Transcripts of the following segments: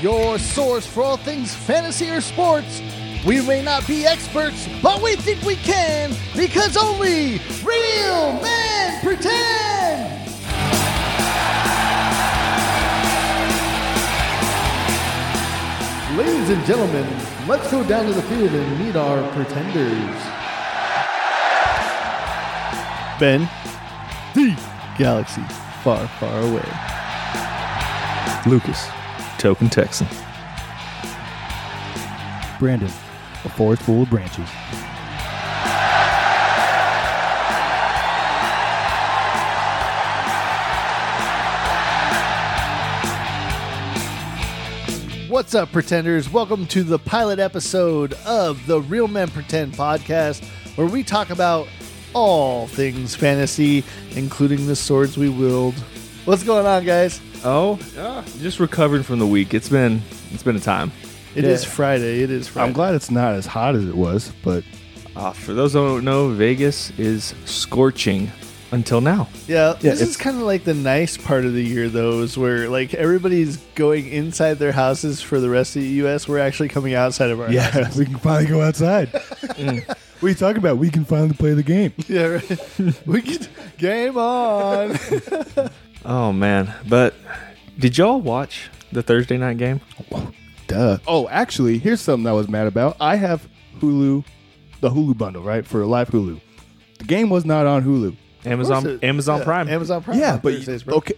your source for all things fantasy or sports. We may not be experts, but we think we can because only real men pretend. Ladies and gentlemen, let's go down to the field and meet our pretenders. Ben, the galaxy far, far away. Lucas, token Texan. Brandon, a forest full of branches. What's up, pretenders? Welcome to the pilot episode of the Real Men Pretend podcast, where we talk about all things fantasy, including the swords we wield. What's going on, guys? Oh, just recovering from the week. It's been it's been a time. It is Yeah. Friday. It is Friday. I'm glad it's not as hot as it was, but Uh, for those who don't know, Vegas is scorching until now. Yeah, this is it's- kind of like the nice part of the year, though, is where like everybody's going inside their houses for the rest of the U.S. We're actually coming outside of our house. yeah, Mm. we can finally go outside. What are you talking about? We can finally play the game. yeah, right. we could game on. Oh man! But did y'all watch the Thursday night game? Duh. Oh, actually, here's something I was mad about. I have Hulu, the Hulu bundle, right? For live Hulu. The game was not on Hulu. Amazon it- Amazon yeah, Prime. Amazon Prime. yeah, on but Thursdays, bro. okay,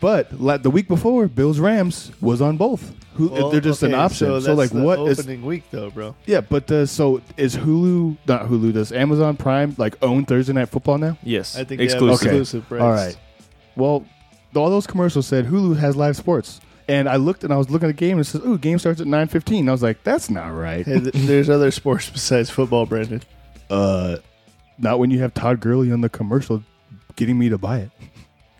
but like, the week before, Bills Rams was on both. Hulu, Well, they're just an okay, option. So, that's like, the what is? opening week though, bro? Yeah, but uh, so is Hulu? Not Hulu. Does Amazon Prime like own Thursday Night Football now? yes, I think they have exclusive. Okay. exclusive rights. All right. Well, th- all those commercials said Hulu has live sports, and I looked and I was looking at the game and it says, "Ooh, game starts at 9.15. And I was like, "That's not right." Hey, th- there's other sports besides football, Brandon. uh, not when you have Todd Gurley on the commercial getting me to buy it.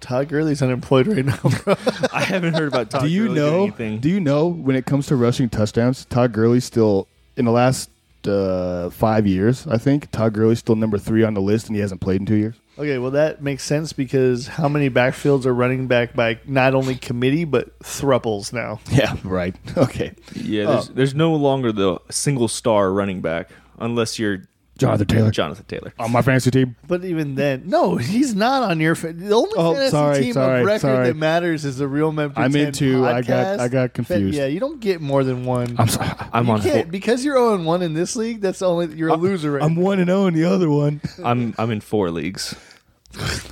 Todd Gurley's unemployed right now, bro. I haven't heard about. Todd do you Gurley doing know? anything. Do you know when it comes to rushing touchdowns, Todd Gurley still in the last uh, five years, I think Todd Gurley's still number three on the list, and he hasn't played in two years. okay, well that makes sense because how many backfields are running back by not only committee but thruples now? Yeah, right. Okay, yeah, there's, there's no longer the single star running back unless you're Jonathan Taylor. Jonathan Taylor. on my fantasy team. But even then, no, he's not on your. Fa- the only Oh, fantasy sorry, team sorry, of record sorry. that matters is the Real Men. I'm Pretend into- I got- podcast. I got Fa- confused. yeah, you don't get more than one. I'm sorry. I'm you on. can't, Full, because you're 0 1 in this league. That's the only you're a loser. Right I'm one and zero in the other one. I'm I'm in four leagues.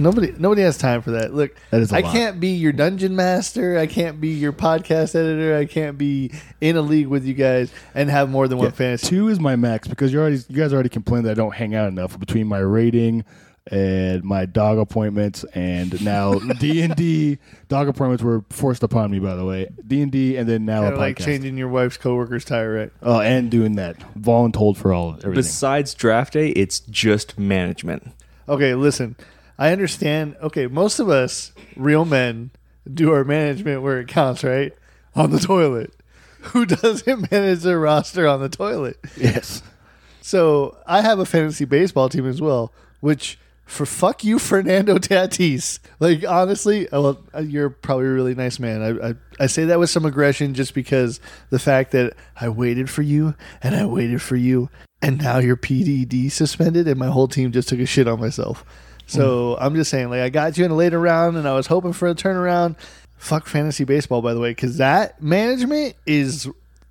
Nobody nobody has time for that. Look, I That is a lot. can't be your dungeon master. I can't be your podcast editor. I can't be in a league with you guys and have more than one fantasy. Two is my max because you already you guys already complained that I don't hang out enough between my rating and my dog appointments and now D and D dog appointments were forced upon me by the way D and D and then now a Kinda podcast like changing your wife's coworker's tire right. oh and doing that voluntold for all everything Besides draft day, it's just management. Okay, listen. I understand. Okay, most of us real men do our management where it counts, right? On the toilet. Who doesn't manage their roster on the toilet? yes So I have a fantasy baseball team as well, which for fuck you, Fernando Tatis. Like honestly, uh, well, you're probably a really nice man. I, I I say that with some aggression, just because the fact that I waited for you and I waited for you, and now you're PDD suspended, and my whole team just took a shit on myself. So I'm just saying, like I got you in a later round, and I was hoping for a turnaround. Fuck fantasy baseball, by the way, because that management is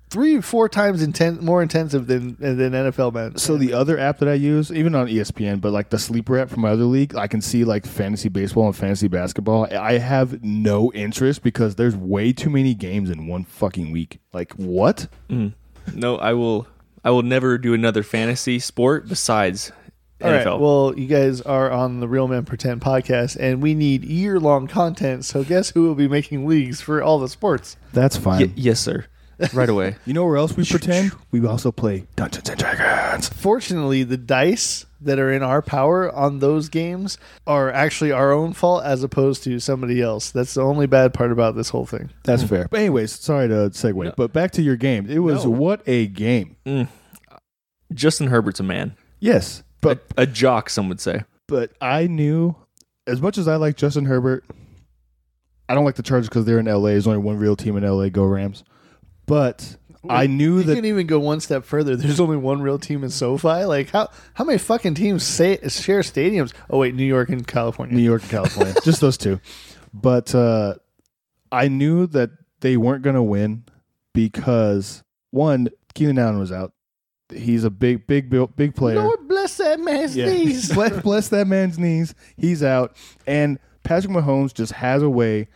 three four times intense more intensive than than NFL man. so the other app that I use even on E ESPN but like the sleeper app from my other league I can see like fantasy baseball and fantasy basketball I have no interest because there's way too many games in one fucking week like what No, I will. I will never do another fantasy sport besides All right. NFL. Well, you guys are on the Real Men Pretend podcast, and we need year long content. So guess who will be making leagues for all the sports? that's fine Y- yes, sir. Right away. You know where else we pretend? We also play Dungeons and Dragons. Fortunately, the dice that are in our power on those games are actually our own fault as opposed to somebody else. That's the only bad part about this whole thing. That's fair. But anyways, sorry to segue. But back to your game. It was No. what a game. Justin Herbert's a man, Yes, a, but a jock, some would say. but I knew as much as I like Justin Herbert, I don't like the Chargers because they're in LA. There's only one real team in LA. Go Rams. But I knew You that can even go one step further. There's only one real team in SoFi. Like how how many fucking teams say, share stadiums? Oh wait, New York and California. New York and California, just those two. But uh, I knew that they weren't going to win because one, Keenan Allen was out. He's a big, big, big player. Lord bless that man's knees. bless, bless that man's knees. He's out. And Patrick Mahomes just has a way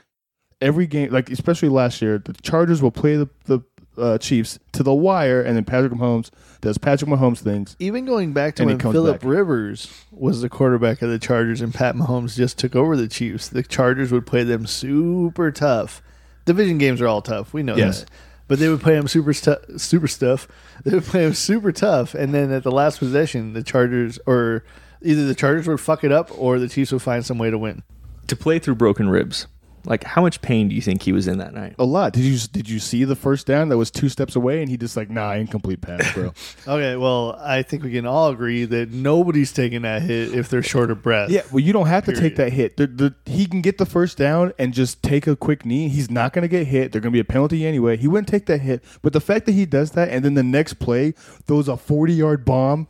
every game, like especially last year, the Chargers will play the, the uh, Chiefs to the wire, and then Patrick Mahomes does Patrick Mahomes things. Even going back to And he when comes Philip back. Rivers was the quarterback of the Chargers and Pat Mahomes just took over the Chiefs, the Chargers would play them super tough. Division games are all tough. We know Yes. that. But they would play them super stu- super stuff. They would play them super tough, and then at the last possession, the Chargers or either the Chargers would fuck it up or the Chiefs would find some way to win. To play through broken ribs, like how much pain do you think he was in that night? A lot. Did you did you see the first down that was two steps away, and he just like nah, incomplete pass, bro. Okay, well, I think we can all agree that nobody's taking that hit if they're short of breath. Yeah, well, you don't have to take that hit. The, the, he can get the first down and just take a quick knee. He's not going to get hit. There's going to be a penalty anyway. He wouldn't take that hit. But the fact that he does that and then the next play throws a 40 yard bomb,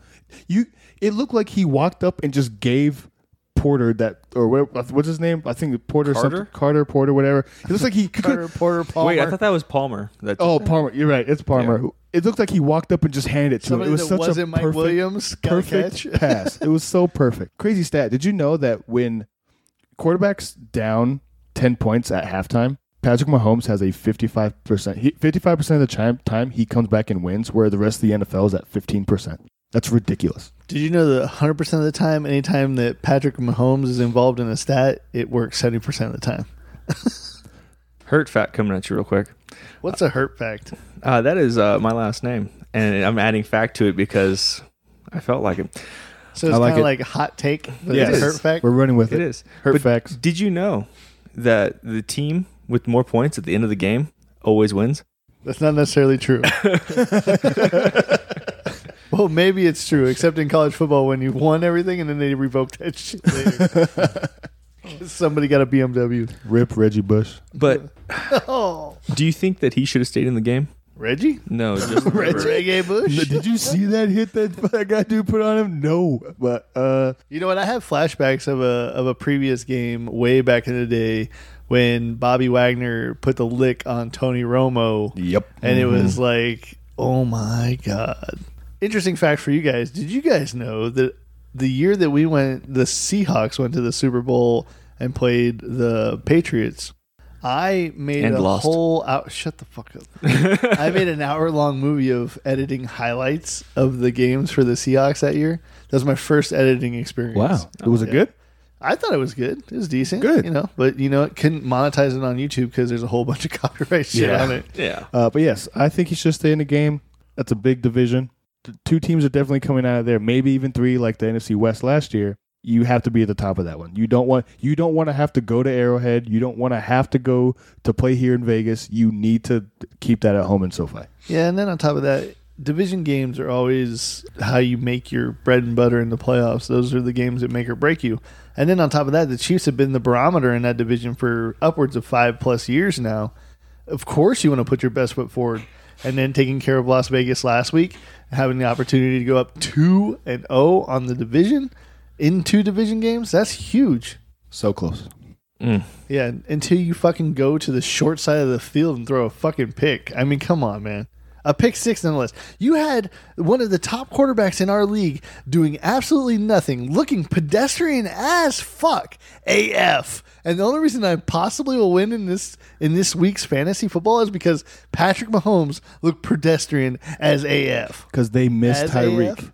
you it looked like he walked up and just gave Porter that or what, what's his name? I think Porter Carter? something- Carter Porter whatever. It looks like he Carter, Porter, Oh, Palmer. Wait, I thought that was Palmer. That Oh, Palmer. You're right. It's Palmer. It looked like he walked up and just handed it to Somebody him. It that was such wasn't a Mike perfect, Williams got a perfect catch. pass. It was so perfect. Crazy stat. Did you know that when quarterbacks down 10 points at halftime, Patrick Mahomes has a 55%. He, 55% of the time, time he comes back and wins, where the rest of the NFL is at 15%. That's ridiculous. Did you know that 100% of the time, anytime that Patrick Mahomes is involved in a stat, it works 70% of the time? hurt fat coming at you real quick. What's a hurt fact? Uh, that is uh, my last name, and I'm adding fact to it because I felt like it. So it's I like kind of it. like hot take, but Yes. it's a hurt fact. We're running with it. It is. Hurt But facts. Did you know that the team with more points at the end of the game always wins? That's not necessarily true. well, maybe it's true, except in college football when you won everything and then they revoked that shit later. 'Cause Somebody got a BMW. Rip Reggie Bush. But Oh, do you think that he should have stayed in the game? Reggie? No, just River. Reggae Bush? Did you see that hit that that guy dude put on him? No, but uh, You know what? I have flashbacks of a of a previous game way back in the day when Bobby Wagner put the lick on Tony Romo, yep. and it Mm-hmm. was like, oh my god! Interesting fact for you guys: Did you guys know that the year that we went, the Seahawks went to the Super Bowl and played the Patriots? I made And a lost. whole out. Shut the fuck up. I made an hour long movie of editing highlights of the games for the Seahawks that year. That was my first editing experience. Wow, it was a good. I thought it was good. It was decent. Good. You know, but you know, it couldn't monetize it on YouTube because there's a whole bunch of copyright shit Yeah. on it. Yeah. Uh, but yes, I think he should stay in the game. That's a big division. The two teams are definitely coming out of there. Maybe even three, like the NFC West last year. You have to be at the top of that one. You don't want you don't want to have to go to Arrowhead. You don't want to have to go to play here in Vegas. You need to keep that at home in SoFi. Yeah. And then on top of that, division games are always how you make your bread and butter in the playoffs. Those are the games that make or break you. And then on top of that, the Chiefs have been the barometer in that division for upwards of five plus years now. Of course, you want to put your best foot forward. And then taking care of Las Vegas last week, having the opportunity to go up 2 and 0 on the division in two division games, that's huge. So close. Mm. Yeah, until you fucking go to the short side of the field and throw a fucking pick. I mean, come on, man. A pick six, nonetheless. You had one of the top quarterbacks in our league doing absolutely nothing, looking pedestrian as fuck, AF. And the only reason I possibly will win in this in this week's fantasy football is because Patrick Mahomes looked pedestrian as AF. Because they missed As Tyreek. AF?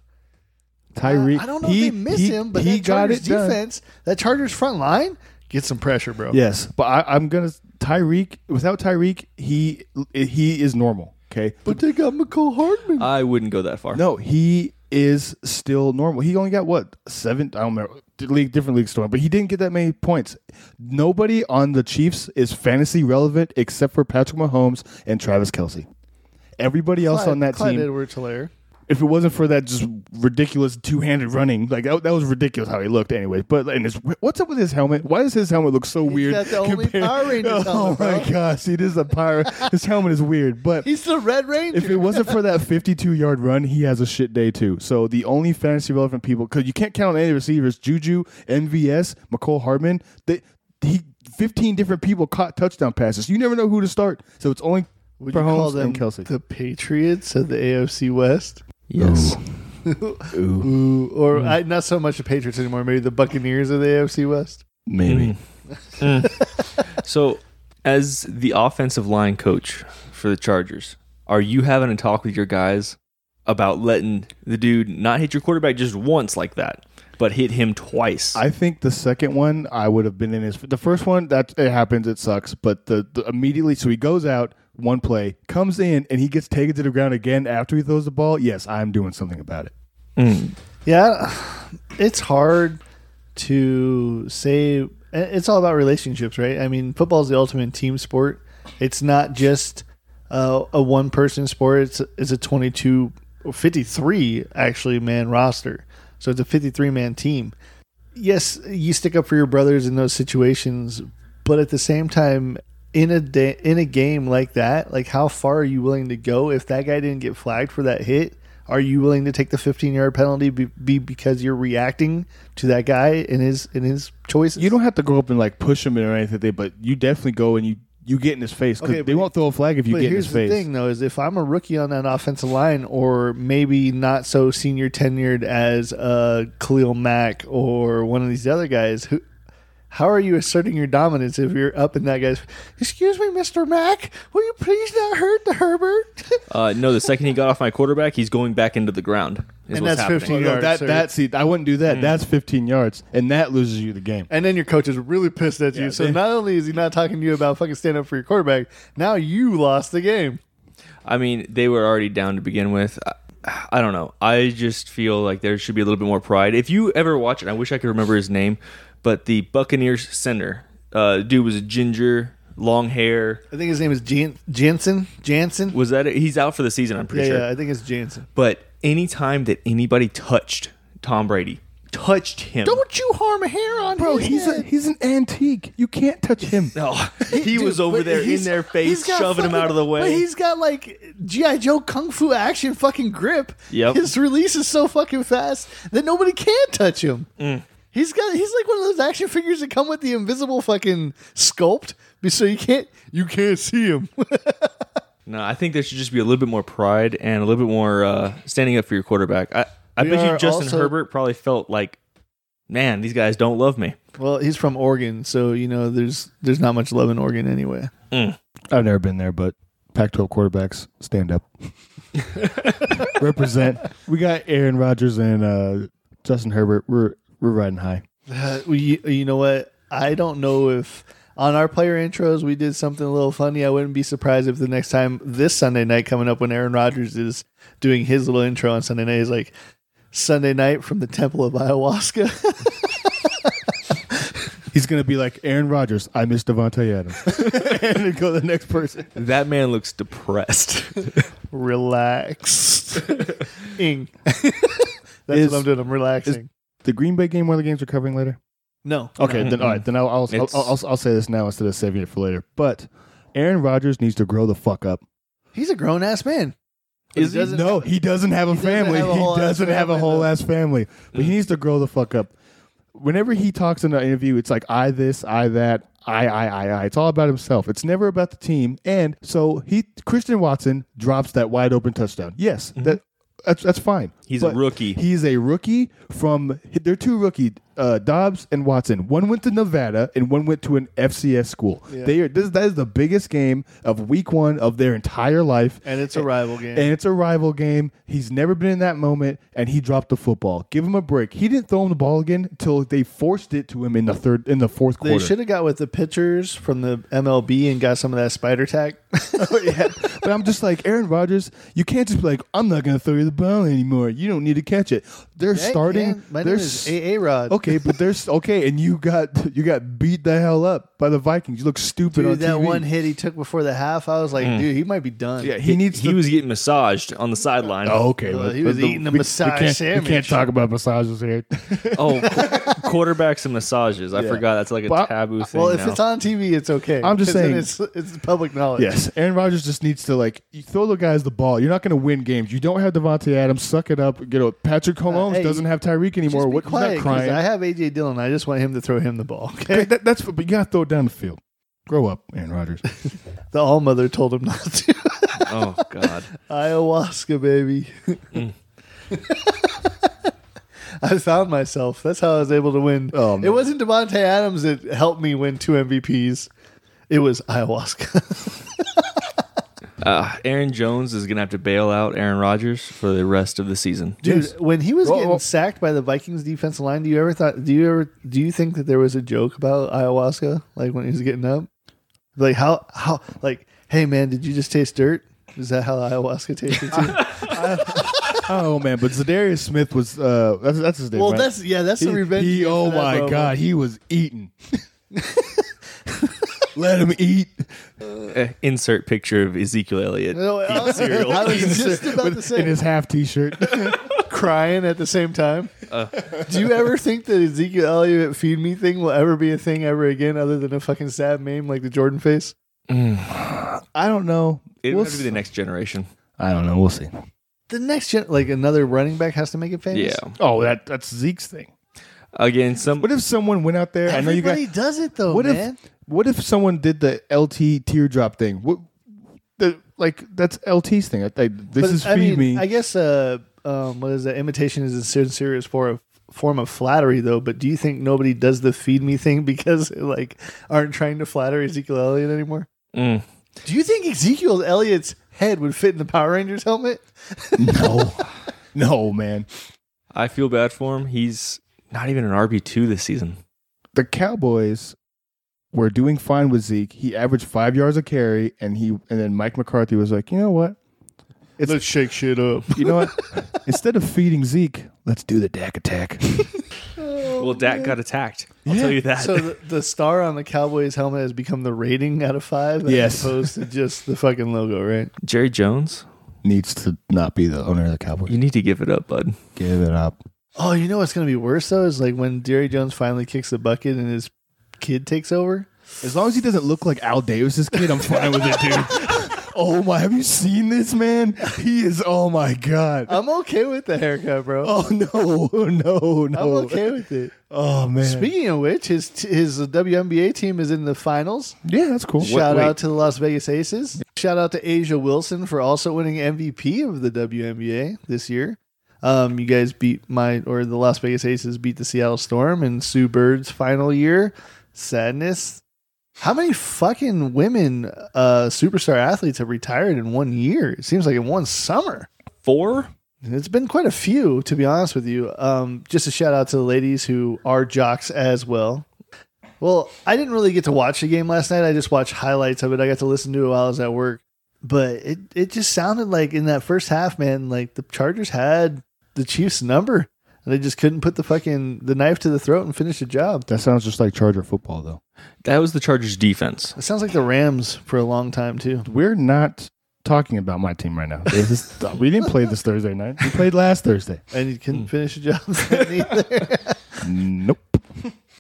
Tyreek. I don't know he- if they miss he- him, but he that got Chargers it done. defense, that Chargers front line, get some pressure, bro. Yes, but I, I'm gonna Tyreek. Without Tyreek, he he is normal. Okay, But they got McCole Hardman. I wouldn't go that far. No, he is still normal. He only got what seven? I don't remember. Di- League, different league storm, but he didn't get that many points. Nobody on the Chiefs is fantasy relevant except for Patrick Mahomes and Travis Kelsey. Everybody else on that Clyde team, Edwards Hilaire. if it wasn't for that just ridiculous two-handed running, like that, that was ridiculous how he looked anyway. But and his, what's up with his helmet? Why does his helmet look so weird? got the only Power Rangers oh helmet, my bro. gosh, he is a pirate. his helmet is weird, but He's the Red Ranger. if it wasn't for that 52 yard run, he has a shit day too. So the only fantasy relevant people, because you can't count on any receivers, Juju, MVS, McCole Hardman, they he 15 different people caught touchdown passes. You never know who to start. So it's only Would you Mahomes call them and Kelsey. the Patriots of the AFC West? Yes. Ooh, or Mm. I, not so much the Patriots anymore. Maybe the Buccaneers of the AFC West. Maybe. Mm. So, as the offensive line coach for the Chargers, are you having a talk with your guys about letting the dude not hit your quarterback just once like that, but hit him twice? I think the second one I would have been in his. The first one that it happens, it sucks. But the, the immediately, so he goes out one play, comes in, and he gets taken to the ground again after he throws the ball. Yes, I'm doing something about it. Mm. Yeah, it's hard to say. It's all about relationships, right? I mean, football's the ultimate team sport. It's not just uh, a one person sport. It's it's a 22 or 53 actually man roster. So it's a 53 man team. Yes, you stick up for your brothers in those situations, but at the same time in a da- in a game like that, like how far are you willing to go if that guy didn't get flagged for that hit? Are you willing to take the 15-yard penalty be, be because you're reacting to that guy and his and his choices? You don't have to go up and like push him or anything, but you definitely go and you you get in his face 'cause Okay, they but- won't throw a flag if you But get in his here's the face. thing, though, is if I'm a rookie on that offensive line, or maybe not so senior tenured as uh, Khalil Mack or one of these other guys, who, how are you asserting your dominance if you're up in that guy's? Excuse me, Mister Mack, will you please not hurt the Herbert? Uh, no, the second he got off my quarterback, he's going back into the ground. Is And what's that's happening. 15 No, yards, that sir. Hmm. that see, I wouldn't do that. That's 15 yards, and that loses you the game. and then your coach is really pissed at you. so they- not only is he not talking to you about fucking stand up for your quarterback, now you lost the game. I mean, they were already down to begin with. I, I don't know. I just feel like there should be a little bit more pride. If you ever watch it, I wish I could remember his name, but the Buccaneers center uh, dude was a ginger, long hair. I think his name is Jan- Jansen. Jansen. Was that it? He's out for the season, I'm Yeah, pretty sure. yeah, I think it's Jansen. But anytime that anybody touched Tom Brady, touched him. you harm a hair on Bro, he's a, he's an antique. You can't touch him. No, he was Dude, over but there in he's- their face, he's got shoving him fucking- out of the But way. he's got like GI Joe kung fu action fucking grip. Yep. His release is so fucking fast that nobody can touch him. Mm. He's got he's like one of those action figures that come with the invisible fucking sculpt, be- so you can't you can't see him. No, I think there should just be a little bit more pride and a little bit more uh, standing up for your quarterback. I, I We bet are you Justin also- Herbert probably felt like, man, these guys don't love me. well, he's from Oregon, so you know there's there's not much love in Oregon anyway. I've never been there, but Pac-12 quarterbacks stand up, represent. We got Aaron Rodgers and uh, Justin Herbert. We're we're riding high. Uh, we, you know what? I don't know if on our player intros we did something a little funny. I wouldn't be surprised if the next time this Sunday night coming up when Aaron Rodgers is doing his little intro on Sunday night is like Sunday night from the Temple of Ayahuasca. He's gonna be like Aaron Rodgers. I miss Devontae Adams, and then go to the next person. That man looks depressed. Relax. Ing. That's Is- what I'm doing. I'm relaxing. The Green Bay game, one of the games we're covering later. no. Okay, then all right, then I'll I'll, I'll, It's- I'll I'll say this now instead of saving it for later. But Aaron Rodgers needs to grow the fuck up. He's a grown ass man. But Is he? doesn't- No, he doesn't have a doesn't family. have a whole he ass doesn't have a family, whole though. ass family. But he needs to grow the fuck up. Whenever he talks in an interview, it's like I this, I that, I I I I. It's all about himself. It's never about the team. And so he Christian Watson drops that wide open touchdown. Yes, that that's that's fine. Mm-hmm. He's a But rookie. He's a rookie from they're two rookie uh, Dobbs and Watson. One went to Nevada and one went to an FCS school. They are this that is the biggest game of week one of their entire life. And it's a rival game. And it's a rival game. He's never been in that moment, and he dropped the football. Give him a break. He didn't throw him the ball again until they forced it to him in the third, in the fourth they quarter. should have got with the pitchers from the MLB and got some of that spider tack. but I'm just like Aaron Rodgers. You can't just be like, I'm not going to throw you the ball anymore. You You don't need to catch it. They're Hey, starting. man, my they're name is AA Rod. Okay, but there's okay, and you got you got beat the hell up by the Vikings. You look stupid on Dude, that TV. one hit he took before the half, I was like, dude, he might be done. Mm. Yeah, he needs. He to, was getting massaged on the sideline. Oh, okay. Well, but- he was but the- eating a we- we massage can't- sandwich. We can't talk about massages here. Oh, qu- quarterbacks and massages. I forgot. That's like a But- taboo thing. Well, if now. it's on TV, it's okay. I'm just 'Cause then saying- it's, it's public knowledge. yes, Aaron Rodgers just needs to like you throw the guys the ball. You're not going to win games. You don't have Devontae Adams. Suck it up. You know Patrick Mahomes Uh, hey, doesn't have Tyreek anymore. Just be What? he's quiet, not 'cause crying. I have AJ Dillon. I just want him to throw him the ball. Hey, Okay. that, that's but you got to throw it down the field. Grow up, Aaron Rodgers. The All Mother told him not to. oh God. Ayahuasca, baby. Mm. I found myself. That's how I was able to win. Oh, man. it wasn't Devontae Adams that helped me win two MVPs. It was ayahuasca. Uh, Aaron Jones is gonna have to bail out Aaron Rodgers for the rest of the season. Dude, when he was Oh, getting oh. sacked by the Vikings defensive line, do you ever thought do you ever do you think that there was a joke about ayahuasca? Like when he was getting up? Like how how like, hey man, did you just taste dirt? Is that how ayahuasca tasted to you? oh man, but Zadarius Smith was uh, that's, that's his name. well right? that's yeah, that's he, the revenge. he- game for oh that my moment. god, he was eating. Let him eat. Eh, insert picture of Ezekiel Elliott. No, I, I was just about to With- say in his half T-shirt. crying at the same time. Do you ever think that Ezekiel Elliott feed me thing will ever be a thing ever again, other than a fucking sad meme like the Jordan face? I don't know. It We'll would be the next generation. I don't know. We'll see. The next gen, like another running back, has to make it famous. Yeah. Oh, that that's Zeke's thing. Again, some. What if someone went out there? I know everybody you got. does it though, What man. if what if someone did the LT teardrop thing? What the like? That's LT's thing. I, I, this is I feed mean, me. I guess uh, um, what is that? Imitation is a sincere form of form of flattery, though. But do you think nobody does the feed me thing because like aren't trying to flatter Ezekiel Elliott anymore? Mm. Do you think Ezekiel Elliott's head would fit in the Power Rangers helmet? no, no, man. I feel bad for him. He's not even an RB two this season. the Cowboys were doing fine with Zeke. He averaged five yards a carry, and he and then Mike McCarthy was like, you know what, Let's shake shit up. you know what, instead of feeding Zeke, let's do the Dak attack. well, Dak got attacked. I'll tell you that. So the, the star on the Cowboys helmet has become the rating out of five, Yes. as opposed to just the fucking logo, right? Jerry Jones, Needs to not be the owner of the Cowboys. you need to give it up, bud. Give it up. Oh, you know what's gonna be worse though is like when Jerry Jones finally kicks the bucket and his kid takes over. As long as he doesn't look like Al Davis's kid, I'm fine with it, dude. Oh my! Have you seen this man? He is. Oh my god. I'm okay with the haircut, bro. Oh no! No! No! I'm okay with it. Oh man. Speaking of which, his his WNBA team is in the finals. yeah, that's cool. Shout wait. out to the Las Vegas Aces. Shout out to Asia Wilson for also winning MVP of the WNBA this year. Um, you guys beat my or the Las Vegas Aces beat the Seattle Storm in Sue Bird's final year. Sadness. How many fucking women uh, superstar athletes have retired in one year? It seems like in one summer. Four. It's been quite a few, to be honest with you. Um, just a shout out to the ladies who are jocks as well. Well, I didn't really get to watch the game last night. I just watched highlights of it. I got to listen to it while I was at work. But it, it just sounded like in that first half, man, like the Chargers had the Chiefs number and they just couldn't put the fucking the knife to the throat and finish the job. That sounds just like Charger football, though. That was the Chargers defense. It sounds like the Rams for a long time too. we're not talking about my team right now. This is- we didn't play this Thursday night. We played last Thursday. And you couldn't finish the job then either. Nope.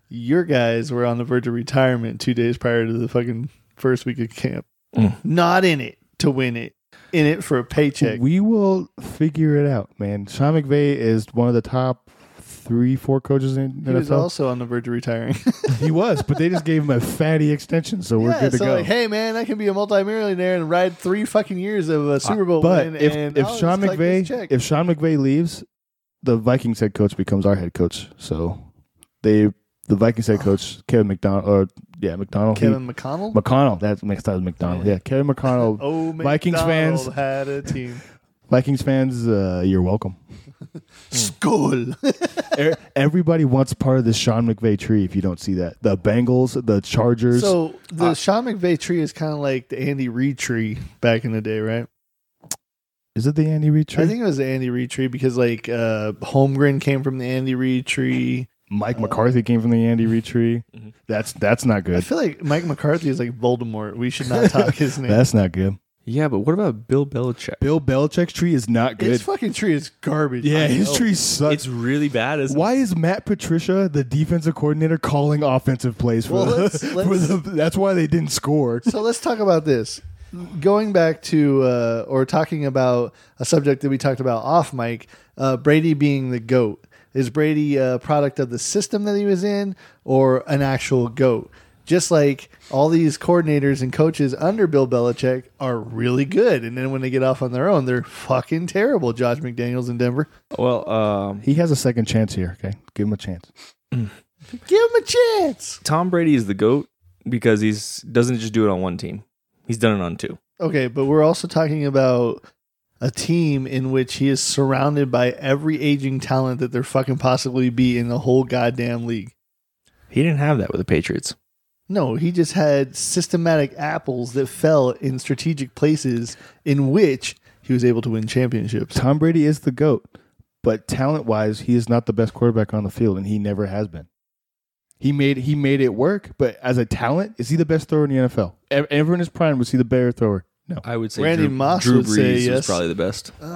your guys were on the verge of retirement two days prior to the fucking first week of camp. Mm. Not in it to win it, in it for a paycheck. We will figure it out, man. Sean McVay is one of the top three, four coaches in He was NFL. also on the verge of retiring. he was, but they just gave him a fatty extension, so we're yeah, good to so go. like, hey man, I can be a multimillionaire and ride three fucking years of a Super Bowl Uh, but win. if and oh, if I'll Sean just collect this McVay check. if Sean McVay leaves, the Vikings head coach becomes our head coach. So they the Vikings head coach Kevin McDonald or yeah McDonald he- Kevin McConnell, McConnell that's mixed up with McDonald yeah Kevin McConnell oh Vikings fans- McDonald had a team. Vikings fans, uh, you're welcome. School. E- Everybody wants part of the Sean McVay tree. If you don't see that, the Bengals, the Chargers. so the Sean McVay tree is kind of like the Andy Reid tree back in the day, right? Is it the Andy Reid tree? I think it was the Andy Reid tree because like uh, Holmgren came from the Andy Reid tree. Mike McCarthy came from the Andy Reid tree. Mm-hmm. That's that's not I good. feel like Mike McCarthy is like Voldemort. We should not talk his name. That's not good. Yeah, but what about Bill Belichick? Bill Belichick's tree is not good. His fucking tree is garbage. yeah, I his know. tree sucks. It's really bad. Isn't Why is Matt Patricia, the defensive coordinator, calling offensive plays for, Well, the, let's- for the? That's why they didn't score. So let's talk about this. Going back to uh, or talking about a subject that we talked about off mic, uh, Brady being the goat. Is Brady a product of the system that he was in, or an actual goat? Just like all these coordinators and coaches under Bill Belichick are really good, and then when they get off on their own, they're fucking terrible. Josh McDaniels in Denver, Well, um, He has a second chance here. Okay, give him a chance. give him a chance. Tom Brady is the goat because he's doesn't just do it on one team. He's done it on two. Okay, but we're also talking about a team in which he is surrounded by every aging talent that there fucking possibly be in the whole goddamn league. He didn't have that with the Patriots. No, he just had systematic apples that fell in strategic places in which he was able to win championships. Tom Brady is the goat, but talent-wise, he is not the best quarterback on the field, and he never has been. He made he made it work, but as a talent, is he the best thrower in the NFL? Ev- Ever in his prime, was he the better thrower? No. I would say Randy Drew, Moss Drew would Brees say yes. was probably the best. Uh, If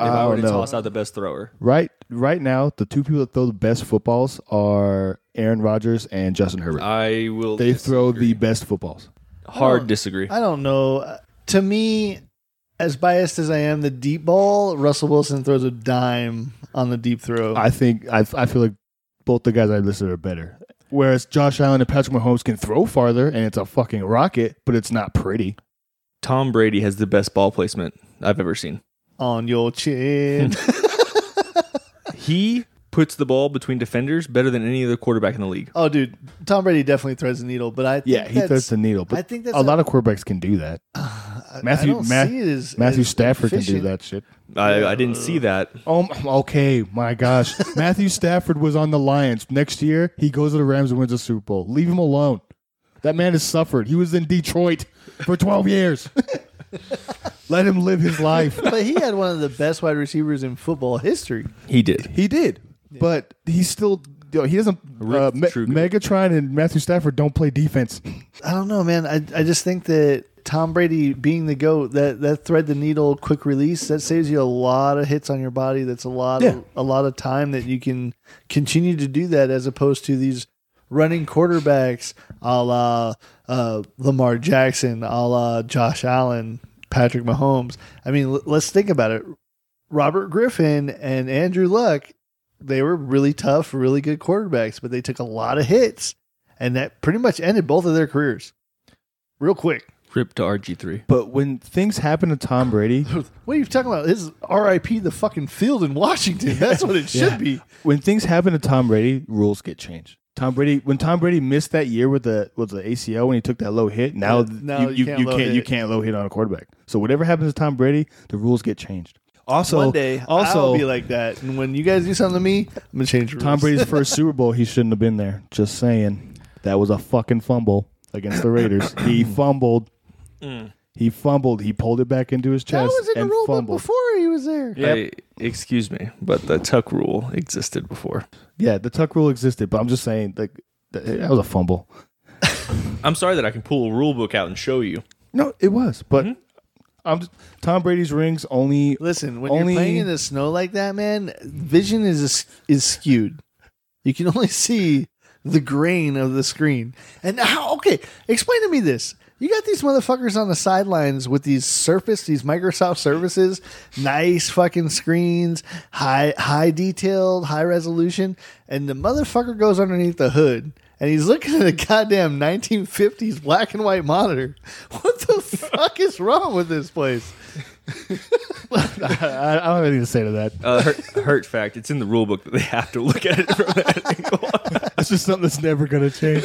I don't were to know. toss out the best thrower, Right, right now, the two people that throw the best footballs are Aaron Rodgers and Justin Herbert. I will. They throw the disagree. best footballs. hard disagree. I don't know. To me, as biased as I am, the deep ball, Russell Wilson throws a dime on the deep throw. I think I, I feel like both the guys I listed are better. Whereas Josh Allen and Patrick Mahomes can throw farther, and it's a fucking rocket, but it's not pretty. Tom Brady has the best ball placement I've ever seen. on your chin. He puts the ball between defenders better than any other quarterback in the league. Oh, dude, Tom Brady definitely threads the needle, but I think Yeah, he that's, throws the needle, but I think that's a lot of quarterbacks can do that. I- Matthew- I don't Ma- see it as, Matthew as Stafford can efficient. do that shit. I, I didn't see that. Oh, m- okay, my gosh. Matthew Stafford was on the Lions. Next year, he goes to the Rams and wins a Super Bowl. Leave him alone. That man has suffered. He was in Detroit for 12 years. Let him live his life. But he had one of the best wide receivers in football history. He did. He did, but he still yo, he doesn't. Uh, Rick Me- Truger. Megatron and Matthew Stafford don't play defense. I don't know, man. I, I just think that Tom Brady being the goat that that thread the needle quick release that saves you a lot of hits on your body. That's a lot Yeah. of a lot of time that you can continue to do that as opposed to these running quarterbacks a la uh, Lamar Jackson, a la Josh Allen, Patrick Mahomes. I mean, l- let's think about it. Robert Griffin and Andrew Luck, they were really tough, really good quarterbacks, but they took a lot of hits, and that pretty much ended both of their careers real quick. Rip to RG three. But when things happen to Tom Brady, What are you talking about? This is R.I.P. the fucking field in Washington. That's what it should Yeah. be. when things happen to Tom Brady, rules get changed. Tom Brady, when Tom Brady missed that year with the with the ACL when he took that low hit, now, Yeah, th- now you, you, you can't you low can't you hit. can't low hit on a quarterback. So whatever happens to Tom Brady, the rules get changed. Also, One day, also I'll be like that, and when you guys do something to me, I'm gonna change. Rules. Tom Brady's first Super Bowl, he shouldn't have been there. Just saying. That was a fucking fumble against the Raiders. he Mm. fumbled. He fumbled. He pulled it back into his That chest was in and the rule book fumbled. before he was there. excuse me, but the tuck rule existed before. Yeah, the tuck rule existed, but I'm just saying like th- that was a fumble. I'm sorry that I can pull a rule book out and show you. No, it was, but I'm just, Tom Brady's rings only Listen, when Only- you're playing in the snow like that, man, vision is is skewed. You can only see the grain of the screen. And how? Okay, explain to me this. You got these motherfuckers on the sidelines with these Surface, these Microsoft services, nice fucking screens, high high detailed, high resolution, and the motherfucker goes underneath the hood and he's looking at a goddamn 1950s black and white monitor. What the fuck is wrong with this place? I, I don't have anything to say to that. Uh, hurt, hurt fact: It's in the rule book that they have to look at it from that angle. That's just something that's never going to change.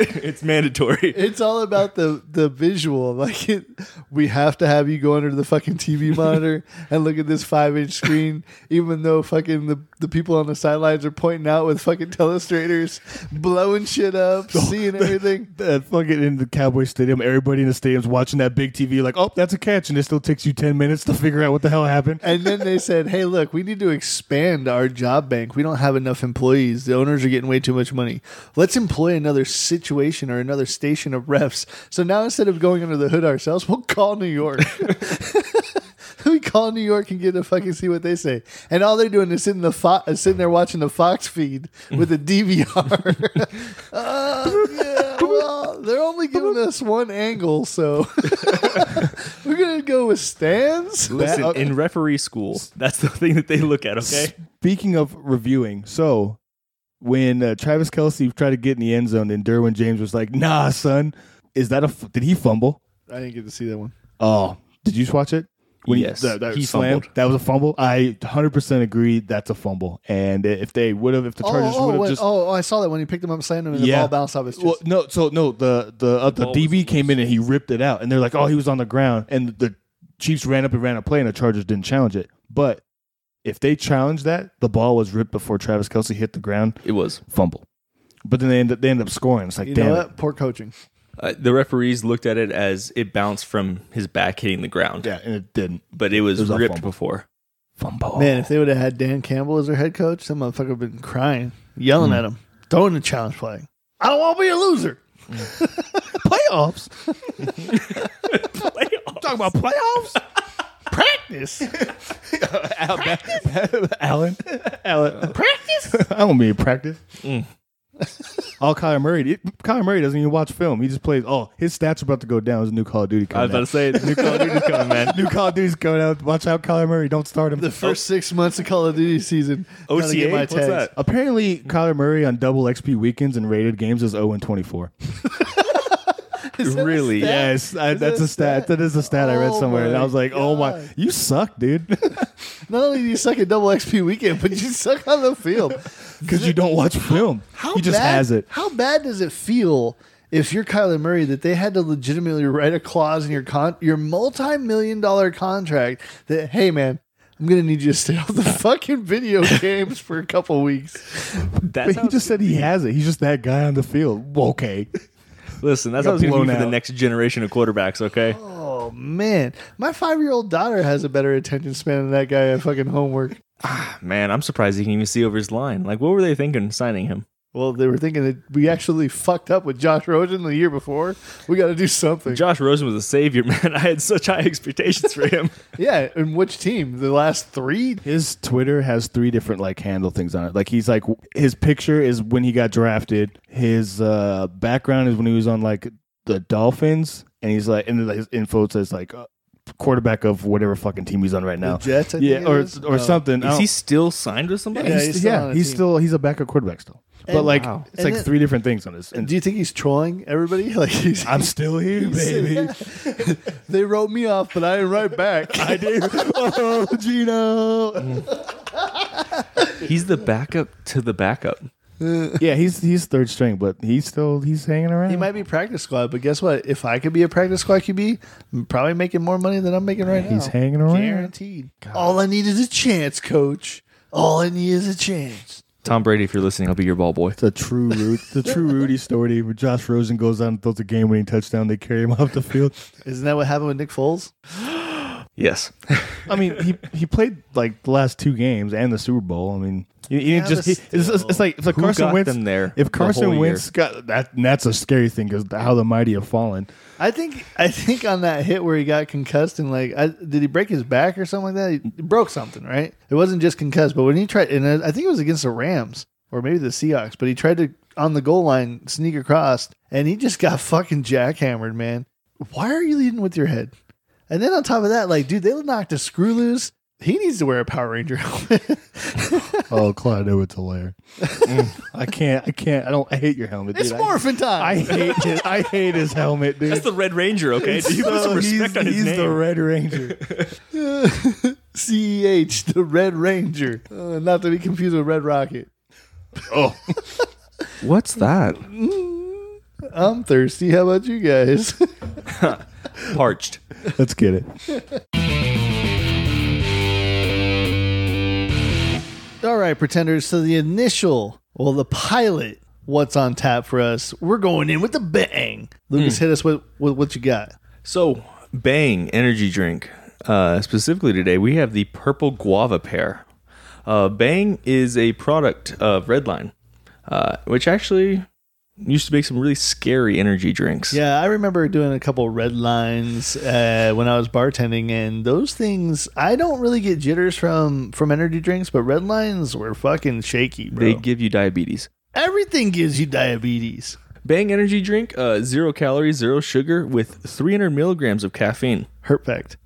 it's mandatory. It's all about the the visual. Like it, we have to have you go under the fucking TV monitor and look at this five inch screen, even though fucking the, the people on the sidelines are pointing out with fucking telestrators, blowing shit up, seeing everything. That fucking in the Cowboy Stadium, everybody in the stadium's watching that big TV, like, oh, that's a catch, and it still takes you ten minutes to figure out what the hell happened. And then they said, "Hey, look, we need to expand our job bank. We don't have enough employees. The owners are getting way too much money. Let's employ another situation or another station of refs." So now instead of going under the hood ourselves, we'll call New York. we call New York and get to fucking see what they say. And all they're doing is sitting the fo- uh, sitting there watching the Fox feed with a DVR. uh, yeah, well, they're only giving us one angle, so we're gonna go with stands. Listen, in referee school, that's the thing that they look at. Okay, Speaking of reviewing, so when uh, Travis Kelsey tried to get in the end zone, and Derwin James was like, "Nah, son, is that a f- did he fumble? I didn't get to see that one. Oh, did you watch it? he- Yes, that, that he slam, fumbled. That was a fumble. I 100 percent agree. That's a fumble. And if they would have, if the Chargers oh, would oh, have wait, just oh, oh, I saw that when he picked him up, slammed him, and the ball bounced off his chest. Well, no, so no, the the uh, the ball DB was came in and he ripped it out, and they're like, "Oh, he was on the ground," and the Chiefs ran up and ran a play, and the Chargers didn't challenge it. But if they challenged that, the ball was ripped before Travis Kelsey hit the ground, it was. fumble. But then they end up they end up scoring. It's like, you damn, know it. what? Poor coaching. Uh, the referees looked at it as it bounced from his back hitting the ground, yeah, and it didn't but it was, It was a ripped fumble. before. fumble. Man, if they would have had Dan Campbell as their head coach, that motherfucker would have been crying, yelling at him, throwing the challenge flag. I don't want to be a loser. Hmm. playoffs. Talking about playoffs. Practice. Alan, uh, Alan, practice. I don't mean practice. Mm. All Kyler Murray, it, Kyler Murray doesn't even watch film. He just plays. Oh, his stats are about to go down. His new Call of Duty I was coming about to out. say, new Call of Duty's coming, man. New Call of Duty's going out. Watch out, Kyler Murray. Don't start him. the first six months of Call of Duty season. gotta OCA? get my What's tags. that? Apparently, Kyler Murray on double XP weekends and rated games is 0 and 24. Really? Yeah. Yes, I, that's that a a stat. stat? That is a stat I read Oh somewhere, and I my was like, "Oh my, God. you suck, dude, Not only do you suck at double XP weekend, but you suck on the field. because you don't watch film. How he just bad, has it." How bad does it feel if you're Kyler Murray that they had to legitimately write a clause in your con- your multi million dollar contract that hey man. I'm gonna need you to stay off the fucking video games for a couple weeks. That's But how, he just said he has it. He's just that guy on the field. Well, Okay. listen, that's got how it's going to blown be for the out. next generation of quarterbacks, okay? Oh man, my five year old daughter has a better attention span than that guy at fucking homework. Man, I'm surprised he can even see over his line. Like, what were they thinking signing him? Well, they were thinking that we actually fucked up with Josh Rosen the year before. We got to do something. Josh Rosen was a savior, man. I had such high expectations for him. yeah, and which team? The last three? His Twitter has three different like handle things on it. Like he's like his picture is when he got drafted. His uh, background is when he was on like the Dolphins, and he's like, and then his info says like uh, quarterback of whatever fucking team he's on right now. The Jets, I think yeah, it or is? or Oh. something. I Is don't- he still signed with somebody? Yeah, he's, he's still he's still on yeah, the he's team. still he's a backup quarterback still. but And- like Wow. it's and like it- three different things on this. And Do you think he's trolling everybody? Like he's, I'm still here, baby. they wrote me off, but I am right back. I did. Oh, Mm. Gino. He's the backup to the backup. Yeah, he's he's third string, but he's still he's hanging around. He might be practice squad, but guess what? If I could be a practice squad QB, I'm probably making more money than I'm making right now. He's hanging around. guaranteed. All I need is a chance, coach. All I need is a chance. Tom Brady, if you're listening, I'll be your ball boy. It's a true Rudy, the true Rudy story where Josh Rosen goes out and throws a game winning touchdown. They carry him off the field. Isn't that what happened with Nick Foles? Yes. I mean, he he played like the last two games and the Super Bowl. I mean, he, he didn't Yeah, just but he, it's, it's- it's like it's like Who Carson got Wentz them there If the Carson whole Wentz got that, and that's a scary thing because how the mighty have fallen. I think I think on that hit where he got concussed and like I, did he break his back or something like that? He broke something, right? It wasn't just concussed, but when he tried, and I I think it was against the Rams or maybe the Seahawks, but he tried to on the goal line sneak across, and he just got fucking jackhammered, man. Why are you leading with your head? And then on top of that, like, dude, they knocked a screw loose. He needs to wear a Power Ranger helmet. Oh, Clyde Edwards Hilaire. Mm, I can't. I can't. I don't. I hate your helmet. it's dude. morphin time. I, I hate his. I hate his helmet, dude. That's the Red Ranger, okay? Do you put So some respect he's, on his he's name? the Red Ranger. CEH, the Red Ranger, Uh, not to be confused with Red Rocket. oh, What's that? I'm thirsty. How about you guys? Parched. Let's get it. All right, pretenders. So the initial, well, the pilot, what's on tap for us? We're going in with the bang. Lucas, hit us with, with what you got. So, Bang energy drink. Uh, specifically today, we have the purple guava pear. Uh, Bang is a product of Redline, uh, which actually used to make some really scary energy drinks. Yeah, I remember doing a couple red lines uh, when I was bartending, and those things I don't really get jitters from from energy drinks, but red lines were fucking shaky, bro. They give you diabetes. Everything gives you diabetes. Bang energy drink, uh, zero calories, zero sugar, with 300 milligrams of caffeine. Hurt fact.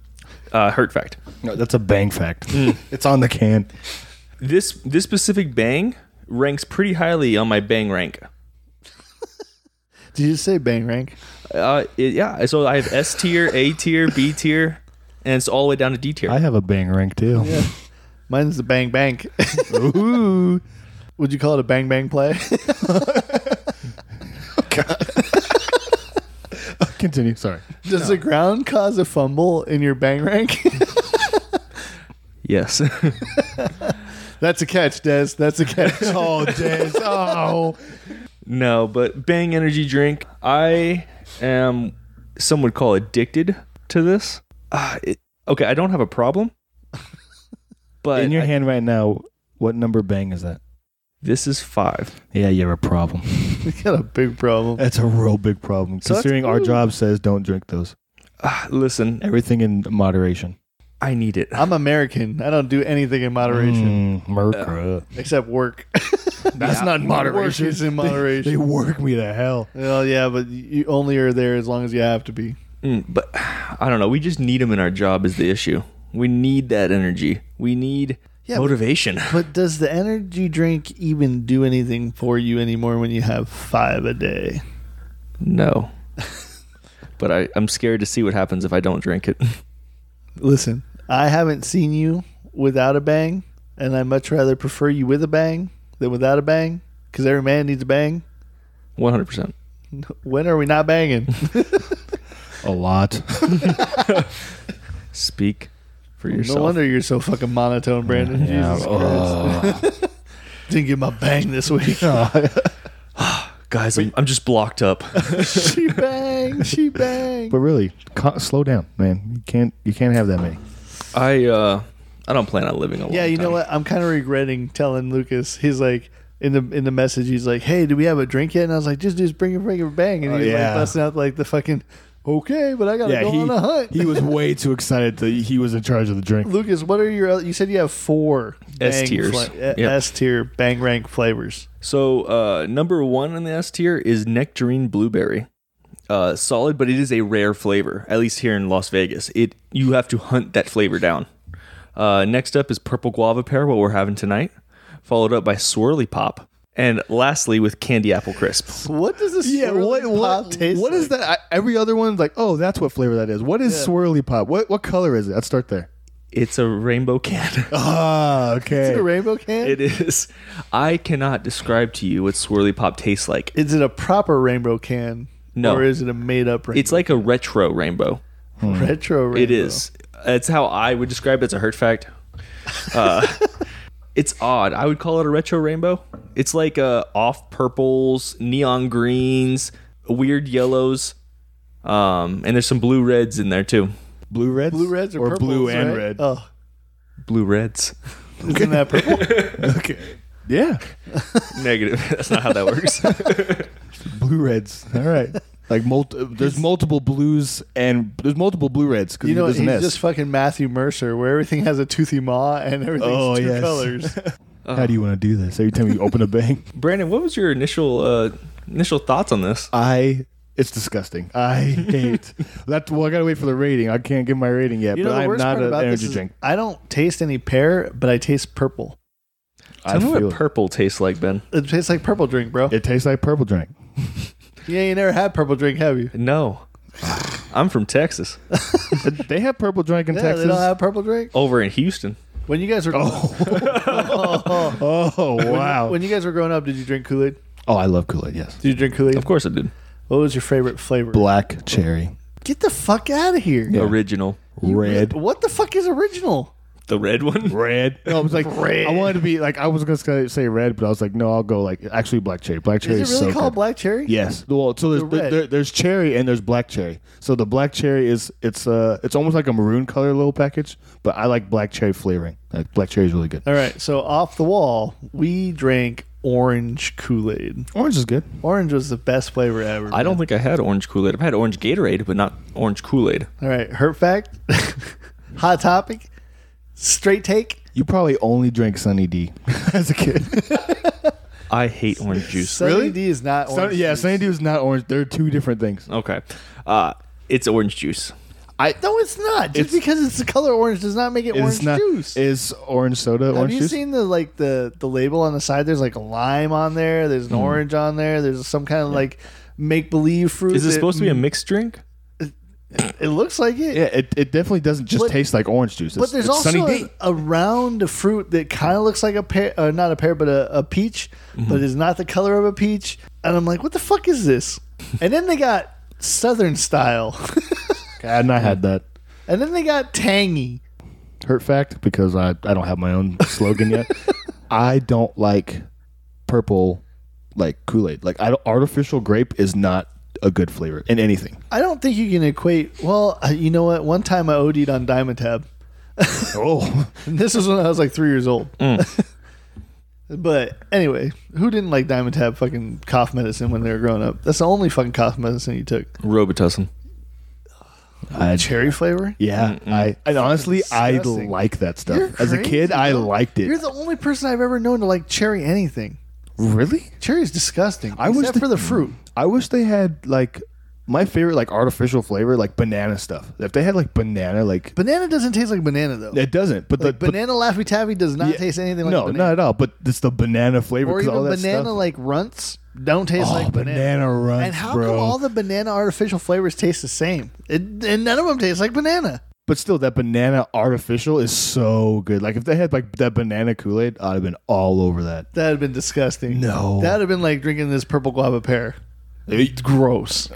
Uh, hurt fact. No, that's a bang fact. it's on the can. This this specific Bang ranks pretty highly on my Bang rank. Did you say bang rank? Uh, it- yeah, so I have S tier, A tier, B tier, and it's all the way down to D tier. I have a bang rank too. Mine's the bang bang. Ooh. Would you call it a bang bang play? Continue. Sorry. Does the ground cause a fumble in your bang rank? Yes. That's a catch, Des. That's a catch. Oh, Des. Oh. no, but Bang energy drink. I am, some would call addicted to this. Uh, it, okay, I don't have a problem, but In your I- hand right now, what number bang is that? this is five. Yeah, you have a problem. we got a big problem. That's a real big problem. So that's- considering our job says don't drink those. Ah, listen, Everything in moderation. I need it. I'm American. I don't do anything in moderation Mm, Mercra. except work. That's not Work is in moderation. They work me to hell. Well, yeah, but you only are there as long as you have to be. Mm, but I don't know. We just need them in our job is the issue. We need that energy. We need Yeah, motivation. But does the energy drink even do anything for you anymore when you have five a day? No. but I, I'm scared to see what happens if I don't drink it. Listen, I haven't seen you without a bang, and I much rather prefer you with a bang than without a bang because every man needs a bang. 100%. When are we not banging? A lot. Speak for yourself. no wonder you're so fucking monotone, Brandon. Jesus Christ. Didn't get my bang this week. Guys, I'm, I'm just blocked up. she bang, she bang. but really, ca- slow down, man. You can't. You can't have that many. I uh I don't plan on living a long Yeah, you know time. what? I'm kind of regretting telling Lucas. He's like in the in the message. He's like, "Hey, do we have a drink yet?" And I was like, "Just just bring a bring a bang." And Oh, he's yeah. like busting out like the fucking okay, but I gotta go on a hunt. he was way too excited that he was in charge of the drink. Lucas, what are your? oth- You said you have four S bang tiers. fla- e- Yep. S tier bang rank flavors. So, uh number 1 in the S tier is nectarine blueberry. Uh solid, but it is a rare flavor, at least here in Las Vegas. It you have to hunt that flavor down. Uh next up is purple guava pear what we're having tonight, followed up by swirly pop, and lastly with candy apple crisp. What does this? swirly pop taste What is like? that? I, every other one's like, oh, that's what flavor that is. What is swirly pop? What what color is it? Let's start there. It's a rainbow can. Ah, okay. A rainbow can? It is. I cannot describe to you what swirly pop tastes like. Is it a proper rainbow can? No. Or is it a made up rainbow? It's like a retro rainbow. retro rainbow. It is. That's how I would describe it. It's a hurt fact. Uh, it's odd. I would call it a retro rainbow. It's like uh, off purples, neon greens, weird yellows, um, and there's some blue reds in there too. blue reds, Blue reds or, or purples, blue and right? red. Oh, Blue reds. isn't that purple? okay. Yeah, Negative. That's not how that works. blue reds. All right. Like multi, there's multiple blues and there's multiple blue reds because You know, there's he's an S. just fucking Matthew Mercer, where everything has a toothy maw and everything's Oh, two yes. colors. How do you want to do this? Every time you open a bang, Brandon, what was your initial uh, initial thoughts on this? I it's disgusting. I hate that. Well, I gotta wait for the rating. I can't give my rating yet, You know, but the I'm worst not part an about this energy is drink. I don't taste any pear, but I taste purple. Tell I me feel what it. purple tastes like, Ben. It tastes like purple drink, bro. it tastes like purple drink. yeah, you never had purple drink, have you? No. I'm from Texas. they have purple drink in Yeah, Texas. they don't have purple drink. Over in Houston. When you guys were oh wow! when you guys were growing up, did you drink Kool Aid? oh, I love Kool Aid. Yes. Did you drink Kool Aid? Of course I did. What was your favorite flavor? Black cherry, Get the fuck out of here. Yeah. Original. red, What the fuck is original? The red one? red. No, I was like, Red. I wanted to be like, I was gonna say red, but I was like, no, I'll go like actually black cherry. Black cherry Is it really so called good. black cherry? Yes. Well, so there's The red. there, there's cherry and there's black cherry. So the black cherry is it's uh it's almost like a maroon color little package, but I like black cherry flavoring. Like black cherry is really good. All right. So off the wall, we drank orange Kool Aid. Orange is good. Orange was the best flavor ever. I don't think I had orange Kool Aid. I've had orange Gatorade, but not orange Kool Aid. All right. Hurt fact. Hot topic. Straight take. You probably only drank Sunny D as a kid. I hate orange juice. Sunny Really? D is not orange. Sun, yeah, juice. Sunny D was not orange. They're two different things. Okay. Uh, it's orange juice. I No, it's not. Just because it's the color orange does not make it orange it's not juice. is orange soda Have orange you juice. seen the like the the label on the side? There's like a lime on there. There's Hmm. an orange on there. There's some kind of like make believe fruit. Is it that- supposed to be a mixed drink? It looks like it. yeah, it, it definitely doesn't just But- taste like orange juice. It's, But there's it's also Sunny a, D. a round fruit that kind of looks like a pear, uh, not a pear, but a, a peach, Mm-hmm. but is not the color of a peach. And I'm like, what the fuck is this? and then they got Southern style, and I had that. and then they got tangy. hurt fact because I, I don't have my own slogan yet. I don't like purple like Kool Aid. Like I don't, artificial grape is not a good flavor in anything. I don't think you can equate. Well, uh, you know what? One time I OD'd on Diamond Tab. Oh, And this was when I was like three years old. Mm. but anyway, who didn't like Diamond Tab fucking cough medicine when they were growing up? That's the only fucking cough medicine you took. Robitussin. I, Cherry flavor? yeah. I and honestly, I Disgusting. like that stuff. You're As a crazy, kid, I liked You're it. the only person I've ever known to like cherry anything. Really? Cherry's disgusting. I I was except the- for the fruit. I wish they had like my favorite like artificial flavor like banana stuff. If they had like banana like Banana doesn't taste like banana though. it doesn't, but like the but- banana Laffy Taffy does not yeah, taste anything like no, banana. not at all. But it's the banana flavor. or 'cause even all that banana stuff. like runts don't taste Oh, like banana. banana runts, and how come bro. all the banana artificial flavors taste the same? It, and none of them taste like banana. But still, that banana artificial is so good. Like if they had like that banana Kool Aid, I'd have been all over that. That'd have been disgusting. No. That'd have been like drinking this purple guava pear. It- Gross.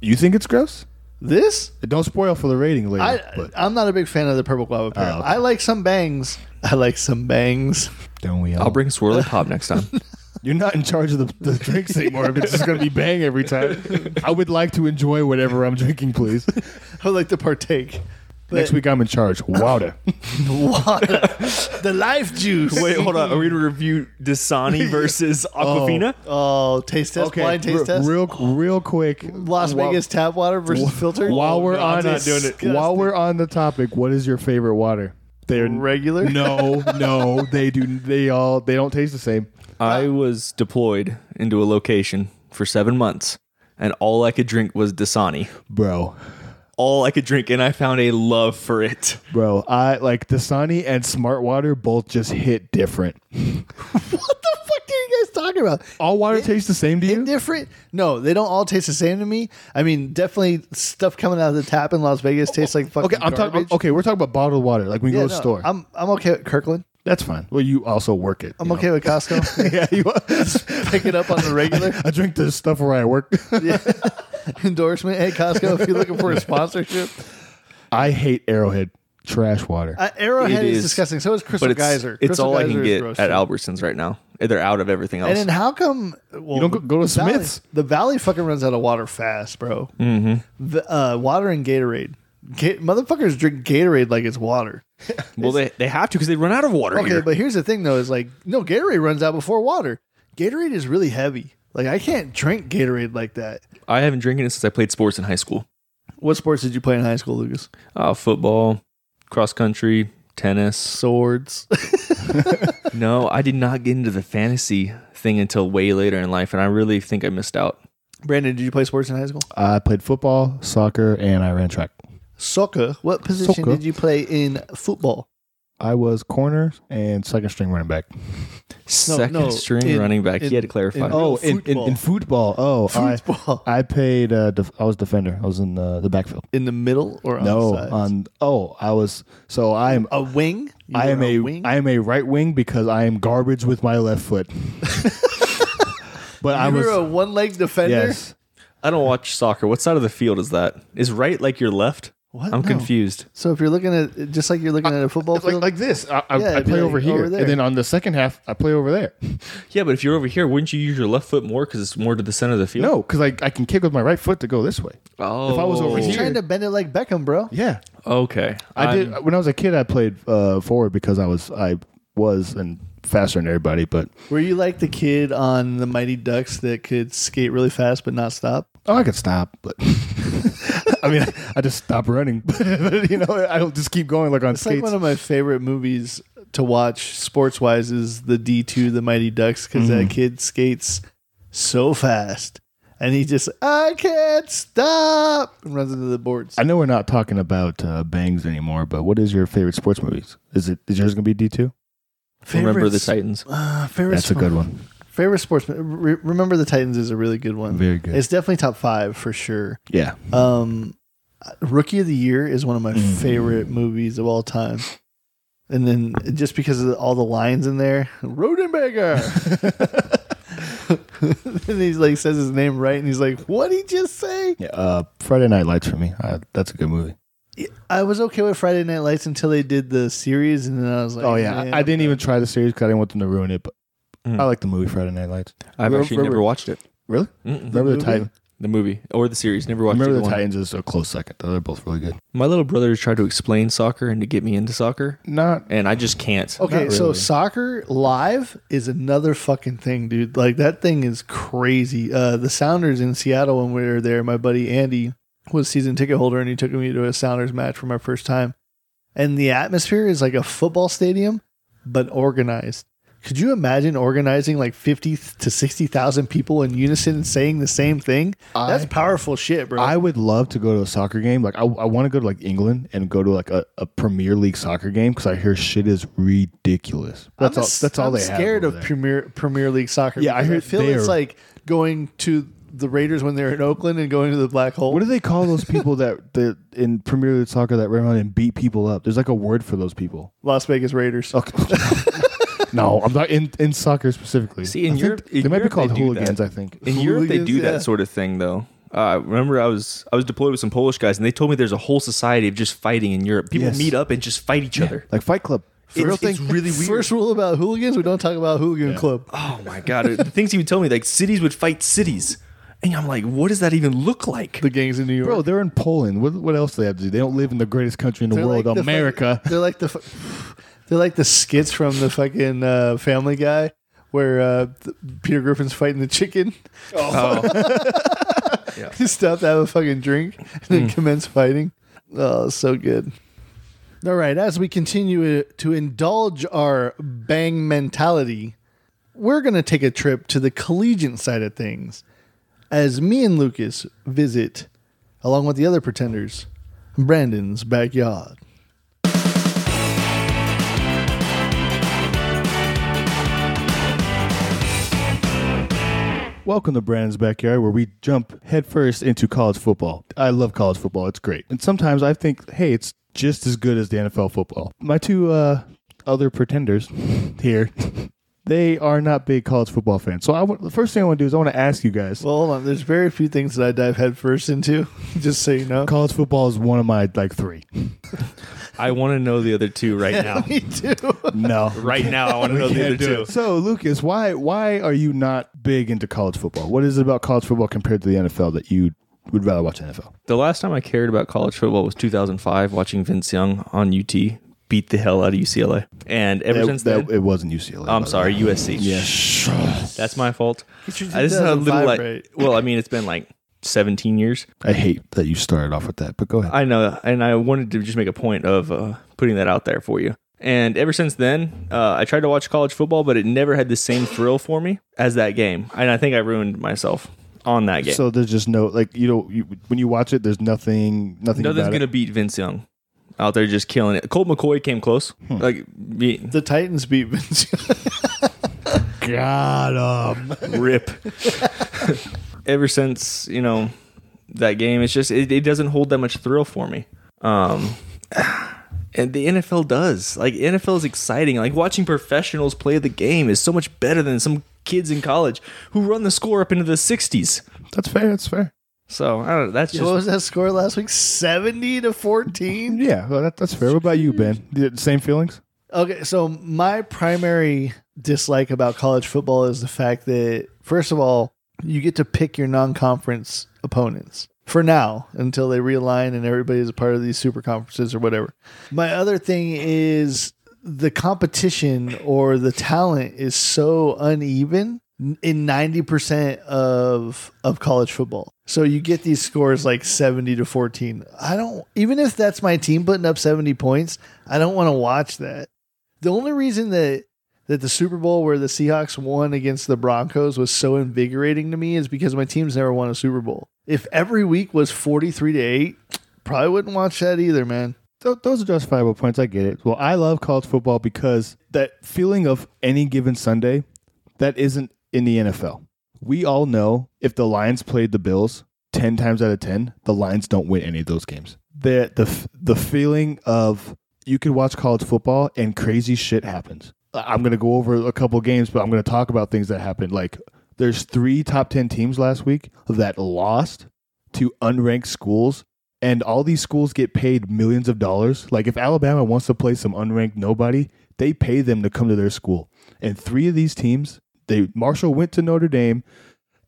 you think it's gross? This? Don't spoil for the rating later. I but I'm not a big fan of the purple guava pear. Oh, okay. I like some bangs. I like some bangs. don't we all? I'll bring Swirly Pop next time. You're not in charge of the, the drinks anymore. if it's just gonna be bang every time, I would like to enjoy whatever I'm drinking, please. I like to partake. But Next week I'm in charge. Wowda. water. the life juice. Wait, hold on. Are we going to review Dasani versus Aquafina? Oh, taste test, blind taste re- test. real real quick. Las Wa- Vegas tap water versus filtered. While we're no, I'm on not it- doing it. While we're on the topic, what is your favorite water? They're regular. no, no, they do. They all they don't taste the same. I was deployed into a location for seven months, and all I could drink was Dasani. bro All I could drink, and I found a love for it. bro i like dasani and smart water both just hit different What the fuck are you guys talking about? all water tastes the same to you Different? No, they don't all taste the same to me. I mean, definitely stuff coming out of the tap in Las Vegas tastes like fucking. okay i'm talking garbage. okay we're talking about bottled water like when you Yeah, go to no, the store I'm I'm okay with Kirkland. that's fine well you also work it I'm okay with Costco. yeah you Pick it up on the regular i drink this stuff where i work endorsement. Hey Costco, if you're looking for a sponsorship, i hate arrowhead trash water uh, Arrowhead It is, is, disgusting. So is Crystal But it's, Geyser. it's Crystal all I Geyser can is get gross, at too. Albertsons right now. They're out of everything else. And then how come well, don't go- go to the Valley- Smith's? the Valley fucking runs out of water fast, bro. Mm-hmm. The, uh, water and Gatorade. Ga- motherfuckers drink Gatorade like it's water. well, they, they have to because they run out of water. Okay, here. but here's the thing though: is like no Gatorade runs out before water. Gatorade is really heavy. Like I can't drink Gatorade like that. I haven't drinking it since I played sports in high school. What sports did you play in high school, Lucas? Uh, football, cross country, tennis. Swords. No, I did not get into the fantasy thing until way later in life, and I really think I missed out. Brandon, did you play sports in high school? i played football soccer and i ran track Soccer. What position Soccer. did you play in football? i was corner and second string running back Second no, string in- running back. in- he had to clarify. in- Oh, football. football oh I- Football. I, played uh, def- i was defender i was in the, the backfield In the middle or on No, the sides? on oh, I was so I am a wing. You I am were a wing. I am a right wing because I am garbage with my left foot. but I You was were a one leg defender. yes. I don't watch soccer. What side of the field is that? Is right like your left? What? I'm No. confused. So if you're looking at just like you're looking at a football like field, like this. I, I, Yeah, I it'd be play like over here, over there. and then on the second half, I play over there. Yeah, but if you're over here, wouldn't you use your left foot more because it's more to the center of the field? No, because I, I can kick with my right foot to go this way. Oh, If I was over he's here- trying to bend it like Beckham, bro. Yeah, Okay, I I'm- did when I was a kid. I played uh, forward because I was I was and faster than everybody. But Were you like the kid on the Mighty Ducks that could skate really fast but not stop? oh, I could stop. But I mean, I just stop running. But, you know, I don't just keep going like on It's skates. like one of my favorite movies to watch sports wise is the D2, the Mighty Ducks, because Mm-hmm. that kid skates so fast. And he just, I can't stop, and runs into the boards. I know we're not talking about uh, bangs anymore, but what is your favorite sports movies? Is it is yours gonna be D two? remember the Favorites- Titans. Uh, favorite That's a sport- good one. Favorite sportsman. Re- Remember the Titans is a really good one. Very good. It's definitely top five for sure. Yeah, Um, Rookie of the Year is one of my Mm. favorite movies of all time. And then just because of all the lines in there, Rodenberger. and he like says his name right, and he's like, "What did he just say?" yeah. Uh, Friday Night Lights for me. Uh, that's a good movie. I was okay with Friday Night Lights until they did the series, and then I was like, oh yeah, "Man, I, I didn't even try the series because I didn't want them to ruin it. But Mm. I like the movie Friday Night Lights. I've Remember- actually never remember- watched it. Really? Mm-mm. Remember the movie? Titans? The movie or the series. Never watched Remember either the one. Titans is a close second. Though. They're both really good. My little brother tried to explain soccer and to get me into soccer, Not and I just can't. Okay, Not so really. soccer live is another fucking thing, dude. Like that thing is crazy. Uh, the Sounders in Seattle when we were there, my buddy Andy was season ticket holder, and he took me to a Sounders match for my first time. And the atmosphere is like a football stadium, but organized. Could you imagine organizing like fifty to sixty thousand people in unison saying the same thing? That's powerful shit, bro. I would love to go to a soccer game. Like I, I want to go to like England and go to like a, a Premier League soccer game because I hear shit is ridiculous. I'm That's all. s- That's all I'm they have. scared over of there. Premier Premier League soccer. Yeah, I because heard feel they it's are- like going to the Raiders when they're in Oakland and going to the black hole. What do they call those people that that in Premier League soccer that run around and beat people up? There's like a word for those people. Las Vegas Raiders. Okay. no, I'm not in in soccer specifically. See, in I think Europe- in they might be Europe called they do that. hooligans. I think. In Europe, they Hooligans, do yeah. that sort of thing, though. Uh, remember, I was I was deployed with some Polish guys, and they told me there's a whole society of just fighting in Europe. People Yes. meet up and just fight each other. Like Fight Club. It's- Real thing. it's really weird. First rule about hooligans: we don't talk about hooligan club. Oh my god! the things he would tell me, like cities would fight cities, and I'm like, what does that even look like? The gangs in New York. Bro, they're in Poland. What, what else do they have to do? They don't live in the greatest country in the They're like world, the fu- America. they're like the. Fu- they're like the skits from the fucking uh, Family Guy, where uh, th- Peter Griffin's fighting the chicken. He stopped to have a fucking drink and then commence fighting. Oh, so good. All right, as we continue uh, to indulge our bang mentality, we're going to take a trip to the collegiate side of things as me and Lucas visit, along with the other pretenders, Brandon's backyard. Welcome to Brandon's Backyard, where we jump headfirst into college football. I love college football. It's great. And sometimes I think, hey, it's just as good as the NFL football. My two uh, other pretenders here, they are not big college football fans. So I w- the first thing I want to do is I want to ask you guys. Well, hold on. There's very few things that I dive headfirst into, just so you know. college football is one of my, like, three. I want to know the other two right now. Me too. No. Right now, I want to know the other two. So, Lucas, why why are you not big into college football? What is it about college football compared to the NFL that you would rather watch NFL? The last time I cared about college football was 2005, watching Vince Young on UT beat the hell out of UCLA, and ever It, since that, then, Um, it wasn't UCLA. I'm sorry, USC. Yeah. That's my fault. Get your I just had a little 2005 like, right. well, I mean, it's been like 17 years. I hate that you started off with that, but go ahead. I know, and I wanted to just make a point of uh, putting that out there for you. And ever since then, uh, I tried to watch college football, but it never had the same thrill for me as that game. And I think I ruined myself on that game. So there's just no like you know you, when you watch it, there's nothing nothing. Nothing's about gonna it. beat Vince Young out there just killing it. Colt McCoy came close, Hmm. like be, The Titans beat Vince. got him. rip. ever since you know that game, it's just it, it doesn't hold that much thrill for me. Um, and the NFL does. Like NFL is exciting. Like watching professionals play the game is so much better than some kids in college who run the score up into the 60s. That's fair. That's fair. So I don't know. That's what just was that score last week? Seventy to fourteen. Yeah, well, that, that's fair. What about you, Ben? You had the Same feelings? Okay, so my primary dislike about college football is the fact that first of all, you get to pick your non-conference opponents for now until they realign and everybody's a part of these super conferences or whatever. My other thing is the competition or the talent is so uneven in 90% of of college football. So you get these scores like 70 to 14. I don't even if that's my team putting up 70 points, I don't want to watch that. The only reason that that the Super Bowl where the Seahawks won against the Broncos was so invigorating to me is because my team's never won a Super Bowl. If every week was 43 to 8, probably wouldn't watch that either, man. Th- those are justifiable points. I get it. Well, I love college football because that feeling of any given Sunday, that isn't in the NFL. We all know if the Lions played the Bills 10 times out of 10, the Lions don't win any of those games. The, the, f- the feeling of you can watch college football and crazy shit happens. I- I'm going to go over a couple games, but I'm going to talk about things that happened. Like there's three top 10 teams last week that lost to unranked schools and all these schools get paid millions of dollars. Like if Alabama wants to play some unranked nobody, they pay them to come to their school. And three of these teams, they Marshall went to Notre Dame,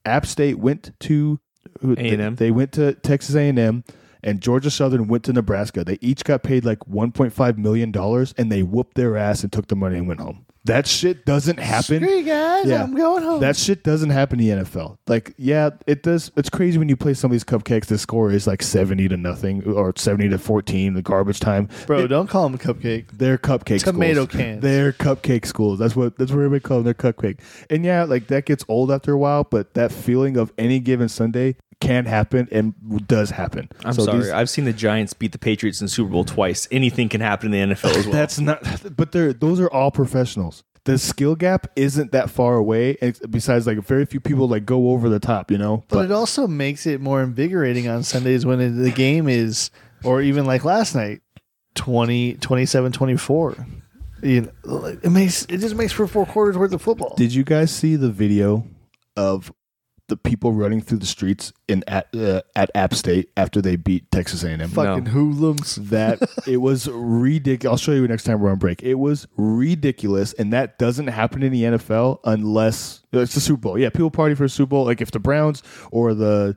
App State went to who- they- A&M. They went to Texas A&M, and Georgia Southern went to Nebraska. They each got paid like 1.5 million dollars, and they whooped their ass and took the money and went home. That shit doesn't happen. Screw you guys, Yeah. I'm going home. That shit doesn't happen in the NFL. Like, yeah, it does. It's crazy when you play some of these cupcakes. The score is like seventy to nothing or seventy to fourteen. The garbage time. Bro, It- don't call him cupcake. they're cupcake Tomato schools. cans. They're cupcake schools. That's what that's what everybody calls them. They're cupcake. And yeah, like that gets old after a while. But that feeling of any given Sunday can happen and does happen. I'm So sorry. these- I've seen the Giants beat the Patriots in Super Bowl twice. Anything can happen in the NFL as well. That's not. But they're those are all professionals. The skill gap isn't that far away. And besides, like very few people like go over the top. You know. But it also makes it more invigorating on Sundays when it- the game is, or even like last night, 20, 27, 24. You know, like, it makes it just makes for four quarters worth of football. Did you guys see the video of the people running through the streets in at, uh, at App State after they beat Texas A&M? Fucking No. hoodlums. That it was ridiculous. I'll show you next time we're on break. It was ridiculous, and that doesn't happen in the NFL unless it's the Super Bowl. Yeah, people party for the Super Bowl. Like if the Browns or the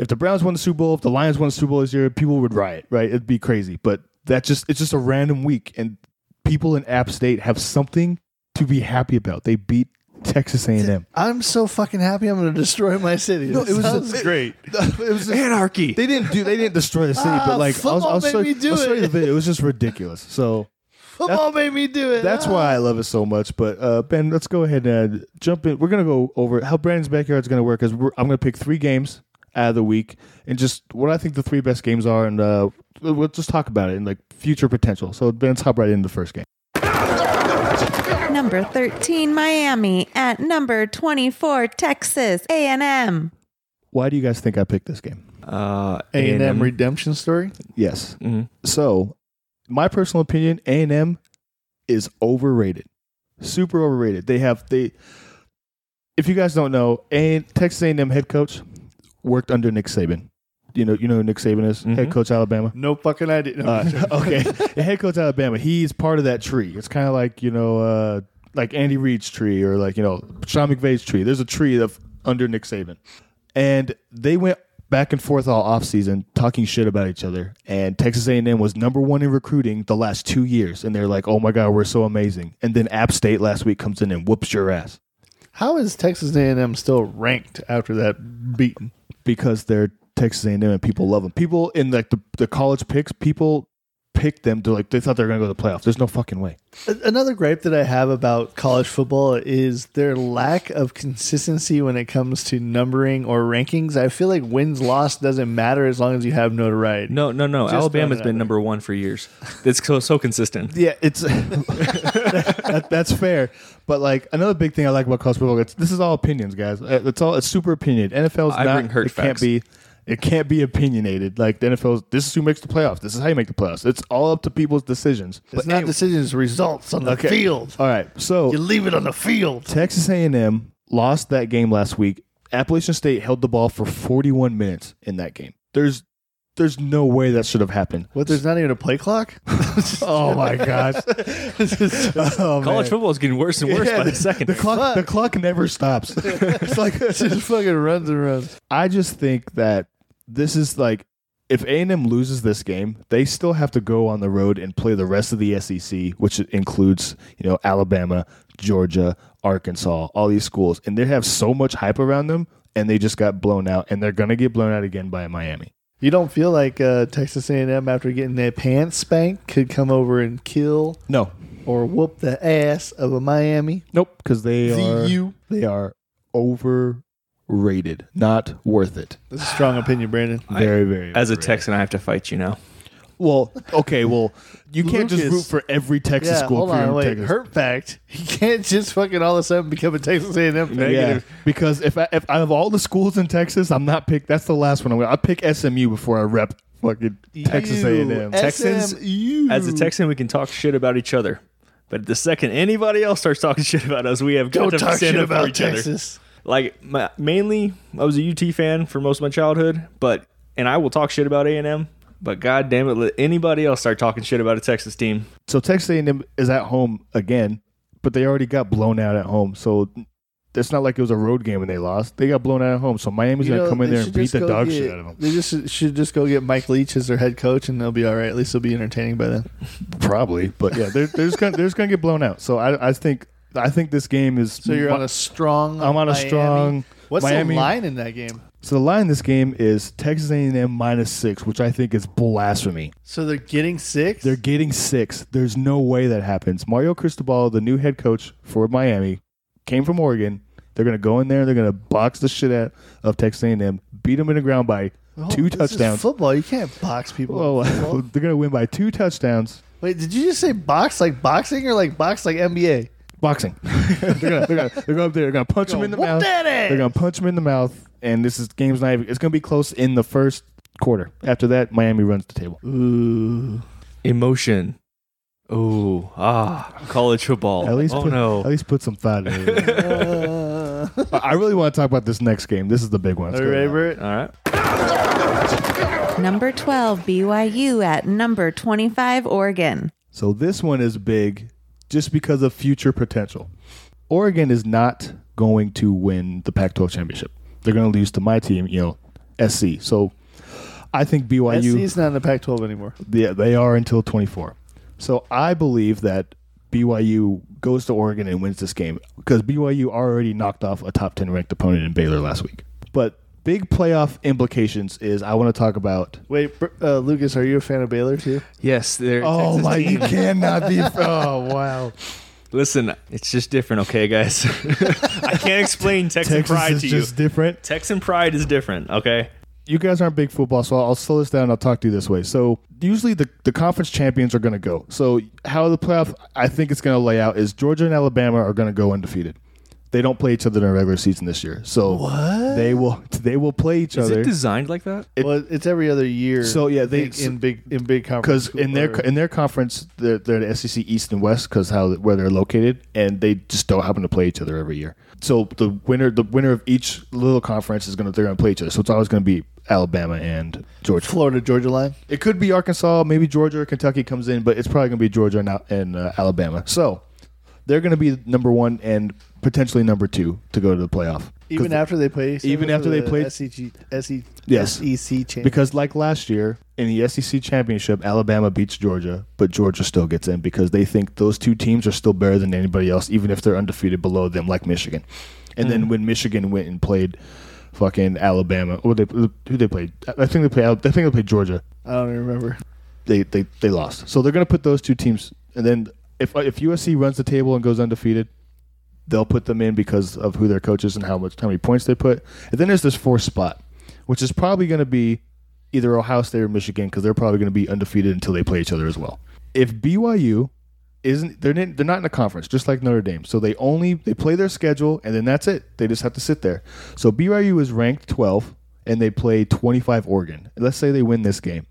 if the Browns won the Super Bowl, if the Lions won the Super Bowl this year, people would riot. Right? It'd be crazy. But that just it's just a random week, and people in App State have something to be happy about. They beat Texas A&M. I'm so fucking happy. I'm going to destroy my city. No, it was- it- great. it was just, anarchy. they didn't do they didn't destroy the city, Ah, but like I'll, football I'll made show, me do I'll show you the it. video. It was just ridiculous. So Football made me do it. that's Ah. why I love it so much. But uh, Ben, let's go ahead and uh, jump in. We're gonna go over how Brandon's backyard is gonna work. Is we're, I'm gonna pick three games out of the week and just what I think the three best games are, and uh, we'll just talk about it and like future potential. So Ben, let's hop right into the first game. Number 13, Miami. At number 24, Texas A&M. Why do you guys think I picked this game? Uh, A&M, A&M. redemption story. Yes. Mhm. So, my personal opinion, A and M is overrated, super overrated. They have they. If you guys don't know, A Texas A and M head coach worked under Nick Saban. You know, you know who Nick Saban is, head Mhm. coach Alabama. No fucking idea. No, I'm Uh, joking. okay, the head coach Alabama. He's part of that tree. It's kind of like you know, uh, like Andy Reid's tree or like you know Sean McVay's tree. There's a tree of under Nick Saban, and they went back and forth all offseason talking shit about each other. And Texas A&M was number one in recruiting the last two years, and they're like, oh my god, we're so amazing. And then App State last week comes in and whoops your ass How is Texas A&M still ranked after that beating? because they're Texas A&M and people love them. People in like the, the college picks, people picked them to like they thought they were gonna go to the playoffs. There's no fucking way. Another gripe that I have about college football is their lack of consistency when it comes to numbering or rankings. I feel like wins loss doesn't matter as long as you have notoriety. No, no, no. Just throwing it Alabama's out been there. number one for years. It's so so consistent. Yeah, it's that, that's fair. But like another big thing I like about college football, it's, this is all opinions, guys. Uh, It's all it's super opinion. NFL's I not bring hurt it can't facts. be it can't be opinionated. Like the NFL's this is who makes the playoffs. This is how you make the playoffs. It's all up to people's decisions. it's not decisions, results on the field. All right. So You leave it on the field. Texas A&M lost that game last week Appalachian State held the ball for 41 minutes in that game. There's there's no way that should have happened. What? There's not even a play clock. Oh my gosh. Oh, College man. football is getting worse and worse Yeah, by the the- second. The clock the clock never stops. it's like It just fucking runs and runs. I just think that this is like if A&M loses this game, they still have to go on the road and play the rest of the SEC, which includes, you know, Alabama, Georgia, Arkansas, all these schools, and they have so much hype around them and they just got blown out and they're going to get blown out again by Miami. You don't feel like uh, Texas A&M after getting their pants spanked could come over and kill No. or whoop the ass of a Miami. Nope, cuz they are you. they are overrated, not worth it. That's a strong opinion, Brandon. Very very As a overrated. Texan, I have to fight you now. Well, okay, well, you can't just Lucas. root for every Texas yeah, school. hold if you're on, in wait. Texas. Hurt fact: he can't just fucking all of a sudden become a Texas A&M. fan. Yeah, because if I, if out of all the schools in Texas, I'm not pick. That's the last one I'm gonna. I pick SMU before I rep fucking Texas Ew, A&M. Texans- SMU. As a Texan, we can talk shit about each other. But the second anybody else starts talking shit about us, we have got don't to talk stand shit up for about each other. Texas. Like my, mainly, I was a UT fan for most of my childhood, but and I will talk shit about A and M. But god damn it, let anybody else start talking shit about a Texas team. So Texas A&M is at home again, but they already got blown out at home. So it's not like it was a road game and they lost. They got blown out at home. So Miami's You gonna know, come in they there and should beat just the go dog get- shit out of them. They just should just go get Mike Leach as their head coach, and they'll be all right. At least they'll be entertaining by then. Probably, but yeah, they're, they're just gonna they're just gonna get blown out. So I I think I think this game is So you're on a strong. I'm on a Miami. strong What's Miami. the line in that game? So the line in this game is Texas A&M minus six, which I think is blasphemy. So they're getting six. They're getting six. There's no way that happens. Mario Cristobal, the new head coach for Miami, came from Oregon. They're going to go in there. They're going to box the shit out of Texas A&M, beat them in the ground by Oh, two this is touchdowns. football. You can't box people. Oh, in football. they're going to win by two touchdowns. Wait, did you just say box like boxing or like box like NBA? Boxing. they're going to they're gonna, they're gonna, they're gonna punch them in the Whoop mouth. that ass. They're going to punch them in the mouth. And this is game's not even, it's going to be close in the first quarter. After that, Miami runs the table. Ooh. Emotion. Oh ah, college football. At least oh put, no. At least put some thought in it. Uh, I I really want to talk about this next game. This is the big one. Let's Are you go. ready for it? All right. Number 12, BYU at number 25, Oregon. So this one is big just because of future potential. Oregon is not going to win the Pac-12 championship. They're going to lose to my team, you know, SC. So I think BYU SC's not in the Pac-12 anymore. yeah, they are until 24. So I believe that BYU goes to Oregon and wins this game because BYU already knocked off a top 10 ranked opponent in Baylor last week. But big playoff implications is I want to talk about Wait, Br- uh, Lucas, are you a fan of Baylor too? Yes, they're a Oh Texas my! team. You cannot be. Oh wow! Listen, it's just different, okay, guys. I can't explain Texan pride Texas to is just you. different. Texan pride is different, okay? You guys aren't big football, so I'll, I'll slow this down. and I'll talk to you this way. So usually the the conference champions are going to go. So how the playoff I think it's going to lay out is Georgia and Alabama are going to go undefeated. They don't play each other in the regular season this year, so they will they will play each Is other. it designed like that? well, it's every other year. So, yeah, they- in, in big in big conference because in their or- in their conference they're, they're the SEC East and West because how where they're located and they just don't happen to play each other every year. So the winner the winner of each little conference is gonna they're gonna play each other. So it's always gonna be Alabama and Georgia. Florida Georgia line. It could be Arkansas, maybe Georgia or Kentucky comes in, but it's probably gonna be Georgia and, Al- and uh, Alabama. So they're gonna be number one and potentially number two to go to the playoff. 'Cause Even the- after they play, Even after they played- SEC, SEC, Yes. SEC E champ. Because like last year in the SEC championship, Alabama beats Georgia, but Georgia still gets in because they think those two teams are still better than anybody else, even if they're undefeated below them, like Michigan. And Mm-hmm. then when Michigan went and played fucking Alabama, or they who they played? I think they played. I think they played Georgia. I don't even remember. They they they lost. So they're gonna put those two teams, and then if if USC runs the table and goes undefeated. They'll put them in because of who their coach is and how much how many points they put. And then there's this fourth spot, which is probably going to be either Ohio State or Michigan because they're probably going to be undefeated until they play each other as well. If BYU isn't, they're not, they're not in a conference, just like Notre Dame. So they only they play their schedule and then that's it. They just have to sit there. So BYU is ranked 12 and they play 25 Oregon. Let's say they win this game,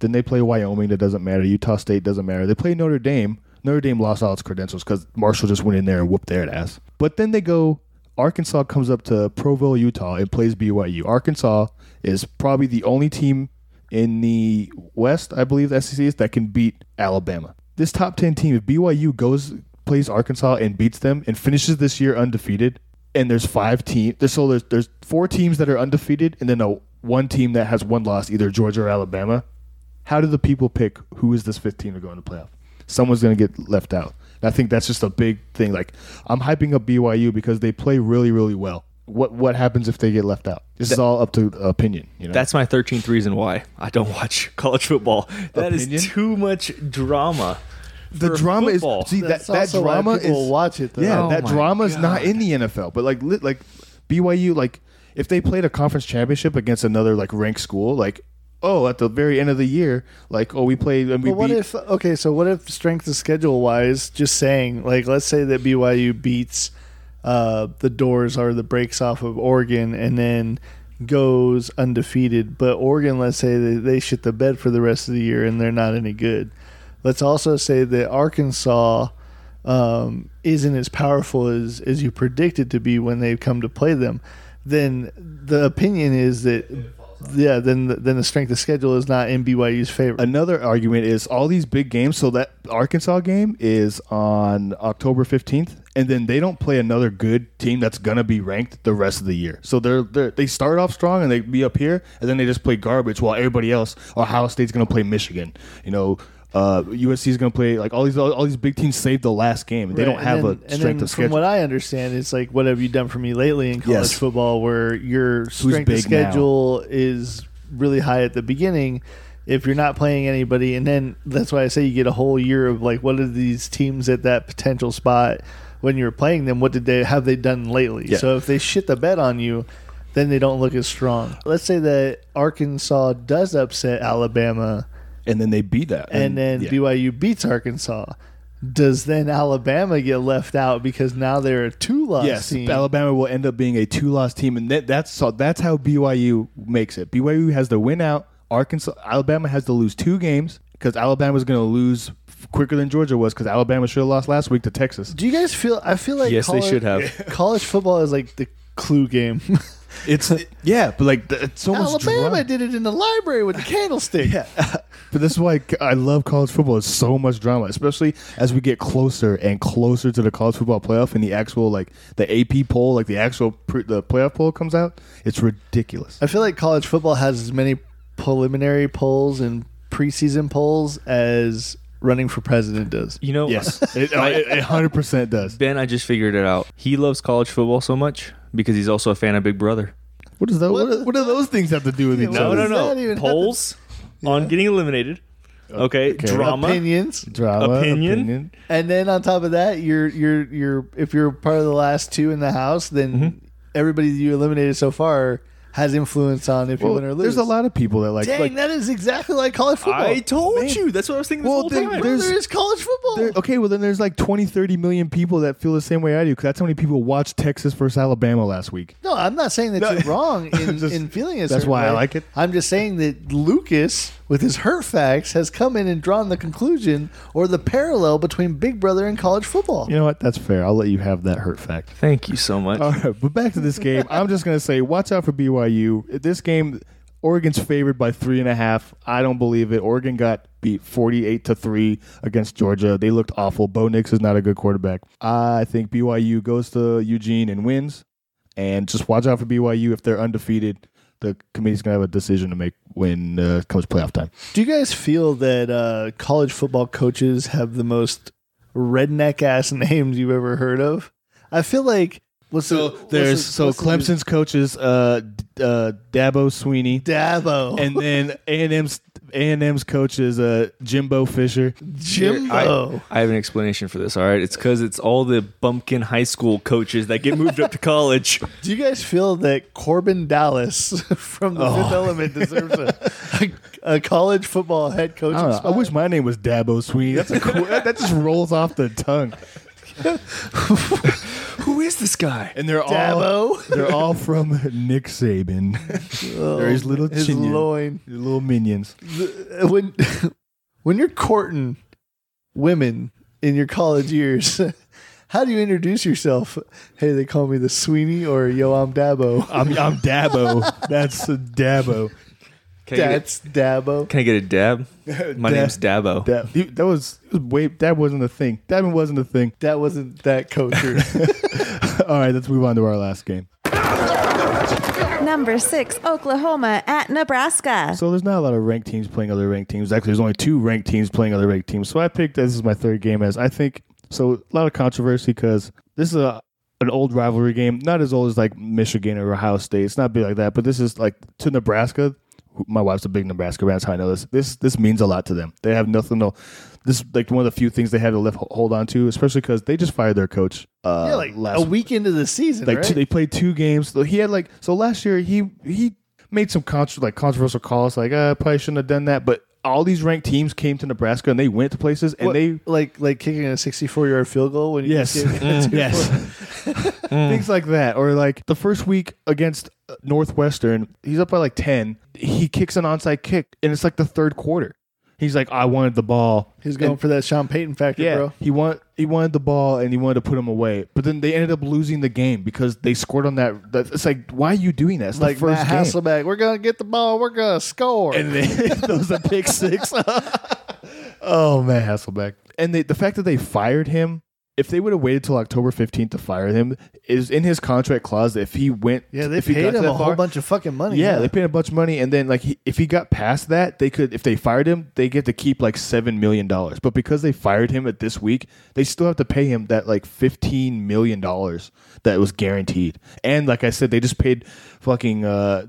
then they play Wyoming. That doesn't matter. Utah State doesn't matter. They play Notre Dame. Notre Dame lost all its credentials because Marshall just went in there and whooped their ass. But then they go Arkansas comes up to Provo, Utah, and plays BYU. Arkansas is probably the only team in the West, I believe, the SEC is that can beat Alabama. This top ten team, if BYU goes plays Arkansas and beats them and finishes this year undefeated, and there's five teams. There's so there's there's four teams that are undefeated, and then a one team that has one loss, either Georgia or Alabama. How do the people pick who is this fifth team to go in the playoff? Someone's going to get left out. And I think that's just a big thing. Like I'm hyping up BYU because they play really, really well. What what happens if they get left out? This is all up to opinion. You know, That's my 13th reason why I don't watch college football. That is Opinion? too much drama. the for drama football. is see That's that that also why drama people is watch it, though. Yeah, Oh that my drama is not in the NFL. But like li- like BYU, like if they played a conference championship against another like ranked school, like oh at the very end of the year, like oh we played and we But what beat if okay? So what if strength of schedule wise, just saying like let's say that BYU beats uh, the doors or the breaks off of Oregon and then goes undefeated, but Oregon let's say they, they shit the bed for the rest of the year and they're not any good. Let's also say that Arkansas um, isn't as powerful as as you predicted to be when they come to play them. Then the opinion is that. Yeah, then the, then the strength of schedule is not in BYU's favor. another argument is all these big games. So that Arkansas game is on October fifteenth, and then they don't play another good team that's gonna be ranked the rest of the year. So they're, they're they start off strong and they be up here, and then they just play garbage while everybody else, Ohio State's gonna play Michigan. You know. Uh, USC is going to play like all these all, all these big teams save the last game. and They Right, don't have and then- a and strength then of schedule. From what I understand, it's like what have you done for me lately in college Yes. football, where your strength of big now? schedule is really high at the beginning. If you're not playing anybody, and then that's why I say you get a whole year of like, what are these teams at that potential spot when you're playing them? What did they have they done lately? Yeah. So if they shit the bed on you, then they don't look as strong. Let's say that Arkansas does upset Alabama and then they beat that. and then yeah. BYU beats Arkansas. Does then Alabama get left out because now they're a two loss Yes, team? Alabama will end up being a two-loss team, and that, that's so that's how BYU makes it. BYU has to win out. Arkansas, Alabama has to lose two games because Alabama's going to lose f- quicker than Georgia was because Alabama should have lost last week to Texas. Do you guys feel? I feel like Yes, they college, should have. College football is like the clue game. It's yeah, but like th- it's so much Alabama drama. did it in the library with the candlestick. yeah. But this is why c- I love college football. It's so much drama, especially as we get closer and closer to the college football playoff and the actual like the AP poll, like the actual pre- the playoff poll comes out. It's ridiculous. I feel like college football has as many preliminary polls and preseason polls as running for president does. You know, it hundred percent does. Ben, I just figured it out. He loves college football so much because he's also a fan of Big Brother. What does that? What, what do those things have to do with each No, no, other? does that even Polls on getting eliminated. Okay, drama. Opinions. Drama, Opinion? And then on top of that, you're you're you're if you're part of the last two in the house, then Mm-hmm. everybody you eliminated so far has influence on if you win or Well, lose. there's a lot of people that like. Dang, like that is exactly like college football. I told Man. you. That's what I was thinking this Well, whole then time. Brother, there's- it's college football. there- okay, well then there's like 20, 30 million people that feel the same way I do because that's how many people watched Texas versus Alabama last week. no, I'm not saying that No. you're wrong in, Just- in feeling it. that's why I like it. I'm just saying that Lucas, with his hurt facts, has come in and drawn the conclusion or the parallel between Big Brother and college football. You know what? That's fair. I'll let you have that hurt fact. Thank you so much. All right, but back to this game. I'm just gonna say, watch out for BYU. This game, Oregon's favored by three and a half. I don't believe it. Oregon got beat 48 to three against Georgia. They looked awful. Bo Nix is not a good quarterback. I think BYU goes to Eugene and wins. And just watch out for BYU if they're undefeated. The committee's gonna have a decision to make when uh, comes playoff time. Do you guys feel that uh, college football coaches have the most redneck ass names you've ever heard of? I feel like what's So the- what's there's the- so what's the dude's- Clemson's coaches, uh, D- uh, Dabo Sweeney. Dabo and and then A and M's A and M's coach is uh, Jimbo Fisher. Jimbo. I have an explanation for this. All right, it's because it's all the bumpkin high school coaches that get moved up to college. Do you guys feel that Corbin Dallas from the Oh. Fifth Element deserves a, a, a college football head coach? I, don't know. I spot? wish my name was Dabo Sweeney. That's a cool, that that just rolls off the tongue. Who is this guy? And they're all Dabo? Oh, they're all from Nick Saban. they're his little his chinion- loin. his little minions. when when you're courting women in your college years, How do you introduce yourself? Hey, they call me the Sweeney or Yo, I'm Dabo. I'm, I'm Dabo. That's Dabo. Can, I get That's Dabo. a, can I get a dab? My Dab. name's Dabo. Dab, you- that was, it was way. Dab wasn't a thing. Dabbing wasn't a thing. That wasn't that culture. All right, let's move on to our last game. Number six, Oklahoma at Nebraska. So there's not a lot of ranked teams playing other ranked teams. Actually, there's only two ranked teams playing other ranked teams. So I picked this is my third game as I think. So a lot of controversy because this is a an old rivalry game, not as old as like Michigan or Ohio State. It's not big like that, but this is like to Nebraska. who- My wife's a big Nebraska fan, so I know this. This this means a lot to them. They have nothing to. This is, like one of the few things they had to left hold on to, especially because they just fired their coach. Uh, yeah, like last a week into the season, like right? two, they played two games. So he had like so last year he he made some contro- like controversial calls like uh, I probably shouldn't have done that, but all these ranked teams came to Nebraska and they went to places and What- they like like kicking a 64 yard field goal when you Yes. kick it at two yes. foot. Things like that. Or like the first week against uh, Northwestern, he's up by like 10. He kicks an onside kick and it's like the third quarter. He's like, I wanted the ball. He's going And- for that Sean Payton factor, yeah, bro. He want he wanted the ball and he wanted to put him away. But then they ended up losing the game because they scored on that. that it's like, why are you doing that? It's Like the first Matt game. Hasselbeck, we're gonna get the ball, we're gonna score. and then those are pick six. oh man, Hasselbeck. And they, the fact that they fired him, if they would have waited till October fifteenth to fire him, is in his contract clause. That if he went, yeah, they if he got paid to him that a whole far- bunch of fucking money. Yeah, huh? they paid a bunch of money, and then like he, if he got past that, they could if they fired him, they get to keep like seven million dollars. But because they fired him at this week, they still have to pay him that like fifteen million dollars that was guaranteed. And like I said, they just paid fucking uh,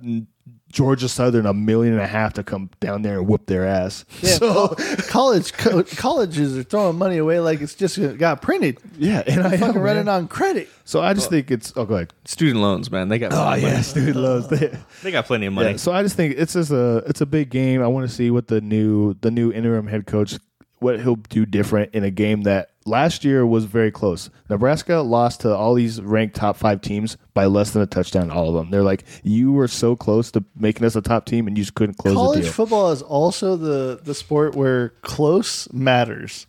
Georgia Southern a million and a half to come down there and whoop their ass. Yeah, So col- college co- colleges are throwing money away like it's just got printed. yeah, and I fucking know, running man. on credit. So I just think it's oh go ahead. Student loans, man. They got Oh plenty of money. yes, dude loves that. They got plenty of money. Yeah, so I just think it's just a it's a big game. I want to see what the new the new interim head coach what he'll do different in a game that last year was very close. Nebraska lost to all these ranked top five teams by less than a touchdown. All of them. They're like, you were so close to making us a top team, and you just couldn't close the College deal. football is also the the sport where close matters.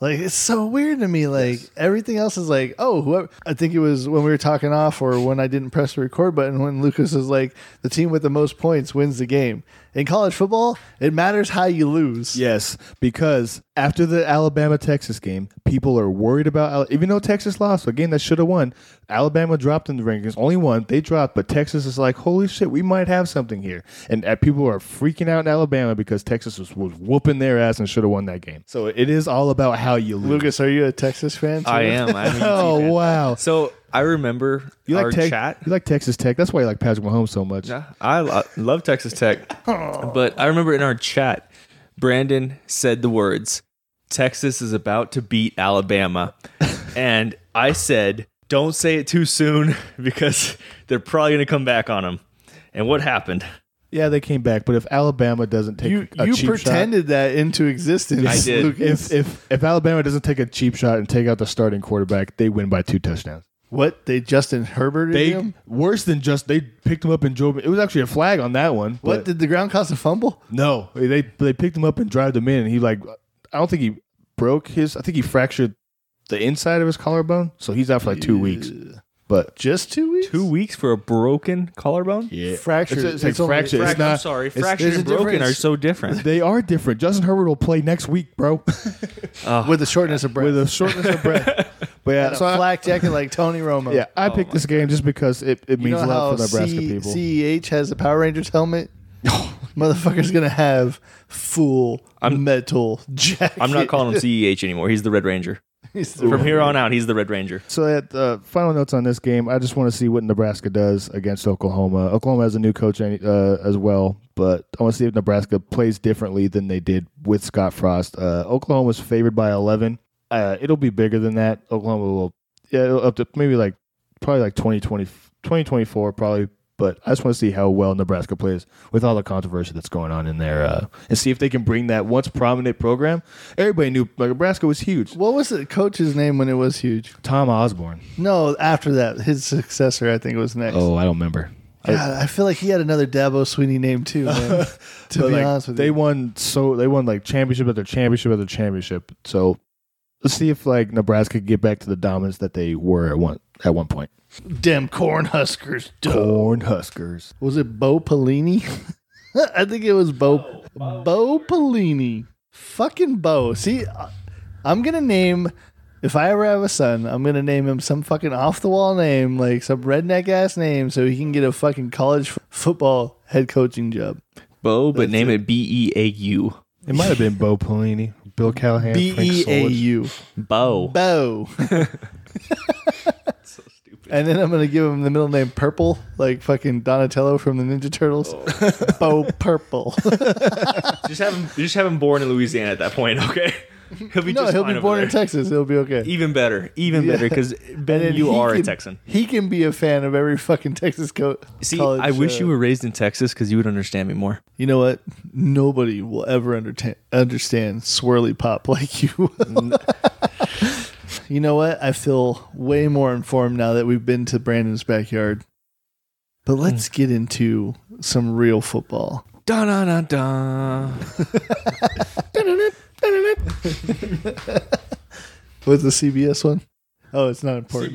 Like it's so weird to me. Like everything else is like, oh, whoever. I think it was when we were talking off, or when I didn't press the record button. When Lucas is like, the team with the most points wins the game. In college football, it matters how you lose. Yes, because after the Alabama Texas game, people are worried about Al- even though Texas lost a game that should have won. Alabama dropped in the rankings, only one they dropped, but Texas is like, holy shit, we might have something here, and uh, people are freaking out in Alabama because Texas was, was whooping their ass and should have won that game. So it is all about how you lose. Lucas, are you a Texas fan? too? I am. I'm a oh UT fan. wow, So I remember you our like Tex- chat. you like Texas Tech. That's why you like Patrick Mahomes so much. Yeah, I lo- love Texas Tech, but I remember in our chat, Brandon said the words, "Texas is about to beat Alabama," and I said, "Don't say it too soon because they're probably going to come back on them." And what happened? Yeah, they came back, but if Alabama doesn't take You a you cheap shot, pretended that into existence. I did. Lucas. if if if Alabama doesn't take a cheap shot and take out the starting quarterback, they win by two touchdowns. what they Justin Herbert? They him? worse than just they picked him up and drove. It was actually a flag on that one. What But did the ground cause a fumble? no, they they picked him up and drove him in, and he like I don't think he broke his. I think he fractured the inside of his collarbone, so he's out for like two weeks. But Just two weeks. Two weeks for a broken collarbone? yeah, Fractured. It's, it's, It's like only- fractured. Frac- It's not, I'm sorry, it's- fractured there's a and broken difference. are so different. They are different. Justin Herbert will play next week, bro, with the shortness of breath. with a shortness of breath. But yeah, a so I- flak jacket like Tony Romo. yeah, I picked this game just because it, it You means know a how lot for Nebraska C- people. Oh. CEH has the Power Rangers helmet? Motherfucker's going to have full metal jacket. I'm not calling him CEH anymore. He's the Red Ranger. He's the- From here on out, he's the Red Ranger. So at uh, final notes on this game, I just want to see what Nebraska does against Oklahoma. Oklahoma has a new coach uh, as well, but I want to see if Nebraska plays differently than they did with Scott Frost. Uh, Oklahoma's favored by 11. Uh, it'll be bigger than that. Oklahoma will, yeah, it'll up to maybe like probably like 2020, 2024 probably. But I just want to see how well Nebraska plays with all the controversy that's going on in there, uh, and see if they can bring that once prominent program. Everybody knew like, Nebraska was huge. What was the coach's name when it was huge? Tom Osborne. No, after that, his successor, I think, was next. Oh, I don't remember. God, I feel like he had another Dabo Sweeney name too, man. to But, be like, honest with they you. won so they won like championship after championship after championship. So Let's see if like Nebraska could get back to the dominance that they were at one at one point. Damn corn huskers. Duh. Corn Huskers. Was it Bo Pelini? I think it was Bo Bo Pelini. Fucking Bo. See, I- I'm gonna name if I ever have a son, I'm gonna name him some fucking off the wall name, like some redneck ass name, so he can get a fucking college f- football head coaching job. Bo, but name it B E A U. It might have been Bo Pelini, Bill Callahan, B Frank E A Solich. U. Bo. Bo. And then I'm gonna give him the middle name Purple, like fucking Donatello from the Ninja Turtles. Bo Purple. just have him. Just have him born in Louisiana at that point. Okay. He'll be no, just he'll fine be over born there. in Texas. He'll be okay. Even better. Even Yeah. better because And Ben, then you he are can- a Texan. He can be a fan of every fucking Texas co- See, college, I wish uh, you were raised in Texas because you would understand me more. You know what? Nobody will ever understand understand swirly pop like you. will. you know what? I feel way more informed now that we've been to Brandon's backyard. But Hmm. let's get into some real football. Da da da da. What's the CBS one? Oh, it's not important.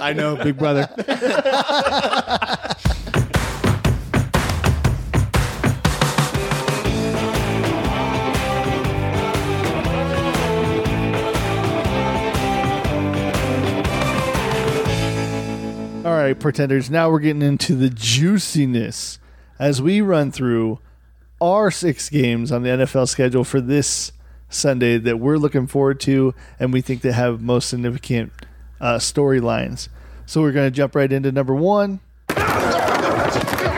I know, Big Brother. All right, pretenders. Now we're getting into the juiciness as we run through our six games on the NFL schedule for this Sunday that we're looking forward to and we think that have most significant uh, storylines. So we're going to jump right into number one.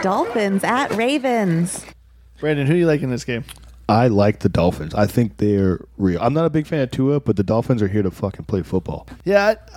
Dolphins at Ravens. Brandon, who do you like in this game? I like the Dolphins. I think they're real. I'm not a big fan of Tua, but the Dolphins are here to fucking play football. Yeah, I,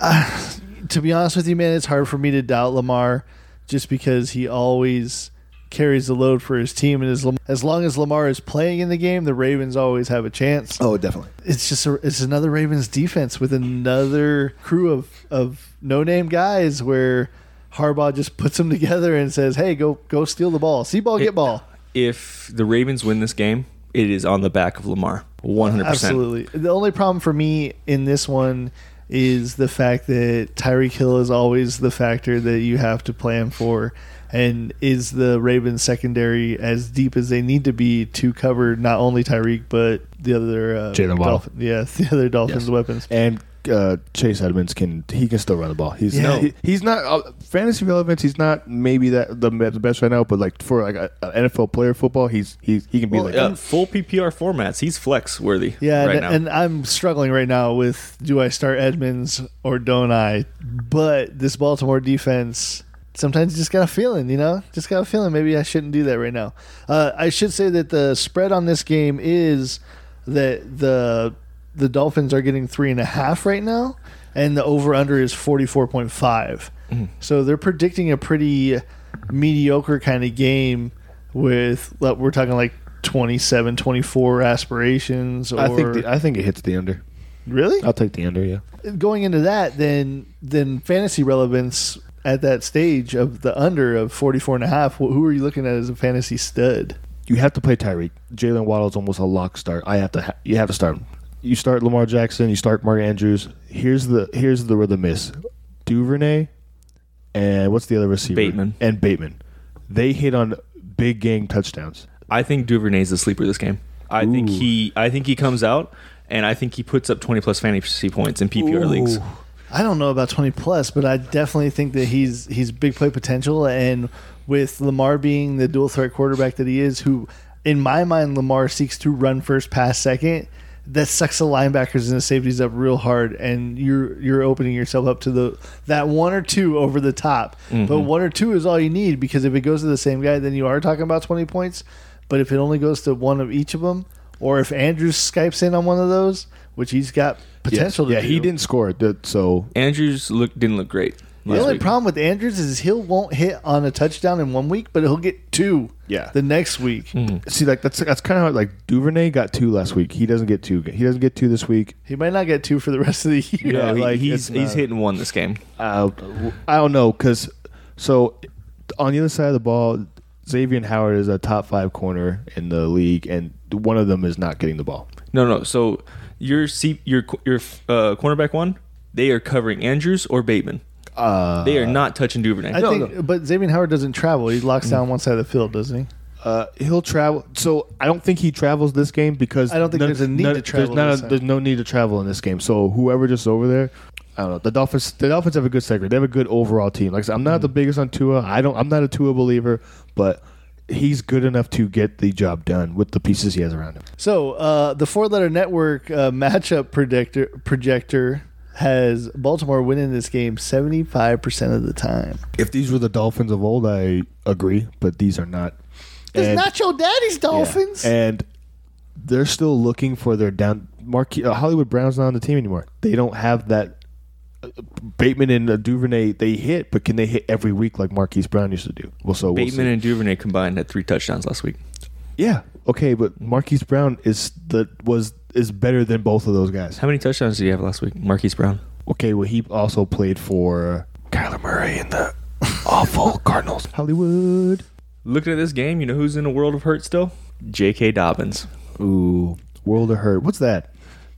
uh, to be honest with you, man, it's hard for me to doubt Lamar just because he always carries the load for his team. And as, Lam- as long as Lamar is playing in the game, the Ravens always have a chance. Oh, definitely. it's just a, it's another Ravens defense with another crew of of no name guys where Harbaugh just puts them together and says, "Hey, go go steal the ball, see ball, get ball." If the Ravens win this game, it is on the back of Lamar. One hundred percent. Absolutely. The only problem for me in this one is the fact that Tyreek Hill is always the factor that you have to plan for. And is the Ravens secondary as deep as they need to be to cover not only Tyreek but the other uh, Jalen Waddle. Dolphin, yeah, the other Dolphins' Yes. weapons? And uh, Chase Edmonds can he can still run the ball. He's Yeah. no, he- he's not uh, fantasy relevance. He's not maybe that the me- the best right now, but like for like an NFL player football, he's he he can be like Uh, full PPR formats. He's flex worthy. Yeah, right and, now. and I'm struggling right now with do I start Edmonds or don't I? But this Baltimore defense sometimes you just got a feeling, you know, just got a feeling. Maybe I shouldn't do that right now. Uh, I should say that the spread on this game is that the the Dolphins are getting three and a half right now, and the over under is forty four point five. Mm-hmm. So they're predicting a pretty mediocre kind of game with like, we're talking like 27 24 aspirations or I think the, I think it hits the under. really I'll take the under. Yeah. Uh, going into that then then fantasy relevance at that stage of the under of 44 and a half wh- who are you looking at as a fantasy stud You have to play Tyreek. Jalen Waddle's almost a lock start. I have to. Ha- you have to start him. You start Lamar Jackson. You start Mark Andrews. Here's the here's the where the miss. Duvernay, and what's the other receiver? Bateman. and Bateman. They hit on big game touchdowns. I think Duvernay's the sleeper this game. I think he. I think he comes out, and I think he puts up twenty plus fantasy points in PPR leagues. i don't know about 20 plus but i definitely think that he's he's big play potential and with lamar being the dual threat quarterback that he is who in my mind lamar seeks to run first pass second that sucks the linebackers and the safeties up real hard, and you're you're opening yourself up to the that one or two over the top. Mm-hmm. But one or two is all you need because if it goes to the same guy, then you are talking about twenty points. But if it only goes to one of each of them, or if Andrews skypes in on one of those, which he's got potential Yeah, to do, he didn't score. th- So Andrews look didn't look great. the last only week. problem with Andrews is he'll won't hit on a touchdown in one week, but he'll get two. Yeah. the next week see, like that's that's kind of how, like Duvernay got two last week. He doesn't get two. He doesn't get two this week. he might not get two for the rest of the year. Yeah, he- like, he's it's not- he's hitting one this game. Uh, I don't know because so on the other side of the ball, Xavier Howard is a top five corner in the league, and one of them is not getting the ball. No, no. So your C, your qu- your uh, cornerback one, they are covering Andrews or Bateman. Uh, They are not touching Duvernay. I think, but Xavier Howard doesn't travel. He locks down one side of the field, doesn't he? uh, he'll travel. So I don't think he travels this game because I don't think there's a need to travel There's, not this a- time. there's no need to travel in this game. So whoever just over there, I don't know. The Dolphins, the Dolphins have a good secondary. They have a good overall team. Like I said, I'm not the Mm-hmm. biggest on Tua. I don't. I'm not a Tua believer, but he's good enough to get the job done with the pieces he has around him. So uh, the four-letter network uh, matchup predictor projector has Baltimore winning this game seventy-five percent of the time. If these were the Dolphins of old, I agree, but these are not. It's And- not your daddy's Yeah. Dolphins. And they're still looking for their down. Marque- uh, Hollywood Brown's not on the team anymore. They don't have that. uh, Bateman and uh, Duvernay they hit, but can they hit every week like Marquise Brown used to do? Well, so we'll Bateman see. and Duvernay combined had three touchdowns last week. yeah, okay, but Marquise Brown is the was is better than both of those guys. How many touchdowns did you have last week, Marquise Brown? Okay, well he also played for Kyler Murray and the awful Cardinals. Hollywood. Looking at this game, you know who's in a world of hurt still? J.K. Dobbins. Ooh, world of hurt. What's that?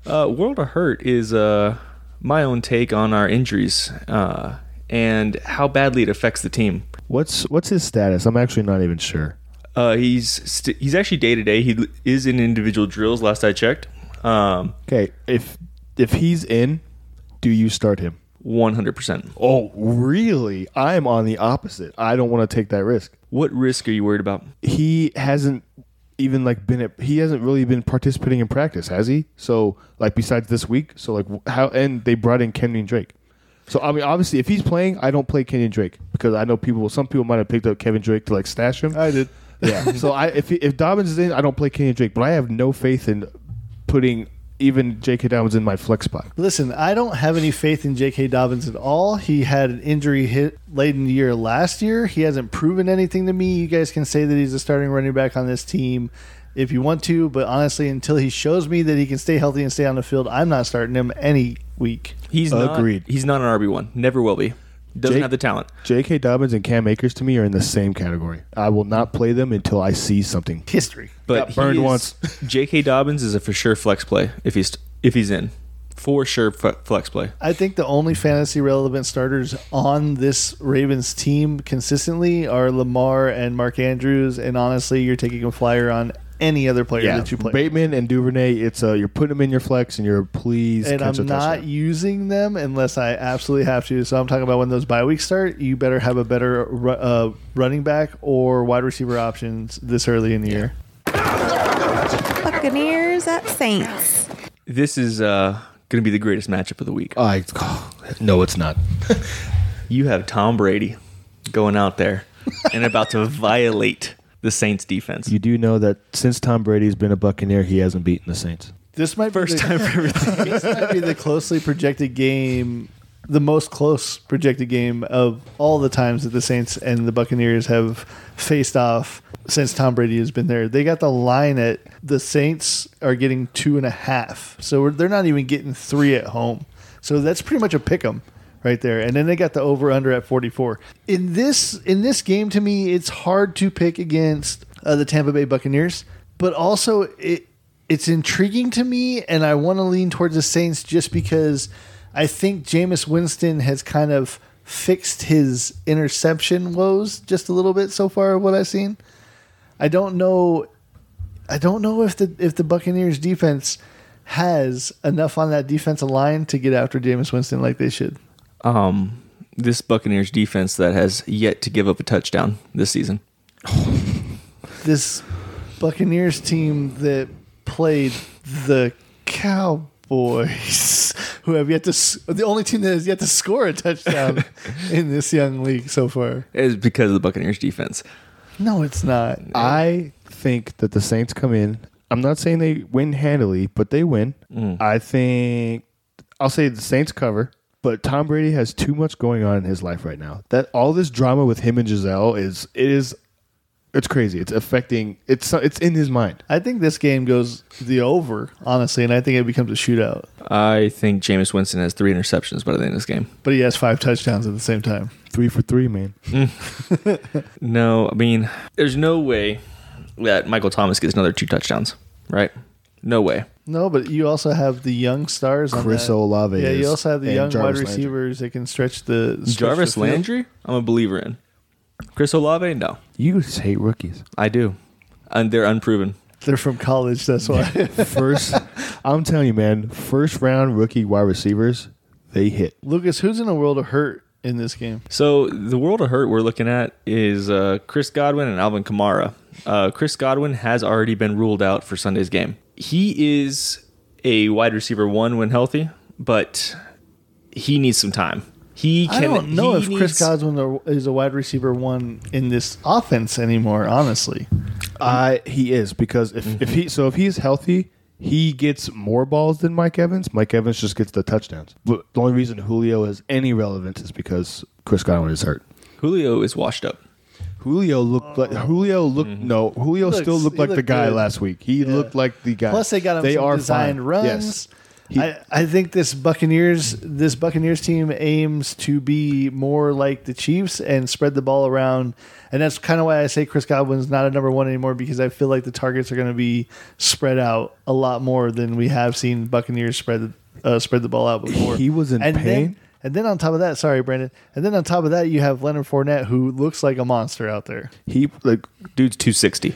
Uh, World of Hurt is uh, my own take on our injuries uh, and how badly it affects the team. What's what's his status? I'm actually not even sure. Uh, he's st- he's actually day to day. He l- is in individual drills. Last I checked, um, Okay, if if he's in, do you start him? 100%. Oh, really? I'm on the opposite. I don't want to take that risk. What risk are you worried about? He hasn't even like been at, he hasn't really been participating in practice, has he? So like besides this week, so like wh- how and they brought in Kenyon Drake. So I mean, obviously, if he's playing, I don't play Kenyon Drake because I know people. Some people might have picked up Kevin Drake to like stash him. I did. Yeah. so I if if Dobbins is in, I don't play Kenyon Drake, but I have no faith in putting even J.K. Dobbins in my flex spot. Listen, I don't have any faith in J.K. Dobbins at all. He had an injury hit late in the year last year. He hasn't proven anything to me. You guys can say that he's a starting running back on this team if you want to, but honestly, until he shows me that he can stay healthy and stay on the field, I'm not starting him any week. He's Agreed. Not, he's not an RB one. Never will be. Doesn't Jake- have the talent. J.K. Dobbins and Cam Akers to me are in the same category. I will not play them until I see something. History. But Got burned he is- once. J.K. Dobbins is a for sure flex play if he's if he's in, for sure f- flex play. I think the only fantasy relevant starters on this Ravens team consistently are Lamar and Mark Andrews, and honestly, you're taking a flyer on any other player that you play. Bateman and Duvernay. It's uh, you're putting them in your flex and you're please. and catch I'm a not touchdown. using them unless I absolutely have to. So I'm talking about when those bye weeks start. You better have a better ru- uh, running back or wide receiver options this early in the year. Buccaneers at Saints. This is uh, going to be the greatest matchup of the week. I no, it's not. You have Tom Brady going out there and about to violate the Saints defense. You do know that since Tom Brady's been a Buccaneer, he hasn't beaten the Saints. This might First be the, time for everything. this might be the closely projected game, the most close projected game of all the times that the Saints and the Buccaneers have faced off since Tom Brady has been there. They got the line at the Saints are getting two and a half, so we're, they're not even getting three at home. So that's pretty much a pick 'em right there. And then they got the over under at 44. In this in this game to me, it's hard to pick against uh, the Tampa Bay Buccaneers, but also it it's intriguing to me and I want to lean towards the Saints just because I think Jameis Winston has kind of fixed his interception woes just a little bit so far what I've seen. I don't know I don't know if the if the Buccaneers defense has enough on that defensive line to get after Jameis Winston like they should. um, this Buccaneers defense that has yet to give up a touchdown this season. This Buccaneers team that played the Cowboys, who have yet to s- the only team that has yet to score a touchdown in this young league so far. It's because of the Buccaneers defense. No, it's not. I think that the Saints come in. I'm not saying they win handily, but they win. I think I'll say the Saints cover, but Tom Brady has too much going on in his life right now. That all this drama with him and Giselle is it is it's crazy. It's affecting it's it's in his mind. I think this game goes the over, honestly, and I think it becomes a shootout. I think Jameis Winston has three interceptions by the end of this game. But he has five touchdowns at the same time. 3 for 3, man. No, I mean, there's no way that Michael Thomas gets another two touchdowns, right? No way. No, but you also have the young stars. on Chris that. Olave Yeah, is- you also have the and young Jarvis wide Landry. receivers that can stretch the stretch Jarvis the field. Landry, I'm a believer in. Chris Olave, no, You just hate rookies. I do, and they're unproven. They're from college, that's why. First, I'm telling you, man, first round rookie wide receivers, they hit. Lucas, who's in the world of hurt in this game? So the world of hurt we're looking at is uh, Chris Godwin and Alvin Kamara. Uh, Chris Godwin has already been ruled out for Sunday's game. He is a wide receiver one when healthy, but he needs some time. He can, I don't know he if Chris needs- Godwin are- is a wide receiver one in this offense anymore. Honestly, I he is because if, if Mm-hmm. he so if he's healthy, he gets more balls than Mike Evans. Mike Evans just gets the touchdowns. But the only reason Julio has any relevance is because Chris Godwin is hurt. Julio is washed up. Julio looked like Julio looked Mm-hmm. no Julio looks- still looked Oh. he like the looked guy good. last week. He Yeah. looked like the guy. plus they got him some designed fine. runs. He- I, I think this Buccaneers this Buccaneers team aims to be more like the Chiefs and spread the ball around, and that's kind of why I say Chris Godwin's not a number one anymore because I feel like the targets are going to be spread out a lot more than we have seen Buccaneers spread uh, spread the ball out before. He was in and pain? Then, and then on top of that, sorry, Brandon. And then on top of that, you have Leonard Fournette, who looks like a monster out there. He like Dude's 260.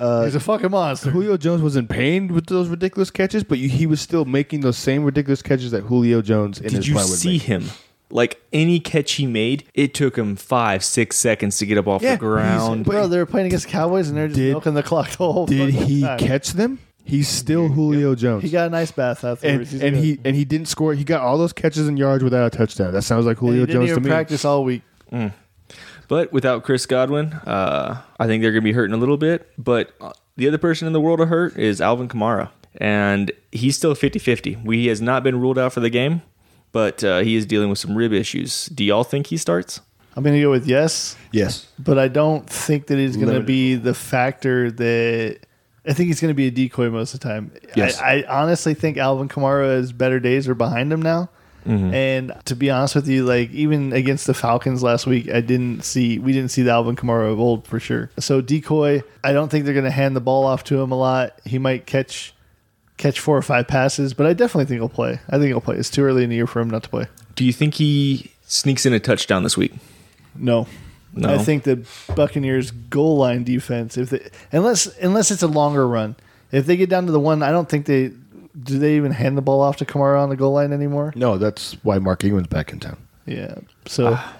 Uh, He's a fucking monster. Julio Jones was in pain with those ridiculous catches, but you, he was still making those same ridiculous catches that Julio Jones in Did his you prime would see make. him? Like any catch he made, it took him five, six seconds to get up off Yeah, the ground. Bro, they were playing against the Cowboys and they're just Did- milking the clock the whole Did fucking he time. catch them? He's still Julio Jones. He got an ice bath and afterwards. He's and good. he and he didn't score. He got all those catches and yards without a touchdown. That sounds like he Julio didn't Jones to even me. practice all week. But without Chris Godwin, uh, I think they're going to be hurting a little bit. But uh, the other person in the world of hurt is Alvin Kamara. And he's still 50 50. He has not been ruled out for the game, but uh, he is dealing with some rib issues. Do y'all think he starts? I'm going to go with yes, Yes, but I don't think that he's going to Limited. be the factor that. I think he's going to be a decoy most of the time. Yes. I, I honestly think Alvin Kamara's better days are behind him now. Mm-hmm. And to be honest with you, like even against the Falcons last week, I didn't see we didn't see the Alvin Kamara of old for sure. So decoy, I don't think they're going to hand the ball off to him a lot. He might catch catch four or five passes, but I definitely think he'll play. I think he'll play. It's too early in the year for him not to play. Do you think he sneaks in a touchdown this week? No. No? I think the Buccaneers goal line defense, if they, unless unless it's a longer run, if they get down to the one, I don't think they do. They even hand the ball off to Kamara on the goal line anymore. no, that's why Mark Ingram's back in town. Yeah, so Ah.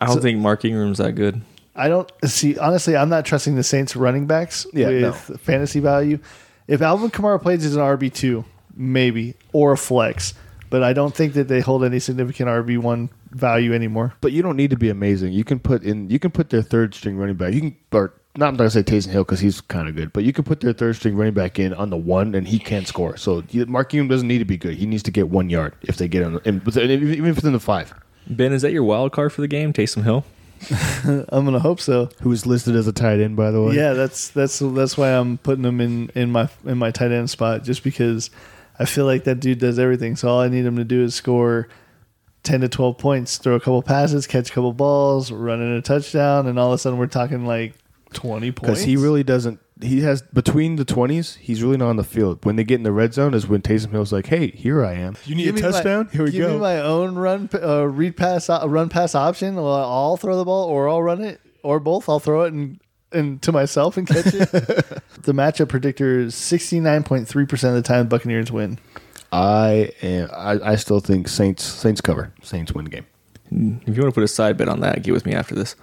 I don't think Mark Ingram's that good. I don't see. Honestly, I'm not trusting the Saints running backs Yeah, no. with fantasy value. If Alvin Kamara plays as an RB two, maybe or a flex, but I don't think that they hold any significant RB one value anymore. But you don't need to be amazing. You can put in. You can put their third string running back. You can or not. I'm not gonna say Taysom Hill because he's kind of good. But you can put their third string running back in on the one, and he can score. So you- Mark Ingram doesn't need to be good. He needs to get one yard if they get him, and, but then even even if it's in the five. Ben, is that your wild card for the game, Taysom Hill? I'm gonna hope so. Who is listed as a tight end, by the way? Yeah, that's that's that's why I'm putting him in in my in my tight end spot just because I feel like that dude does everything. So all I need him to do is score ten to twelve points, throw a couple passes, catch a couple balls, run in a touchdown, and all of a sudden we're talking like twenty points. because he really doesn't. He has between the twenties. He's really not on the field. When they get in the red zone, is when Taysom Hill's like, "Hey, here I am. You Give me my- give me my own run, uh, read pass, uh, run pass option. Well, I'll throw the ball, or I'll run it, or both. I'll throw it and and to myself and catch it. the matchup predictor is sixty nine point three percent of the time Buccaneers win. I am. I, I still think Saints. Saints cover. Saints win the game. If you want to put a side bet on that, get with me after this.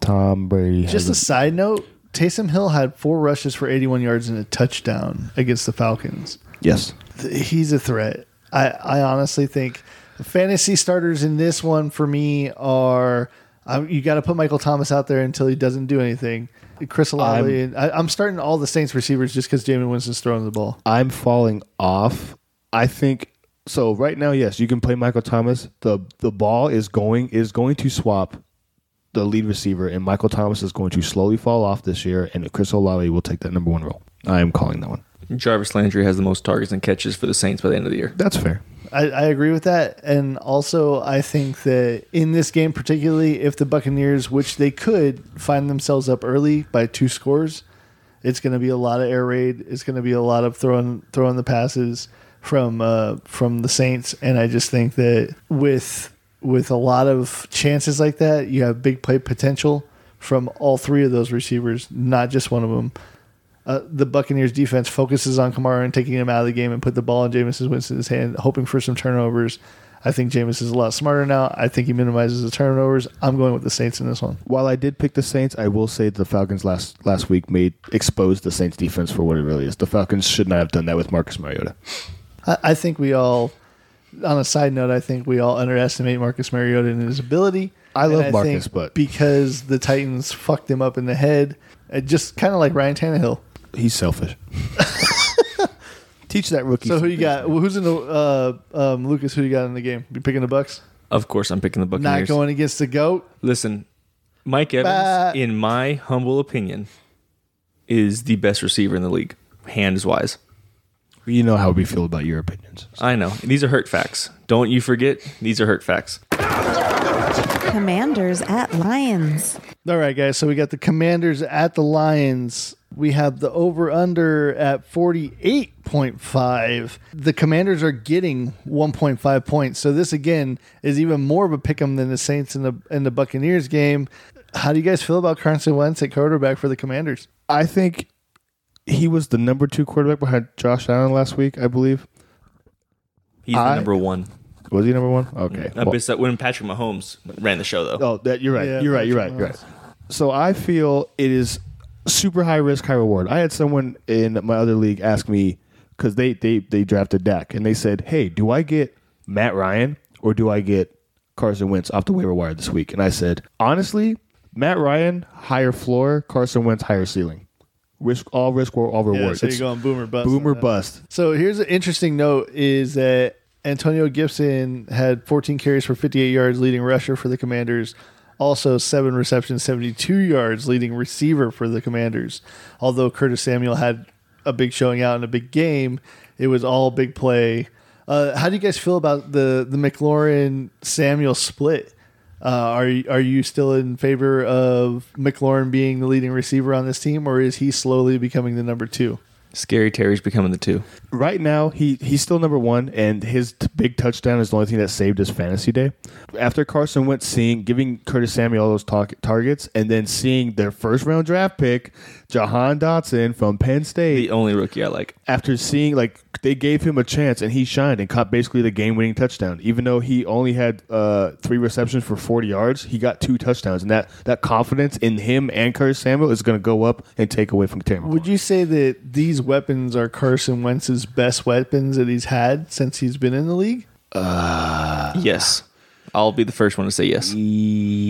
Tom Brady. Just a side note, Taysom Hill had four rushes for 81 yards and a touchdown against the Falcons. yes. Th- He's a threat. I, I honestly think the fantasy starters in this one for me are um, you got to put Michael Thomas out there until he doesn't do anything. Chris Olave. and I, I'm starting all the Saints receivers just because Jameis Winston's throwing the ball. I'm falling off. I think so. Right now, yes, you can play Michael Thomas. the The ball is going is going to swap the lead receiver, and Michael Thomas is going to slowly fall off this year, and Chris Olave will take that number one role. I am calling that one. Jarvis Landry has the most targets and catches for the Saints by the end of the year. That's fair. I, I agree with that. And also, I think that in this game, particularly if the Buccaneers, which they could find themselves up early by two scores, It's going to be a lot of air raid. It's going to be a lot of throwing throwing the passes from uh, from the Saints, and I just think that with with a lot of chances like that, you have big play potential from all three of those receivers, not just one of them. Uh, the Buccaneers defense focuses on Kamara and taking him out of the game and put the ball in Jameis Winston's hand, hoping for some turnovers. I think Jameis is a lot smarter now. I think he minimizes the turnovers. I'm going with the Saints in this one. While I did pick the Saints, I will say the Falcons last last week made exposed the Saints defense for what it really is. The Falcons should not have done that with Marcus Mariota. I, I think we all, on a side note, I think we all underestimate Marcus Mariota and his ability. I And love Marcus, think but- because the Titans fucked him up in the head, uh, just kind of like Ryan Tannehill. He's selfish. Teach that rookie. So who some you got? Well, Who's in the uh, um, Lucas? Who you got in the game? You picking the Bucks? Of course, I'm picking the Not Buccaneers. going against the goat. Listen, Mike Evans, Bah. in my humble opinion, is the best receiver in the league, hands wise. things. You know how we feel about your opinions. I know these are hurt facts. Don't you forget these are hurt facts. Commanders at Lions. All right, guys. So we got the Commanders at the Lions. We have the over under at 48.5. The Commanders are getting 1.5 points. So this again is even more of a pick 'em than the Saints and the and the Buccaneers game. How do you guys feel about Carson Wentz at quarterback for the Commanders? I think he was the number two quarterback behind Josh Allen last week. I believe He's the I- number one. was he number one? Okay. Uh, Well- besides- when Patrick Mahomes ran the show, though, Oh, that you're right. Yeah, you're right. You're right. Patrick You're right. So I feel it is super high risk, high reward. I had someone in my other league ask me because they they they drafted Dak and they said, "Hey, do I get Matt Ryan or do I get Carson Wentz off the waiver wire this week?" And I said, honestly, Matt Ryan higher floor, Carson Wentz higher ceiling. Risk all risk or all reward. so you're It's going boomer bust on Boomer that. bust. So here's an interesting note is that Antonio Gibson had 14 carries for 58 yards leading rusher for the Commanders. Also, seven receptions, 72 yards leading receiver for the Commanders. Although Curtis Samuel had a big showing out in a big game, it was all big play. Uh, how do you guys feel about the the McLaurin Samuel split? Uh, are you- are you still in favor of McLaurin being the leading receiver on this team, or is he slowly becoming the number two? Scary Terry's becoming the two. right now he he's still number one, and his t- big touchdown is the only thing that saved his fantasy day. After Carson went seeing giving Curtis Samuel all those talk, targets, and then seeing their first round draft pick, Jahan Dotson from Penn State. The only rookie I like. after seeing like they gave him a chance and he shined and caught basically the game winning touchdown. Even though he only had uh, three receptions for forty yards, he got two touchdowns, and that that confidence in him and Curtis Samuel is going to go up and take away from Tampa. Would you say that these weapons are Carson Wentz's best weapons that he's had since he's been in the league? Yes, I'll be the first one to say yes.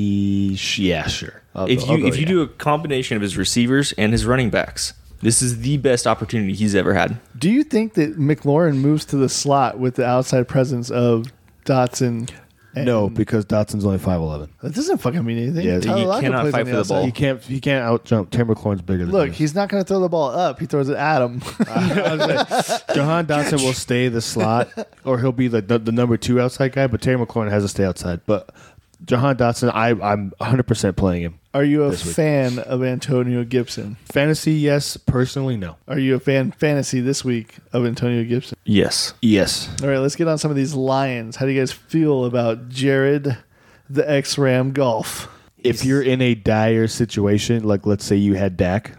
Yeah, sure. I'll if go- I'll you go if you yeah. do a combination of his receivers and his running backs, this is the best opportunity he's ever had. Do you think that McLaurin moves to the slot with the outside presence of Dotson? And- No, because Dotson's only five eleven. that doesn't fucking mean anything. Yeah, Tyler you Lockett cannot plays fight on for the outside. ball. He can't. He can't out jump. Tampa Corn's bigger. Than Look, him. he's not going to throw the ball up. He throws it at him. Jahan Dotson will stay the slot, or he'll be the, the the number two outside guy. But Terry McLaurin has to stay outside. But Jahan Dotson, I I'm 100 percent playing him. Are you a This week. fan of Antonio Gibson? Fantasy, yes. Personally, no. Are you a fan fantasy this week of Antonio Gibson? Yes, Yes. All right, let's get on some of these Lions. How do you guys feel about Jared, the X Ram Golf? If you're in a dire situation, like let's say you had Dak,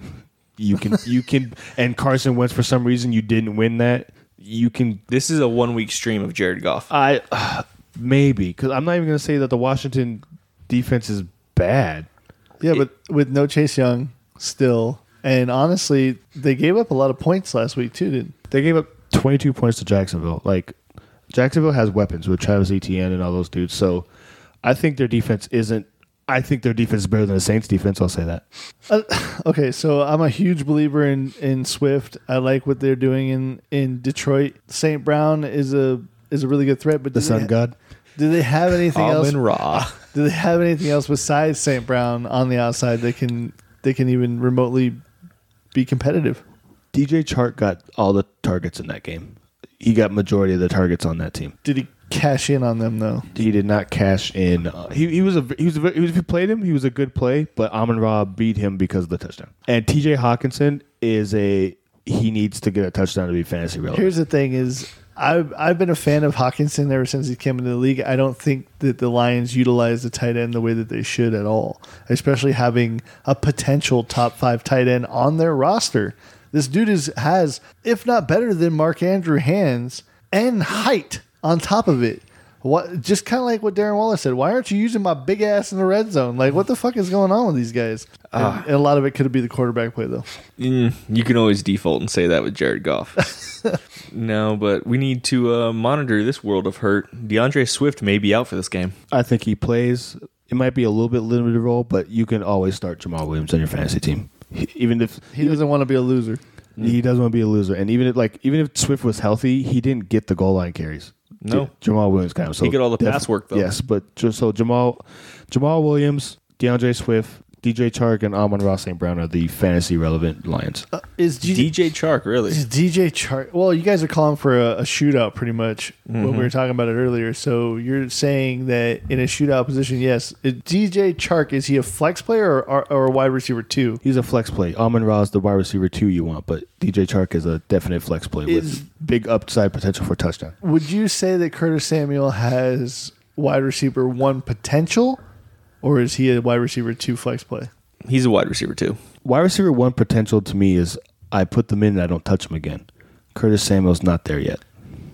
you can you can, and Carson Wentz for some reason you didn't win that, you can this is a one week stream of Jared Goff. I maybe because I'm not even going to say that the Washington defense is bad. Yeah, but with no Chase Young still, and honestly, they gave up a lot of points last week too. Didn't? They gave up 22 points to Jacksonville. Like Jacksonville has weapons with Travis Etienne and all those dudes. So I think their defense isn't. I think their defense is better than the Saints' defense. I'll say that. Uh, okay, so I'm a huge believer in in Swift. I like what they're doing in in Detroit. St. Brown is a is a really good threat, but The do Sun they, God. Do they have anything else? Almond Raw. Do they have anything else besides St. Brown on the outside that can they can even remotely be competitive? DJ Chart got all the targets in that game. He got majority of the targets on that team. Did he cash in on them though? He did not cash in. Uh, he, he was a he was, a, he was if you played him, he was a good play. But Amon Ra beat him because of the touchdown. And T.J. Hawkinson is a he needs to get a touchdown to be fantasy relevant. Here's the thing: is I've I've been a fan of Hawkinson ever since he came into the league. I don't think that the Lions utilize the tight end the way that they should at all, especially having a potential top five tight end on their roster. This dude is has, if not better than Mark Andrew hands and height on top of it. What just kind of like what Darren Waller said? Why aren't you using my big ass in the red zone? Like, what the fuck is going on with these guys? And, and a lot of it could be the quarterback play though. Mm, you can always default and say that with Jared Goff. no, but we need to uh, monitor this world of hurt. DeAndre Swift may be out for this game. I think he plays. It might be a little bit limited role, but you can always start Jamal Williams on your fantasy team, He- even if He doesn't want to be a loser. Mm. he doesn't want to be a loser. And even if like even if Swift was healthy, he didn't get the goal line carries. No. Ja- Jamal Williams kind of. So He got all the pass work, though. Yes, but just so Jamal, Jamal Williams, DeAndre Swift, DJ Chark, and Amon Ross St. Brown are the fantasy relevant Lions. Is G- DJ Chark, really? Is DJ chart. Well, you guys are calling for a, a shootout, pretty much Mm-hmm. when we were talking about it earlier. So you're saying that in a shootout position, yes, Is DJ Chark is he a flex player or, or, or a wide receiver too? He's a flex play. Amon Ra's the wide receiver two you want, but DJ Chark is a definite flex play Is- with big upside potential for touchdown. Would you say that Curtis Samuel has wide receiver one potential, or is he a wide receiver two flex play? He's a wide receiver, too. Wide receiver one potential to me is I put them in and I don't touch them again. Curtis Samuel's not there yet.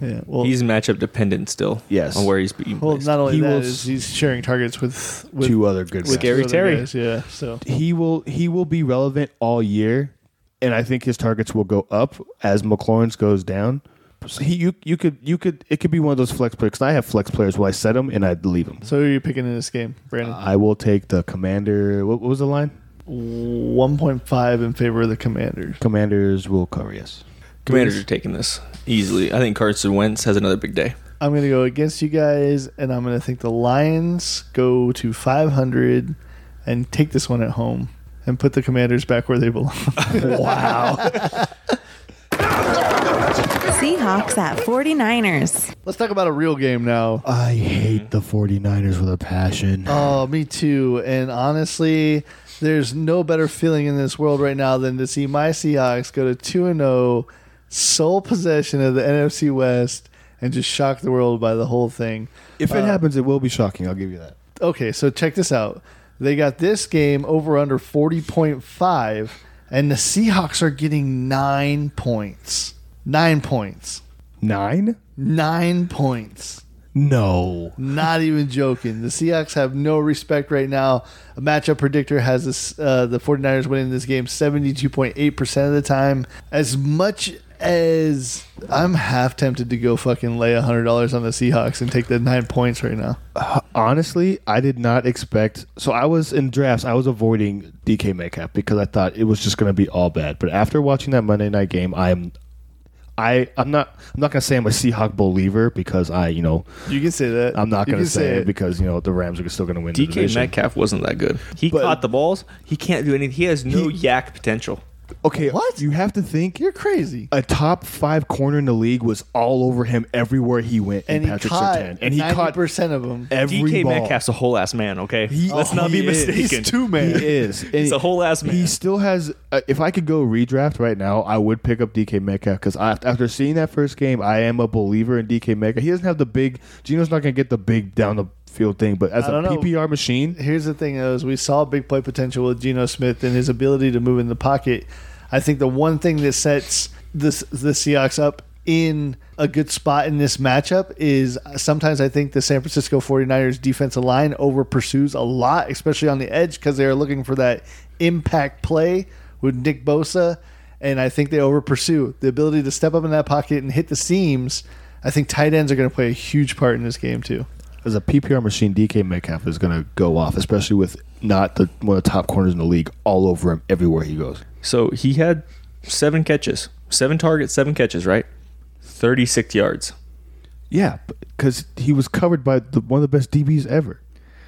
Yeah, well, He's matchup dependent still. Yes. On where he's being well, placed. not only he that will is s- he's sharing targets with, with two other good with guys. Gary other Terry. guys, yeah, so He will he will be relevant all year, and I think his targets will go up as McLaurin's goes down. So he you you could you could it could be one of those flex players. 'cause I have flex players where I set them and I leave them. so who are you picking in this game, Brandon? I will take the commander. What, what was the line? one point five in favor of the Commanders. Commanders will cover. Yes. Commanders are taking this easily. I think Carson Wentz has another big day. I'm going to go against you guys, and I'm going to think the Lions go to 500 and take this one at home and put the Commanders back where they belong. Seahawks at 49ers. Let's talk about a real game now. I hate the 49ers with a passion. Oh, me too. And honestly, there's no better feeling in this world right now than to see my Seahawks go to 2 and 0, sole possession of the NFC West, and just shock the world by the whole thing. if it happens, it will be shocking. I'll give you that. okay, so check this out. They got this game over under 40.5, and the Seahawks are getting nine points. Nine points. Nine? Nine points. No. Not even joking. The Seahawks have no respect right now. A matchup predictor has this, uh, the 49ers winning this game 72.8% of the time. As much as I'm half tempted to go fucking lay $100 on the Seahawks and take the nine points right now. Honestly, I did not expect. So I was in drafts. I was avoiding DK Metcalf because I thought it was just going to be all bad. But after watching that Monday night game, I'm, I I'm not I'm not going to say I'm a Seahawk believer because I you know You can say that. I'm not You going to can say, it because you know the Rams are still going to win. the DK division. Metcalf wasn't that good. He But- caught the balls. He can't do anything. He has no He- yak potential. Okay, What? you have to think You're crazy. a top five corner in the league was all over him everywhere he went. in and he Patrick caught Sertan, and he caught percent of them. every DK ball. Metcalf's a whole ass man, okay? He- Oh, Let's not he be is. mistaken. He's two He man. is. And He's a whole ass man. He still has. Uh, if I could go redraft right now, I would pick up DK Metcalf because after seeing that first game, I am a believer in DK Metcalf. He doesn't have the big. Gino's not going to get the big down the field thing, but as I a don't know. PPR machine, Here's the thing: though, is we saw big play potential with Geno Smith and his ability to move in the pocket. I think the one thing that sets this the Seahawks up in a good spot in this matchup is sometimes I think the San Francisco 49ers defensive line over pursues a lot, especially on the edge because they are looking for that impact play with Nick Bosa. and I think they over pursue the ability to step up in that pocket and hit the seams. I think tight ends are going to play a huge part in this game too. as a PPR machine, DK Metcalf is going to go off, especially with not the one of the top corners in the league all over him everywhere he goes. So he had seven catches, seven targets, seven catches, right? 36 yards. Yeah, because he was covered by the, one of the best DBs ever,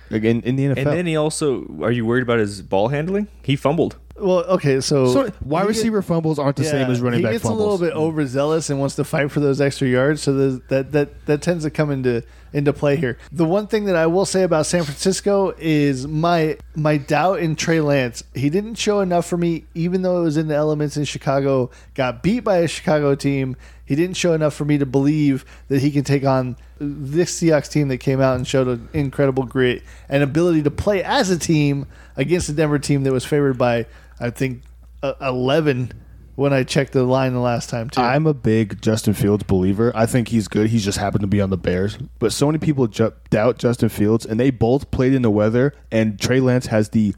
like in, in the NFL. And then he also, are you worried about his ball handling? He fumbled. Well, okay, so, so wide receiver fumbles aren't the same as running he back gets fumbles. a little bit overzealous and wants to fight for those extra yards, so there's- that that that tends to come into into play here. The one thing that I will say about San Francisco is my my doubt in Trey Lance. He didn't show enough for me, even though it was in the elements in Chicago. Got beat by a Chicago team. He didn't show enough for me to believe that he can take on this Seahawks team that came out and showed an incredible grit and ability to play as a team against the Denver team that was favored by I think uh, eleven when I checked the line the last time too. I'm a big Justin Fields believer. I think he's good. He's just happened to be on the Bears. But so many people ju- doubt Justin Fields, and they both played in the weather. And Trey Lance has the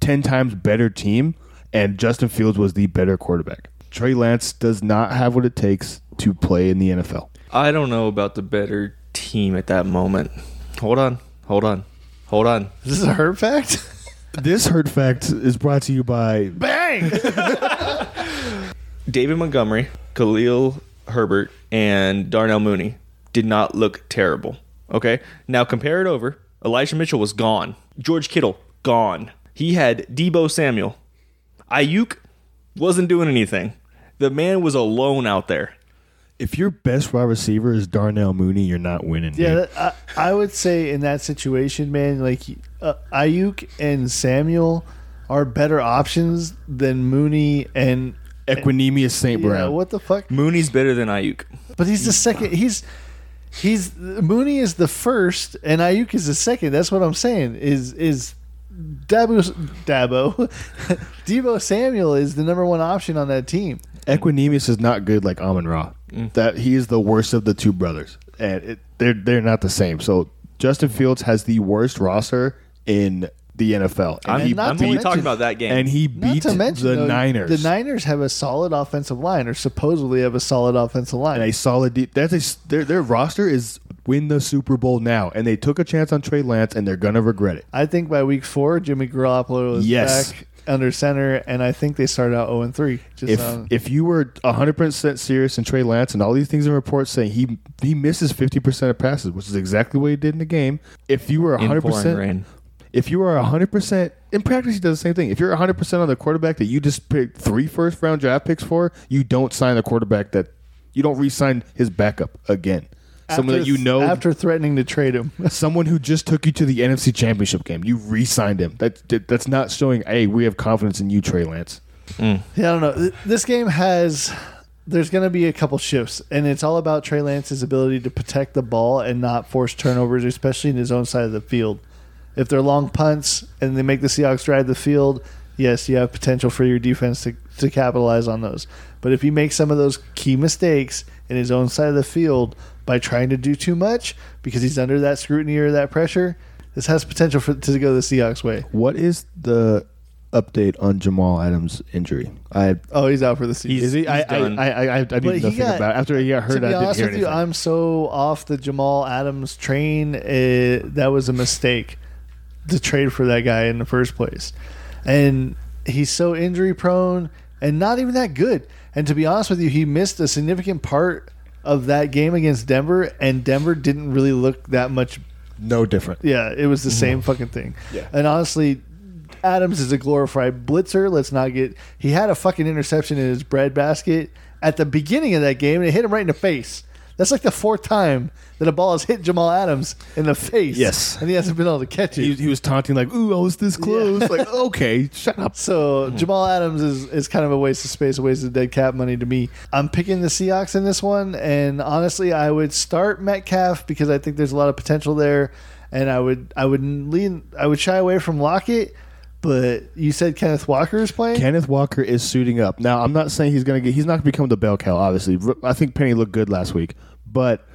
ten times better team, and Justin Fields was the better quarterback. Trey Lance does not have what it takes to play in the NFL. I don't know about the better team at that moment. Hold on, hold on, hold on. Is this a herb fact? This hurt fact is brought to you by Bang! David Montgomery, Khalil Herbert, and Darnell Mooney did not look terrible. Okay. Now compare it over. Elijah Mitchell was gone. George Kittle, gone. He had Debo Samuel. Ayuk wasn't doing anything. The man was alone out there. if your best wide receiver is Darnell Mooney, you're not winning. yeah, dude. that, I, I would say in that situation, man, like uh, Ayuk and Samuel are better options than Mooney and Equinemius St. yeah, Brown. what the fuck? Mooney's better than Ayuk. But he's the second. He's he's Mooney is the first, and Ayuk is the second. That's what I'm saying. Is is Dabo Dabo Debo Samuel is the number one option on that team. Equinemius is not good like Amon Ra. Mm. That he is the worst of the two brothers, and it, they're they're not the same. So Justin Fields has the worst roster in the NFL, and I'm, he not I'm to only mention- talking about that game. and he Not beat to mention the though, Niners. The Niners have a solid offensive line, or supposedly have a solid offensive line. and a solid. De- that's a s- their their roster is win the Super Bowl now, and they took a chance on Trey Lance, and they're gonna regret it. I think by week four, Jimmy Garoppolo is Yes. back under center, and I think they started out 0 3. Just um, If on- if you were hundred percent serious in Trey Lance and all these things in reports saying he he misses fifty percent of passes, which is exactly what he did in the game. If you were In hundred foreign percent, rain. if you are 100% in practice he does the same thing if you're 100% on the quarterback that you just picked three first round draft picks for you don't sign the quarterback that you don't re-sign his backup again someone that after- you know After threatening to trade him. someone who just took you to the NFC championship game you re-signed him that, that- that's not showing hey we have confidence in you Trey Lance Yeah, I don't know. Th- This game has. There's going to be a couple shifts, and it's all about Trey Lance's ability to protect the ball and not force turnovers, especially in his own side of the field. If they're long punts and they make the Seahawks drive the field, yes, you have potential for your defense to, to capitalize on those. But if you make some of those key mistakes in his own side of the field by trying to do too much because he's under that scrutiny or that pressure, this has potential for, to go the Seahawks way. what is the update on Jamal Adams injury I Oh, he's out for the season. He's- is he, I, I, done. I, I, I didn't But know he nothing got- about it. after he got hurt to I be didn't honest hear with anything you, I'm so off the Jamal Adams train. eh, that was a mistake to trade for that guy in the first place, and he's so injury prone and not even that good. And to be honest with you, he missed a significant part of that game against Denver, and Denver didn't really look that much no different yeah, it was the same fucking thing. Mm-hmm. Yeah. And honestly, Adams is a glorified blitzer. Let's not get. He had a fucking interception in his bread basket at the beginning of that game, and it hit him right in the face. That's like the fourth time that a ball has hit Jamal Adams in the face. Yes. And he hasn't been able to catch it. he, he was taunting like, "Ooh, I was this close." Like, okay, shut up. So Jamal Adams is, is kind of a waste of space, a waste of dead cap money to me. I'm picking the Seahawks in this one, and honestly, I would start Metcalf because I think there's a lot of potential there, and I would I would lean I would shy away from Lockett, but you said Kenneth Walker is playing. Kenneth Walker is suiting up now. I'm not saying he's gonna get. He's not gonna become the bell cow. Obviously, R- I think Penny looked good last week, but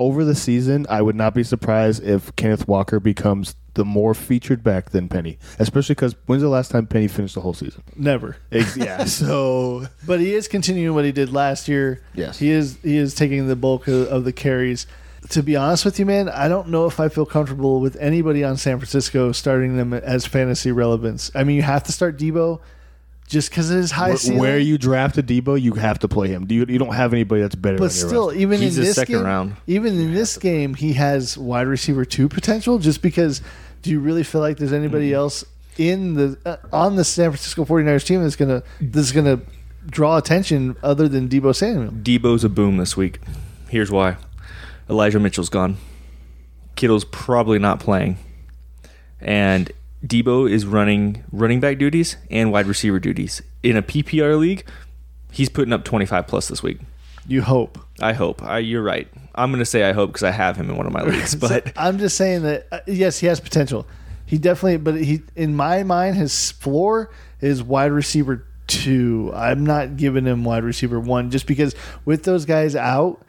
over the season, I would not be surprised if Kenneth Walker becomes the more featured back than Penny, especially because when's the last time Penny finished the whole season? Never. Ex- yeah. So But he is continuing what he did last year. Yes. he is. He is taking the bulk of, of the carries. To be honest with you, man, I don't know if I feel comfortable with anybody on San Francisco starting them as fantasy relevance. I mean, you have to start Debo just because of his high where, ceiling. where you drafted Debo, you have to play him. Do you, you don't have anybody that's better. but on your still, roster. even He's in a this second game, round. even in this game, he has wide receiver two potential. Just because, do you really feel like there's anybody Mm-hmm. else in the uh, on the San Francisco 49ers team that's gonna that's gonna draw attention other than Debo Samuel? Debo's a boom this week. Here's why. Elijah Mitchell's gone. Kittle's probably not playing, and Debo is running running back duties and wide receiver duties in a PPR league. He's putting up 25 plus this week. You hope. I hope. I, you're right. I'm going to say I hope because I have him in one of my leagues. So But I'm just saying that uh, yes, he has potential. He definitely, but he in my mind, his floor is wide receiver two. I'm not giving him wide receiver one just because with those guys out,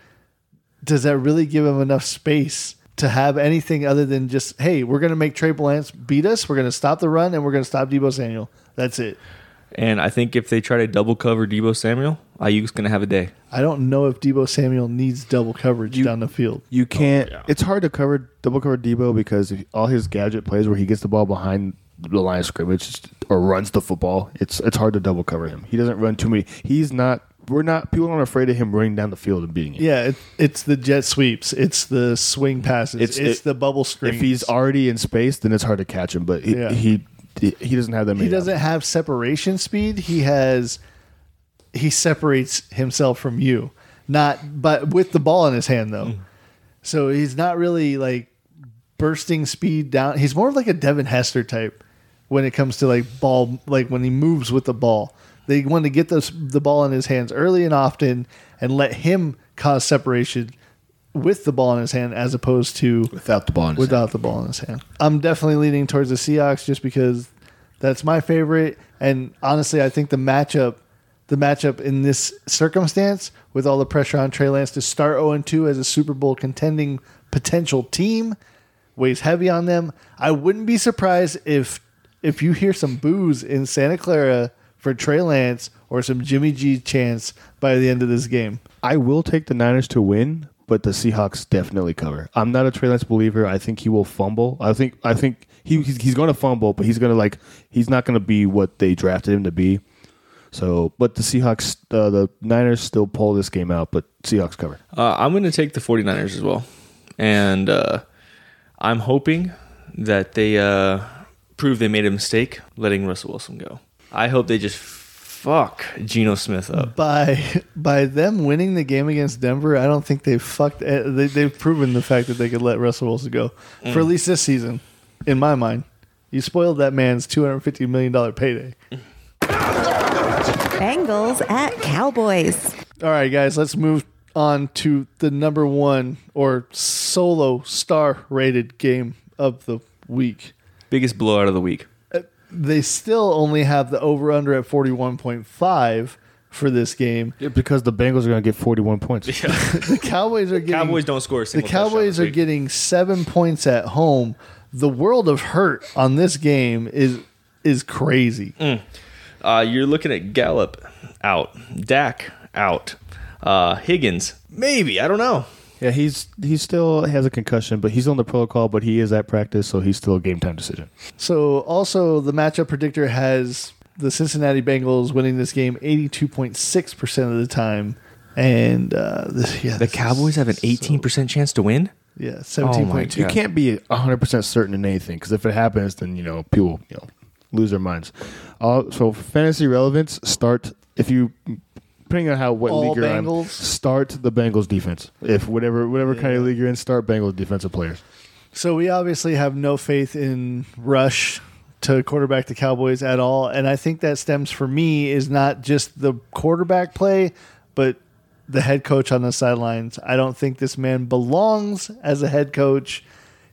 does that really give him enough space to have anything other than just hey, we're going to make Trey Lance beat us, we're going to stop the run, and we're going to stop Debo Samuel. That's it. and I think if they try to double cover Debo Samuel, Ayuk's going to have a day. I don't know if Debo Samuel needs double coverage down the field. You can't. It's hard to cover double cover Debo because if all his gadget plays where he gets the ball behind the line of scrimmage or runs the football. It's it's hard to double cover him. He doesn't run too many. He's not. We're not. People aren't afraid of him running down the field and beating him. Yeah, it, it's the jet sweeps, it's the swing passes, it's, It's- it- the bubble screen. If he's already in space, then it's hard to catch him. But he Yeah. he, he doesn't have that many. he doesn't have separation speed. He has he separates himself from you, not but with the ball in his hand though. So he's not really like bursting speed down. He's more of like a Devin Hester type when it comes to like ball like when he moves with the ball. They want to get this, the ball in his hands early and often and let him cause separation with the ball in his hand as opposed to without the ball. In his hand. without the ball in his hand. I'm definitely leaning towards the Seahawks just because that's my favorite, and honestly, I think the matchup, the matchup in this circumstance, with all the pressure on Trey Lance to start 0 2 as a Super Bowl contending potential team, weighs heavy on them. I wouldn't be surprised if if you hear some boos in Santa Clara for Trey Lance or some Jimmy G chants by the end of this game. I will take the Niners to win, but the Seahawks definitely cover. I'm not a Trey Lance believer. I think he will fumble. I think I think he he's, he's going to fumble, but he's going to like he's not going to be what they drafted him to be. So, but the Seahawks, uh, the Niners still pull this game out, but Seahawks cover. Uh, I'm going to take the 49ers as well. And uh, I'm hoping that they uh, prove they made a mistake letting Russell Wilson go. I hope they just fuck Geno Smith up. by by them winning the game against Denver, I don't think they've fucked. eh, They, they've proven the fact that they could let Russell Wilson go for at least this season. In my mind, you spoiled that man's two hundred fifty million dollar payday. Bengals at Cowboys. All right, guys, let's move on to the number one or solo star rated game of the week. Biggest blowout of the week. They still only have the over under at forty one point five for this game. because the Bengals are going to get 41 points. The Cowboys are getting Cowboys don't score a the single Cowboys are getting seven points at home. The world of hurt on this game is is crazy. Uh, you're looking at Gallup out, Dak out, uh, Higgins maybe I don't know. yeah, he's he still has a concussion, but he's on the protocol, but he is at practice, so he's still a game time decision. So also the matchup predictor has the Cincinnati Bengals winning this game eighty two point six percent of the time, and uh, this, yeah, The Cowboys Oh have an 18% chance to win. yeah seventeen point two. You can't be 100% certain in anything because if it happens, then, you know, people, you know, lose their minds. Uh, so, fantasy relevance, start if you. Depending on how what All league you're on, Bengals? start the Bengals defense. If whatever whatever kind of league you're in, start Bengals defensive players. So we obviously have no faith in Rush to quarterback the Cowboys at all, and I think that stems for me is not just the quarterback play, but the head coach on the sidelines. I don't think this man belongs as a head coach.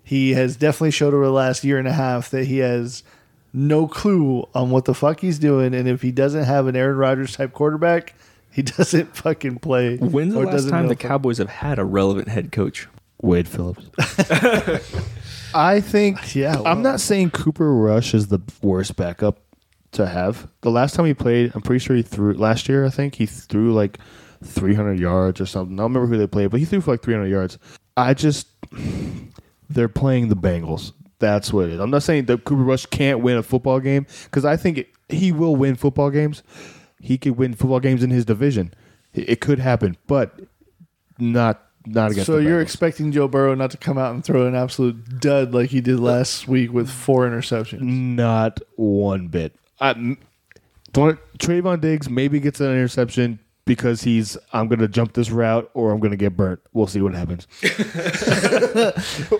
He has definitely showed over the last year and a half that he has no clue on what the fuck he's doing, and if he doesn't have an Aaron Rodgers type quarterback, he doesn't fucking play. When's the or last doesn't time know the if- Cowboys have had a relevant head coach? Wade Phillips. I think. Yeah, well. I'm not saying Cooper Rush is the worst backup to have. The last time he played, I'm pretty sure he threw last year. I think he threw like 300 yards or something. I don't remember who they played, but he threw for like 300 yards. I just they're playing the Bengals. That's what it is. I'm not saying that Cooper Rush can't win a football game because I think it, he will win football games. He could win football games in his division. It, it could happen, but not not against. So the you're Bengals. expecting Joe Burrow not to come out and throw an absolute dud like he did last week with four interceptions. Not one bit. I, Thorn- Trayvon Diggs maybe gets an interception. because he's I'm gonna jump this route or I'm gonna get burnt. We'll see what happens.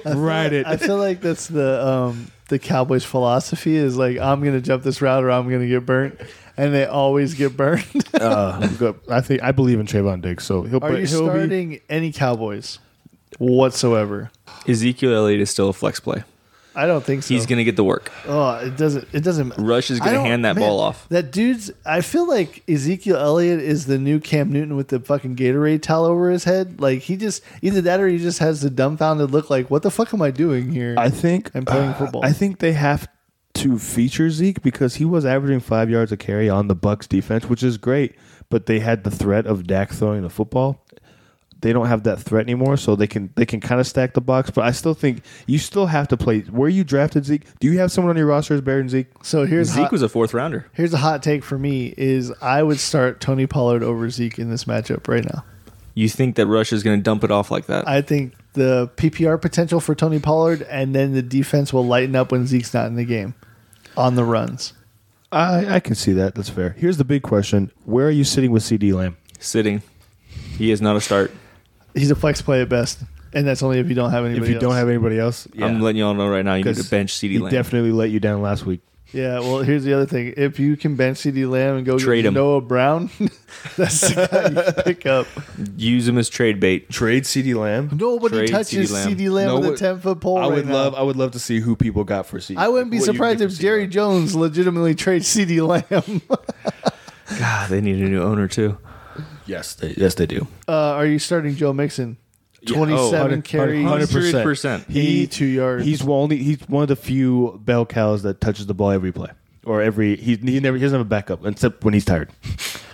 Ride it. I feel like that's the um, the Cowboys' philosophy is like I'm gonna jump this route or I'm gonna get burnt, and they always get burned. Uh, I think I believe in Trayvon Diggs, so he'll. Are but you he'll be- starting any Cowboys whatsoever? Ezekiel Elliott is still a flex play. I don't think so. He's gonna get the work. Oh, it doesn't. It doesn't. Rush is I gonna don't- hand that ball off. That dude's. I feel like Ezekiel Elliott is the new Cam Newton with the fucking Gatorade towel over his head. Like he just either that or he just has the dumbfounded look. Like what the fuck am I doing here? I think uh, and playing football. I think they have to feature Zeke because he was averaging five yards a carry on the Bucks defense, which is great. But they had the threat of Dak throwing the football. They don't have that threat anymore, so they can they can kind of stack the box. But I still think you still have to play. Where you drafted Zeke? Do you have someone on your roster as better than Zeke? so here's Zeke hot- was a fourth rounder. here's a hot take for me is I would start Tony Pollard over Zeke in this matchup right now. You think that Rush is gonna dump it off like that? I think the PPR potential for Tony Pollard, and then the defense will lighten up when Zeke's not in the game on the runs. I I can see that. That's fair. Here's the big question: Where are you sitting with CD Lamb? Sitting. He is not a start. He's a flex play at best, and that's only if you don't have anybody. If you don't else. have anybody else, I'm letting y'all know right now. You need to Because bench CD he Lamb. definitely let you down last week. Yeah, well, here's the other thing. If you can bench CD Lamb and go Trade get him. Noah Brown, that's the guy you pick up. Use him as trade bait. Trade CD Lamb. Nobody Trade touches CeeDee Lamb. CD Lamb No, with a what- 10 foot pole. I right would now. love I would love to see who people got for CD. I wouldn't be What you surprised get for if CD. Jerry Jones legitimately trades CD Lamb. God, they need a new owner too. Yes, they, yes they do. Uh, are you starting Joe Mixon? oh, 27 carries. 100%. He- two yards. He's only he's one of the few bell cows that touches the ball every play or every he he never he doesn't have a backup except when he's tired.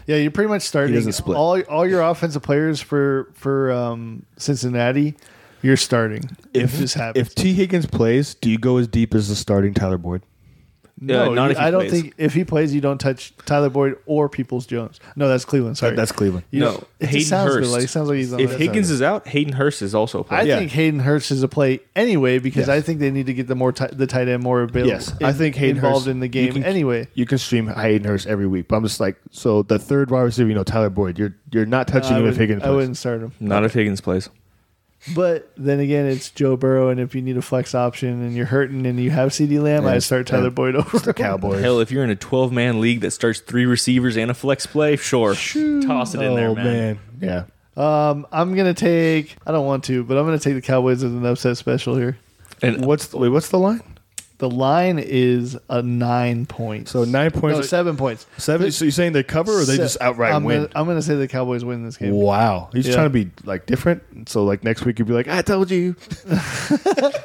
Yeah, you're pretty much starting doesn't split. all all your offensive players for for um, Cincinnati. You're starting. If this happens, if T Higgins plays, do you go as deep as the starting Tyler Boyd? no, Uh, not you- if he I don't plays. think if he plays, you don't touch Tyler Boyd or Peoples Jones. No, that's Cleveland. Sorry, That's Cleveland. You No, don't- it just Hayden sounds good. Hurst. Like, it sounds like he's on If that Higgins side. is out, Hayden Hurst is also I playing. Yeah. think Hayden Hurst is a play anyway because Yes. I think they need to get the more ti- the tight end more available. Yes, I think Hayden involved Hurst- in the you game can- anyway. You can stream Hayden Hurst every week, but I'm just like so the third wide receiver, you know, Tyler Boyd. You're you're not touching I, him wouldn't, if Higgins I plays. wouldn't start him. not if Higgins plays. But then again, it's Joe Burrow, and if you need a flex option and you're hurting and you have CD Lamb, And I it's- start Tyler and Boyd over The him. Cowboys. Hell, if you're in a 12 man league that starts three receivers and a flex play, sure, toss it in there, oh man. man. Yeah. Um, I'm gonna take. I don't want to, but I'm gonna take the Cowboys as an upset special here. And What's the, wait, what's the line? The line is a nine points. So nine points. No, seven points. Seven. So you're saying they cover, or they Se- just outright I'm win? Gonna, I'm gonna say the Cowboys win this game. wow, he's Yeah. trying to be like different. So like next week you'd be like, I told you.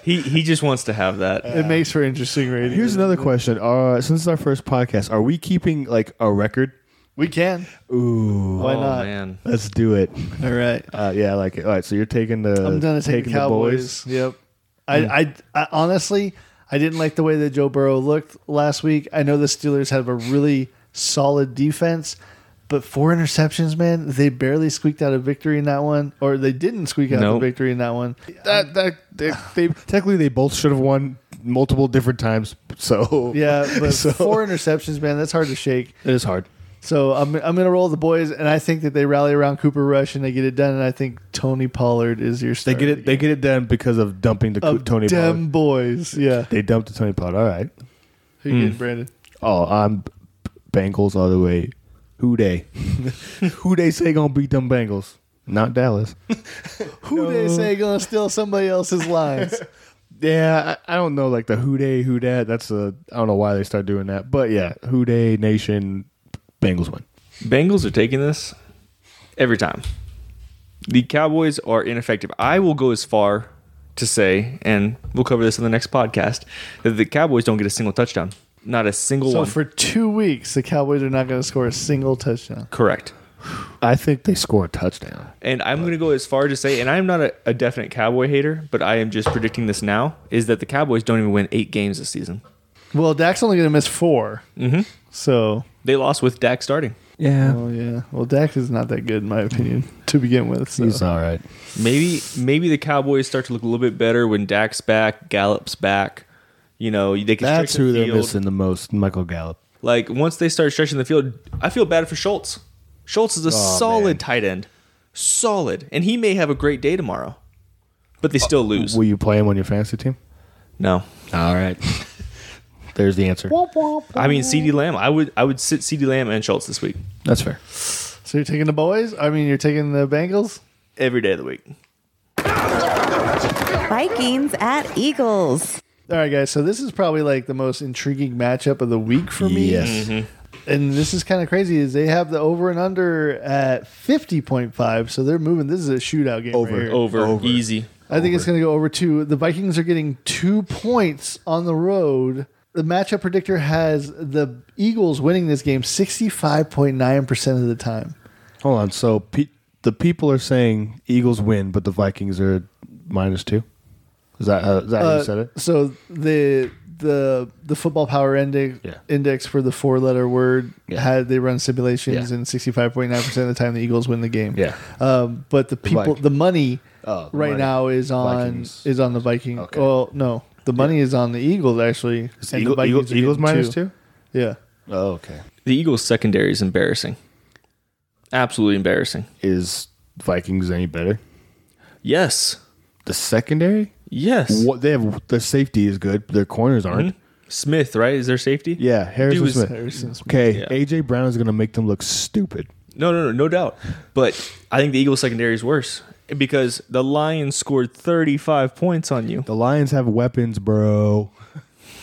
he he just wants to have that. It makes for interesting radio. Here's another question. Uh, since it's our first podcast, are we keeping like a record? We can. Ooh, Why oh not? man, let's do it. All right. Uh, yeah, I like it. All right, so you're taking the. Hmm. I'm gonna take the Uh, taking Cowboys. Yep. I, I, I honestly I didn't like the way that Joe Burrow looked last week. I know the Steelers have a really solid defense, but four interceptions, man, they barely squeaked out a victory in that one, or they didn't squeak out Nope. a victory in that one. That that they, they technically they both should have won multiple different times. So Yeah, but So- four interceptions, man, that's hard to shake. it is hard. So I'm I'm gonna roll the boys, and I think that they rally around Cooper Rush and they get it done. And I think Tony Pollard is your. They Starter get it. They get it done because of dumping the Of Tony. them Pollard. boys, yeah. They dumped the Tony Pollard. All right. Who Hmm. you getting, Brandon? Oh, I'm Bengals all the way. Who they? Who they say gonna beat them Bengals? Not Dallas. Who they say gonna steal somebody else's lines? yeah, I, I don't know like the who they, who that. That's a I don't know why they start doing that, but yeah, who they nation Bengals win. Bengals are taking this every time. The Cowboys are ineffective. I will go as far to say, and we'll cover this in the next podcast, that the Cowboys don't get a single touchdown. Not a single So one. for two weeks, the Cowboys are not going to score a single touchdown. Correct. I think they score a touchdown. And I'm going to go as far to say, and I'm not a, a definite Cowboy hater, but I am just predicting this now, is that the Cowboys don't even win eight games this season. Well, Dak's only going to miss 4 Mm-hmm. So, They lost with Dak starting. Yeah. oh yeah. Well, Dak is not that good in my opinion to begin with. So. He's all right. Maybe maybe the Cowboys start to look a little bit better when Dak's back, Gallup's back. You know, they can That's stretch the who they're field. missing the most, Michael Gallup. Like once they start stretching the field, I feel bad for Schultz. Schultz is a Aw, solid Oh, man. tight end, solid, and he may have a great day tomorrow, but they Uh, still lose. Will you play him on your fantasy team? no, All right. There's the answer. I mean C.D. Lamb. I would I would sit C.D. Lamb and Schultz this week That's fair. So you're taking the boys? I mean, you're taking the Bengals? every day of the week. Vikings at Eagles. All right, guys. So this is probably like the most intriguing matchup of the week for me. Mm-hmm. Yes. And this is kind of crazy. Is they have the over and under at fifty point five. So they're moving. This is a shootout game. right Over. here. Over, easy. I think it's going to go over two. The Vikings are getting two points on the road. The matchup predictor has the Eagles winning this game 65.9% of the time. Hold on. So pe- the people are saying Eagles win, but the Vikings are minus two. Is that how, is that how Uh, you said it? So the the the football power index Yeah. index for the four letter word Yeah. had they run simulations Yeah. and 65.9% of the time the Eagles win the game. Yeah. Um, but the people Vik- the money Oh, the right money. now is on Vikings. is on the Vikings. Okay. Well, no. The money is on the Eagles actually. Is and the Eagle- Vikings Eagle- are Eagles getting minus two? Yeah. Oh, okay. The Eagles secondary is embarrassing. Absolutely embarrassing. Is Vikings any better? Yes. The secondary? Yes. What they have their safety is good, but their corners aren't. Smith, right? Is there safety? Yeah, Harrison Dude, is Smith. Mm-hmm. Harrison Smith. Okay, Yeah. AJ Brown is going to make them look stupid. No, no, no, no doubt. But I think the Eagles secondary is worse because the Lions scored 35 points on you. The Lions have weapons, bro.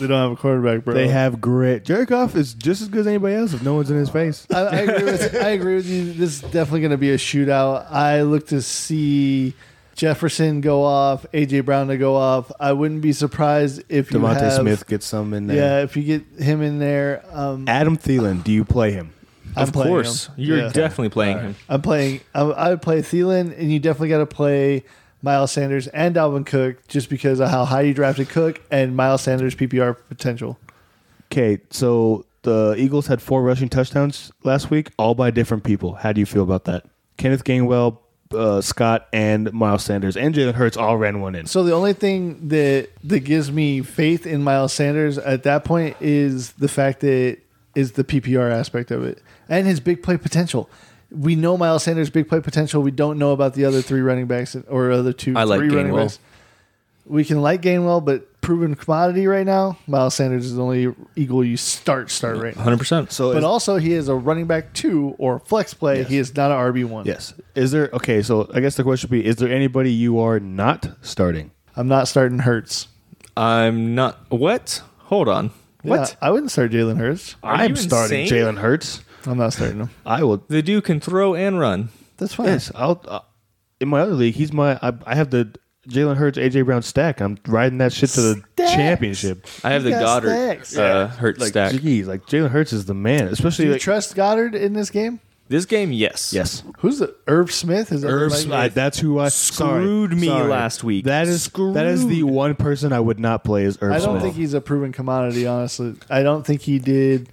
They don't have a quarterback, bro. They have grit. Jared Goff is just as good as anybody else if no one's in his face. I, I agree with. I agree with you. This is definitely going to be a shootout. I look to see Jefferson go off, AJ Brown to go off. I wouldn't be surprised if you Devontae have- Smith gets some in there. Yeah, if you get him in there, um, Adam Thielen, do you play him? I'm of playing course. him. You're Yeah. definitely playing him. I'm playing. I, I would play Thielen, and you definitely got to play Miles Sanders and Dalvin Cook just because of how high you drafted Cook and Miles Sanders PPR potential. Okay, so the Eagles had four rushing touchdowns last week, all by different people. How do you feel about that? Kenneth Gainwell, uh, Scott, and Miles Sanders, and Jalen Hurts all ran one in. So the only thing that that gives me faith in Miles Sanders at that point is the fact that is the PPR aspect of it and his big play potential. We know Miles Sanders' big play potential. We don't know about the other three running backs or other two. I like three running Gainwell. backs. We can like Gainwell, but proven commodity right now. Miles Sanders is the only Eagle you start start right now. 100%. So But is- also, he is a running back two or flex play. Yes. He is not an RB one. yes, is there okay? So I guess the question would be: Is there anybody you are not starting? I'm not starting Hurts. I'm not. What? Hold on. What? Yeah, I wouldn't start Jalen Hurts. Are you I'm starting insane? Jalen Hurts. I'm not starting him. I will. The dude can throw and run. That's fine. Yes, I'll. Uh, in my other league, he's my. I, I have the Jalen Hurts, AJ Brown stack. I'm riding that shit to the Stacks. championship. I have He the got Goddard stacks. uh, hurt Like, stack. jeez, like Jalen Hurts is the man, especially Do you like, trust Goddard in this game? This game, yes. yes. Who's the Herb Smith? Is that Irv the right Smith. name? I, that's who I sorry, Screwed me sorry. last week. That is that is the Screwed. one person I would not play as Irv I don't Smith. think he's a proven commodity. Honestly, I don't think he did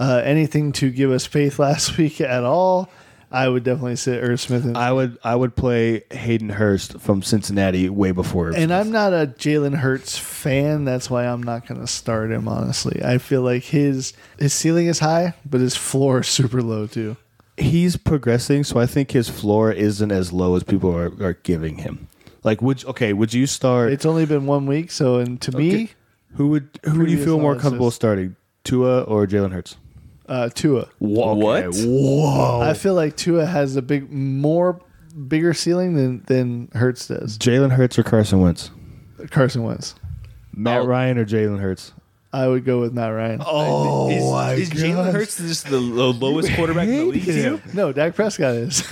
uh, anything to give us faith last week at all. I would definitely sit Irv Smith, in. I would I would play Hayden Hurst from Cincinnati way before. Irv and Smith. I'm not a Jalen Hurts fan. That's why I'm not going to start him. Honestly, I feel like his his ceiling is high, but his floor is super low too. he's progressing, so I think his floor isn't as low as people are, are giving him. Like would okay, would you start It's only been one week, so and to me, who would who do you previous feel more analysis. comfortable starting? Tua or Jalen Hurts? uh, Tua. Whoa, What? Whoa. I feel like Tua has a big, more bigger ceiling than than Hertz does. Jalen Hurts or Carson Wentz? Carson Wentz. Matt I'll- Ryan or Jalen Hurts? I would go with Matt Ryan. Oh Is, is Jalen Hurts just the lo- lowest quarterback in the league? to you? No, Dak Prescott is.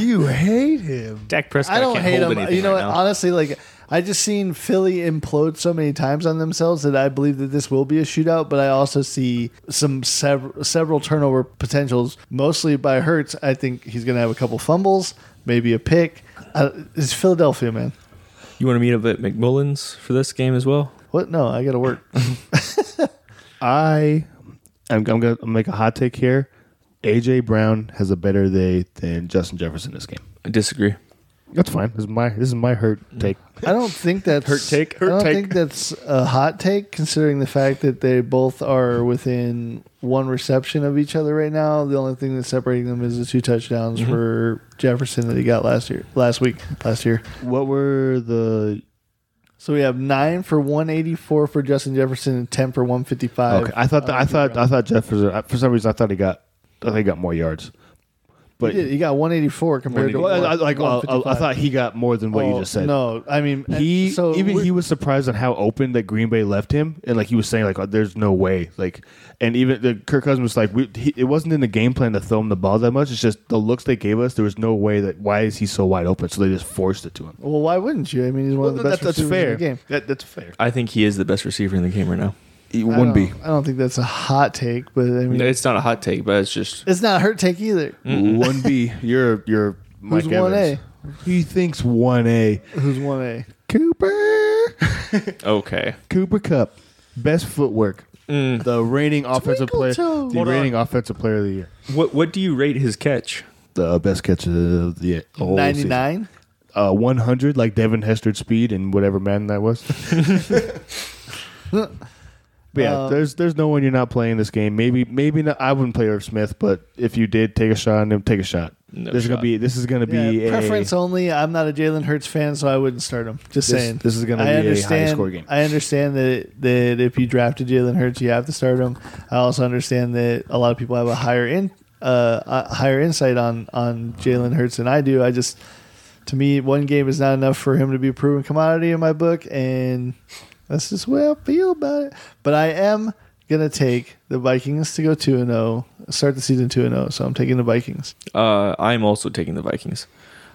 you hate him. Dak Prescott I don't can't hate hold him. anything You know, right what? now. honestly, like I just seen Philly implode so many times on themselves that I believe that this will be a shootout. But I also see some several several turnover potentials, mostly by Hertz. I think he's going to have a couple fumbles, maybe a pick. Uh, it's Philadelphia, man. You want to meet up at McMullen's for this game as well? What? No, I got to work. I I'm, I'm gonna make a hot take here. AJ Brown has a better day than Justin Jefferson this game. Mm-hmm. I disagree. That's fine. This is my this is my hurt take. I don't think that's Hurt take, hurt I don't take. think that's a hot take, considering the fact that they both are within one reception of each other right now. The only thing that's separating them is the two touchdowns Mm-hmm. for Jefferson that he got last year, last week, last year. What were the? So we have nine for one eighty four for Justin Jefferson and ten for one fifty five. Okay, I thought that, I thought I thought Jeff was I- for some reason I thought he got I thought he got more yards, but he, did- he got one eighty four compared to Well, I, I- one- like uh, uh, I 155. thought he got more than what you Oh, just said. No, I mean he and so even we're- he was surprised on how open that Green Bay left him, and like he was saying, like oh, there's no way, like, and even the Kirk Cousins was like, we, he, it wasn't in the game plan to throw him the ball that much. It's just the looks they gave us. There was no way that why is he so wide open? So they just forced it to him. Well, why wouldn't you? I mean, he's one of the Well, best that- that's receivers fair. in the game. That, that's fair. I think he is the best receiver in the game right now. It I wouldn't be don't- I don't think that's a hot take, but I mean, It's not a hot take, but it's just it's not a hurt take either. Mm-hmm. one B. You're you're Mike Who's 1A? Evans. He thinks one A. Who's one A? Cooper. okay. Cooper Cup, best footwork. The reigning offensive Twinkle player, toe. the Mm. Hold on. reigning offensive player of the year, What what do you rate his catch? the uh, best catcher of the whole Ninety season. nine. uh, 100, like Devin Hestard speed and whatever man that was. but yeah, Um, there's there's no one you're not playing this game. Maybe maybe not, I wouldn't play Irv Smith, but if you did, take a shot on him. Take a shot. No this is gonna shot. be this is gonna be Yeah, a, preference only. I'm not a Jalen Hurts fan, so I wouldn't start him. Just This- saying. this is gonna I be a high understand- score game. I understand that that if you drafted Jalen Hurts, you have to start him. I also understand that a lot of people have a higher in uh, a higher insight on on Jalen Hurts than I do. I just to me, one game is not enough for him to be a proven commodity in my book, and that's just the way I feel about it. But I am gonna take the Vikings to go two and zero, start the season two and zero. So I'm taking the Vikings. Uh, I'm also taking the Vikings.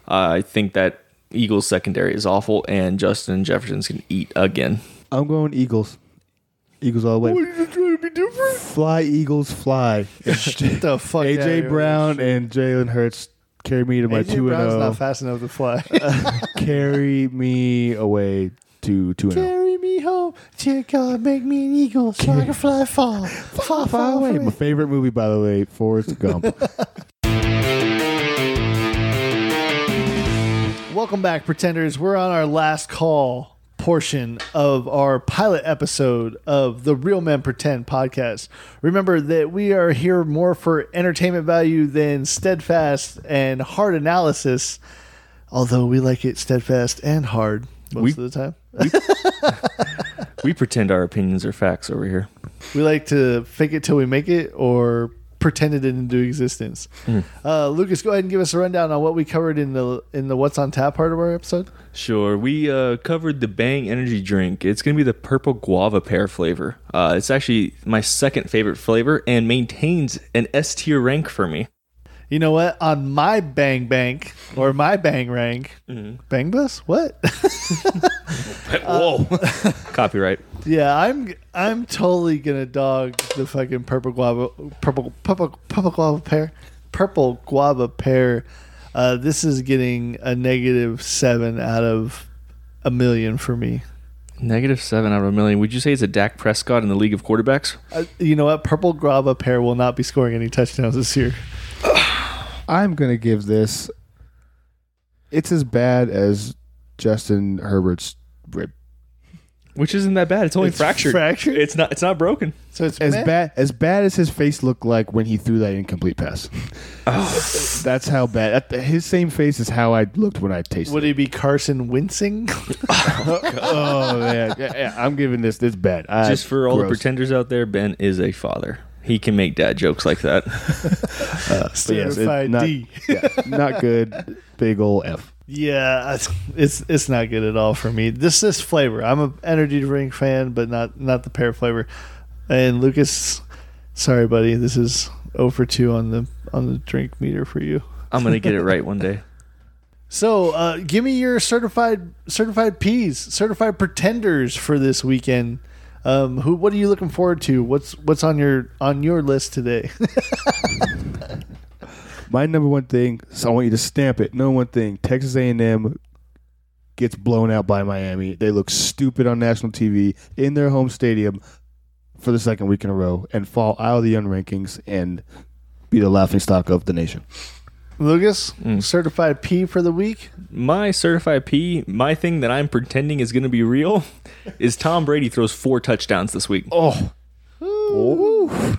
Uh, I think that Eagles secondary is awful, and Justin Jefferson's gonna eat again. I'm going Eagles. Eagles all the way. you trying to be different? Fly Eagles fly. Get the fuck out of AJ here. Brown and Jalen Hurts carry me to my AJ two Brown's and not oh. zero. fast enough to fly. Carry me away to two and oh. zero. Carry me home, dear God, make me an eagle so I can fly far, far, far away. My favorite movie, by the way, Forrest Gump. Welcome back, pretenders. We're on our last call portion of our pilot episode of the Real Men Pretend podcast. Remember that we are here more for entertainment value than steadfast and hard analysis, although we like it steadfast and hard most We- of the time. We pretend our opinions are facts over here. We like to fake it till we make it or pretend it didn't do existence. Uh, Lucas, go ahead and give us a rundown on what we covered in the in the what's on tap part of our episode. Sure. We uh, covered the Bang energy drink. It's going to be the purple guava pear flavor. Uh, it's actually my second favorite flavor and maintains an S tier rank for me. You know what? On my bang bank or my bang rank, bang bus. What? Whoa. Copyright. yeah, I'm I'm totally gonna dog the fucking purple guava, purple purple purple guava pear, purple guava pear. Uh, this is getting a negative seven out of a million for me. Negative seven out of a million. Would you say it's a Dak Prescott in the league of quarterbacks? Uh, you know what? Purple Grava pair will not be scoring any touchdowns this year. I'm gonna give this. It's as bad as Justin Herbert's rib. Which isn't that bad. It's only It's fractured. fractured? It's not. It's not broken. So it's As meh. bad as bad as his face looked like when he threw that incomplete pass. That's how bad. that- His same face is how I looked when I tasted. Would it. it be Carson wincing? Oh man, yeah, yeah, I'm giving this. This bad. I- Just for all the gross. pretenders out there, Ben is a father. He can make dad jokes like that. But yes, it- Certified not- D. yeah, not good. Big ol' F. Yeah, it's- it's it's not good at all for me. This this flavor. I'm a energy drink fan, but not not the pear flavor. And Lucas, sorry buddy, this is 0 for 2 on the on the drink meter for you. I'm gonna get it right one day. So, uh, give me your certified certified peas, certified pretenders for this weekend. Um, who? What are you looking forward to? What's What's on your on your list today? My number one thing, so I want you to stamp it. Number one thing, Texas A&M gets blown out by Miami. They look stupid on national TV in their home stadium for the second week in a row and fall out of the un rankings and be the laughing stock of the nation. Lucas, Mm. certified P for the week. My certified P, my thing that I'm pretending is going to be real, is Tom Brady throws four touchdowns this week. Oh,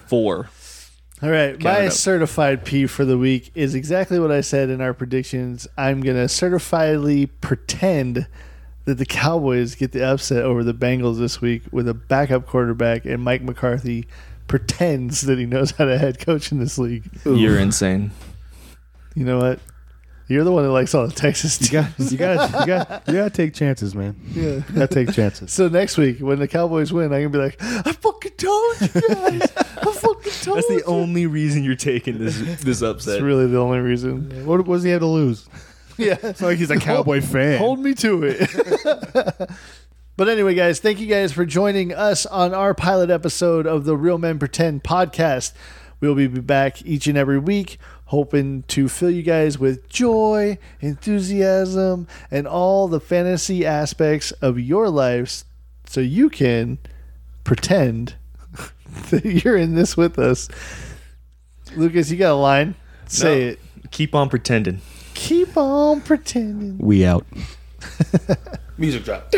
Four. All right, it my up. certified P for the week is exactly what I said in our predictions. I'm gonna certifiably pretend that the Cowboys get the upset over the Bengals this week with a backup quarterback, and Mike McCarthy pretends that he knows how to head coach in this league. You're insane. You know what? You're the one who likes all the Texas you teams. got, you got, you got, you got to take chances, man. Yeah. You got to take chances. So next week, when the Cowboys win, I'm gonna be like, I fucking told you guys. I fucking told That's you. the only reason you're taking this this upset. That's really the only reason. What, what does he have to lose? Yeah. It's not like Oh, he's a cowboy fan. Hold me to it. but anyway, guys, thank you guys for joining us on our pilot episode of the Real Men Pretend podcast. We'll be back each and every week, hoping to fill you guys with joy, enthusiasm, and all the fantasy aspects of your lives so you can pretend that you're in this with us. Lucas, you got a line? Say No. it. Keep on pretending. Keep on pretending. We out. Music drop.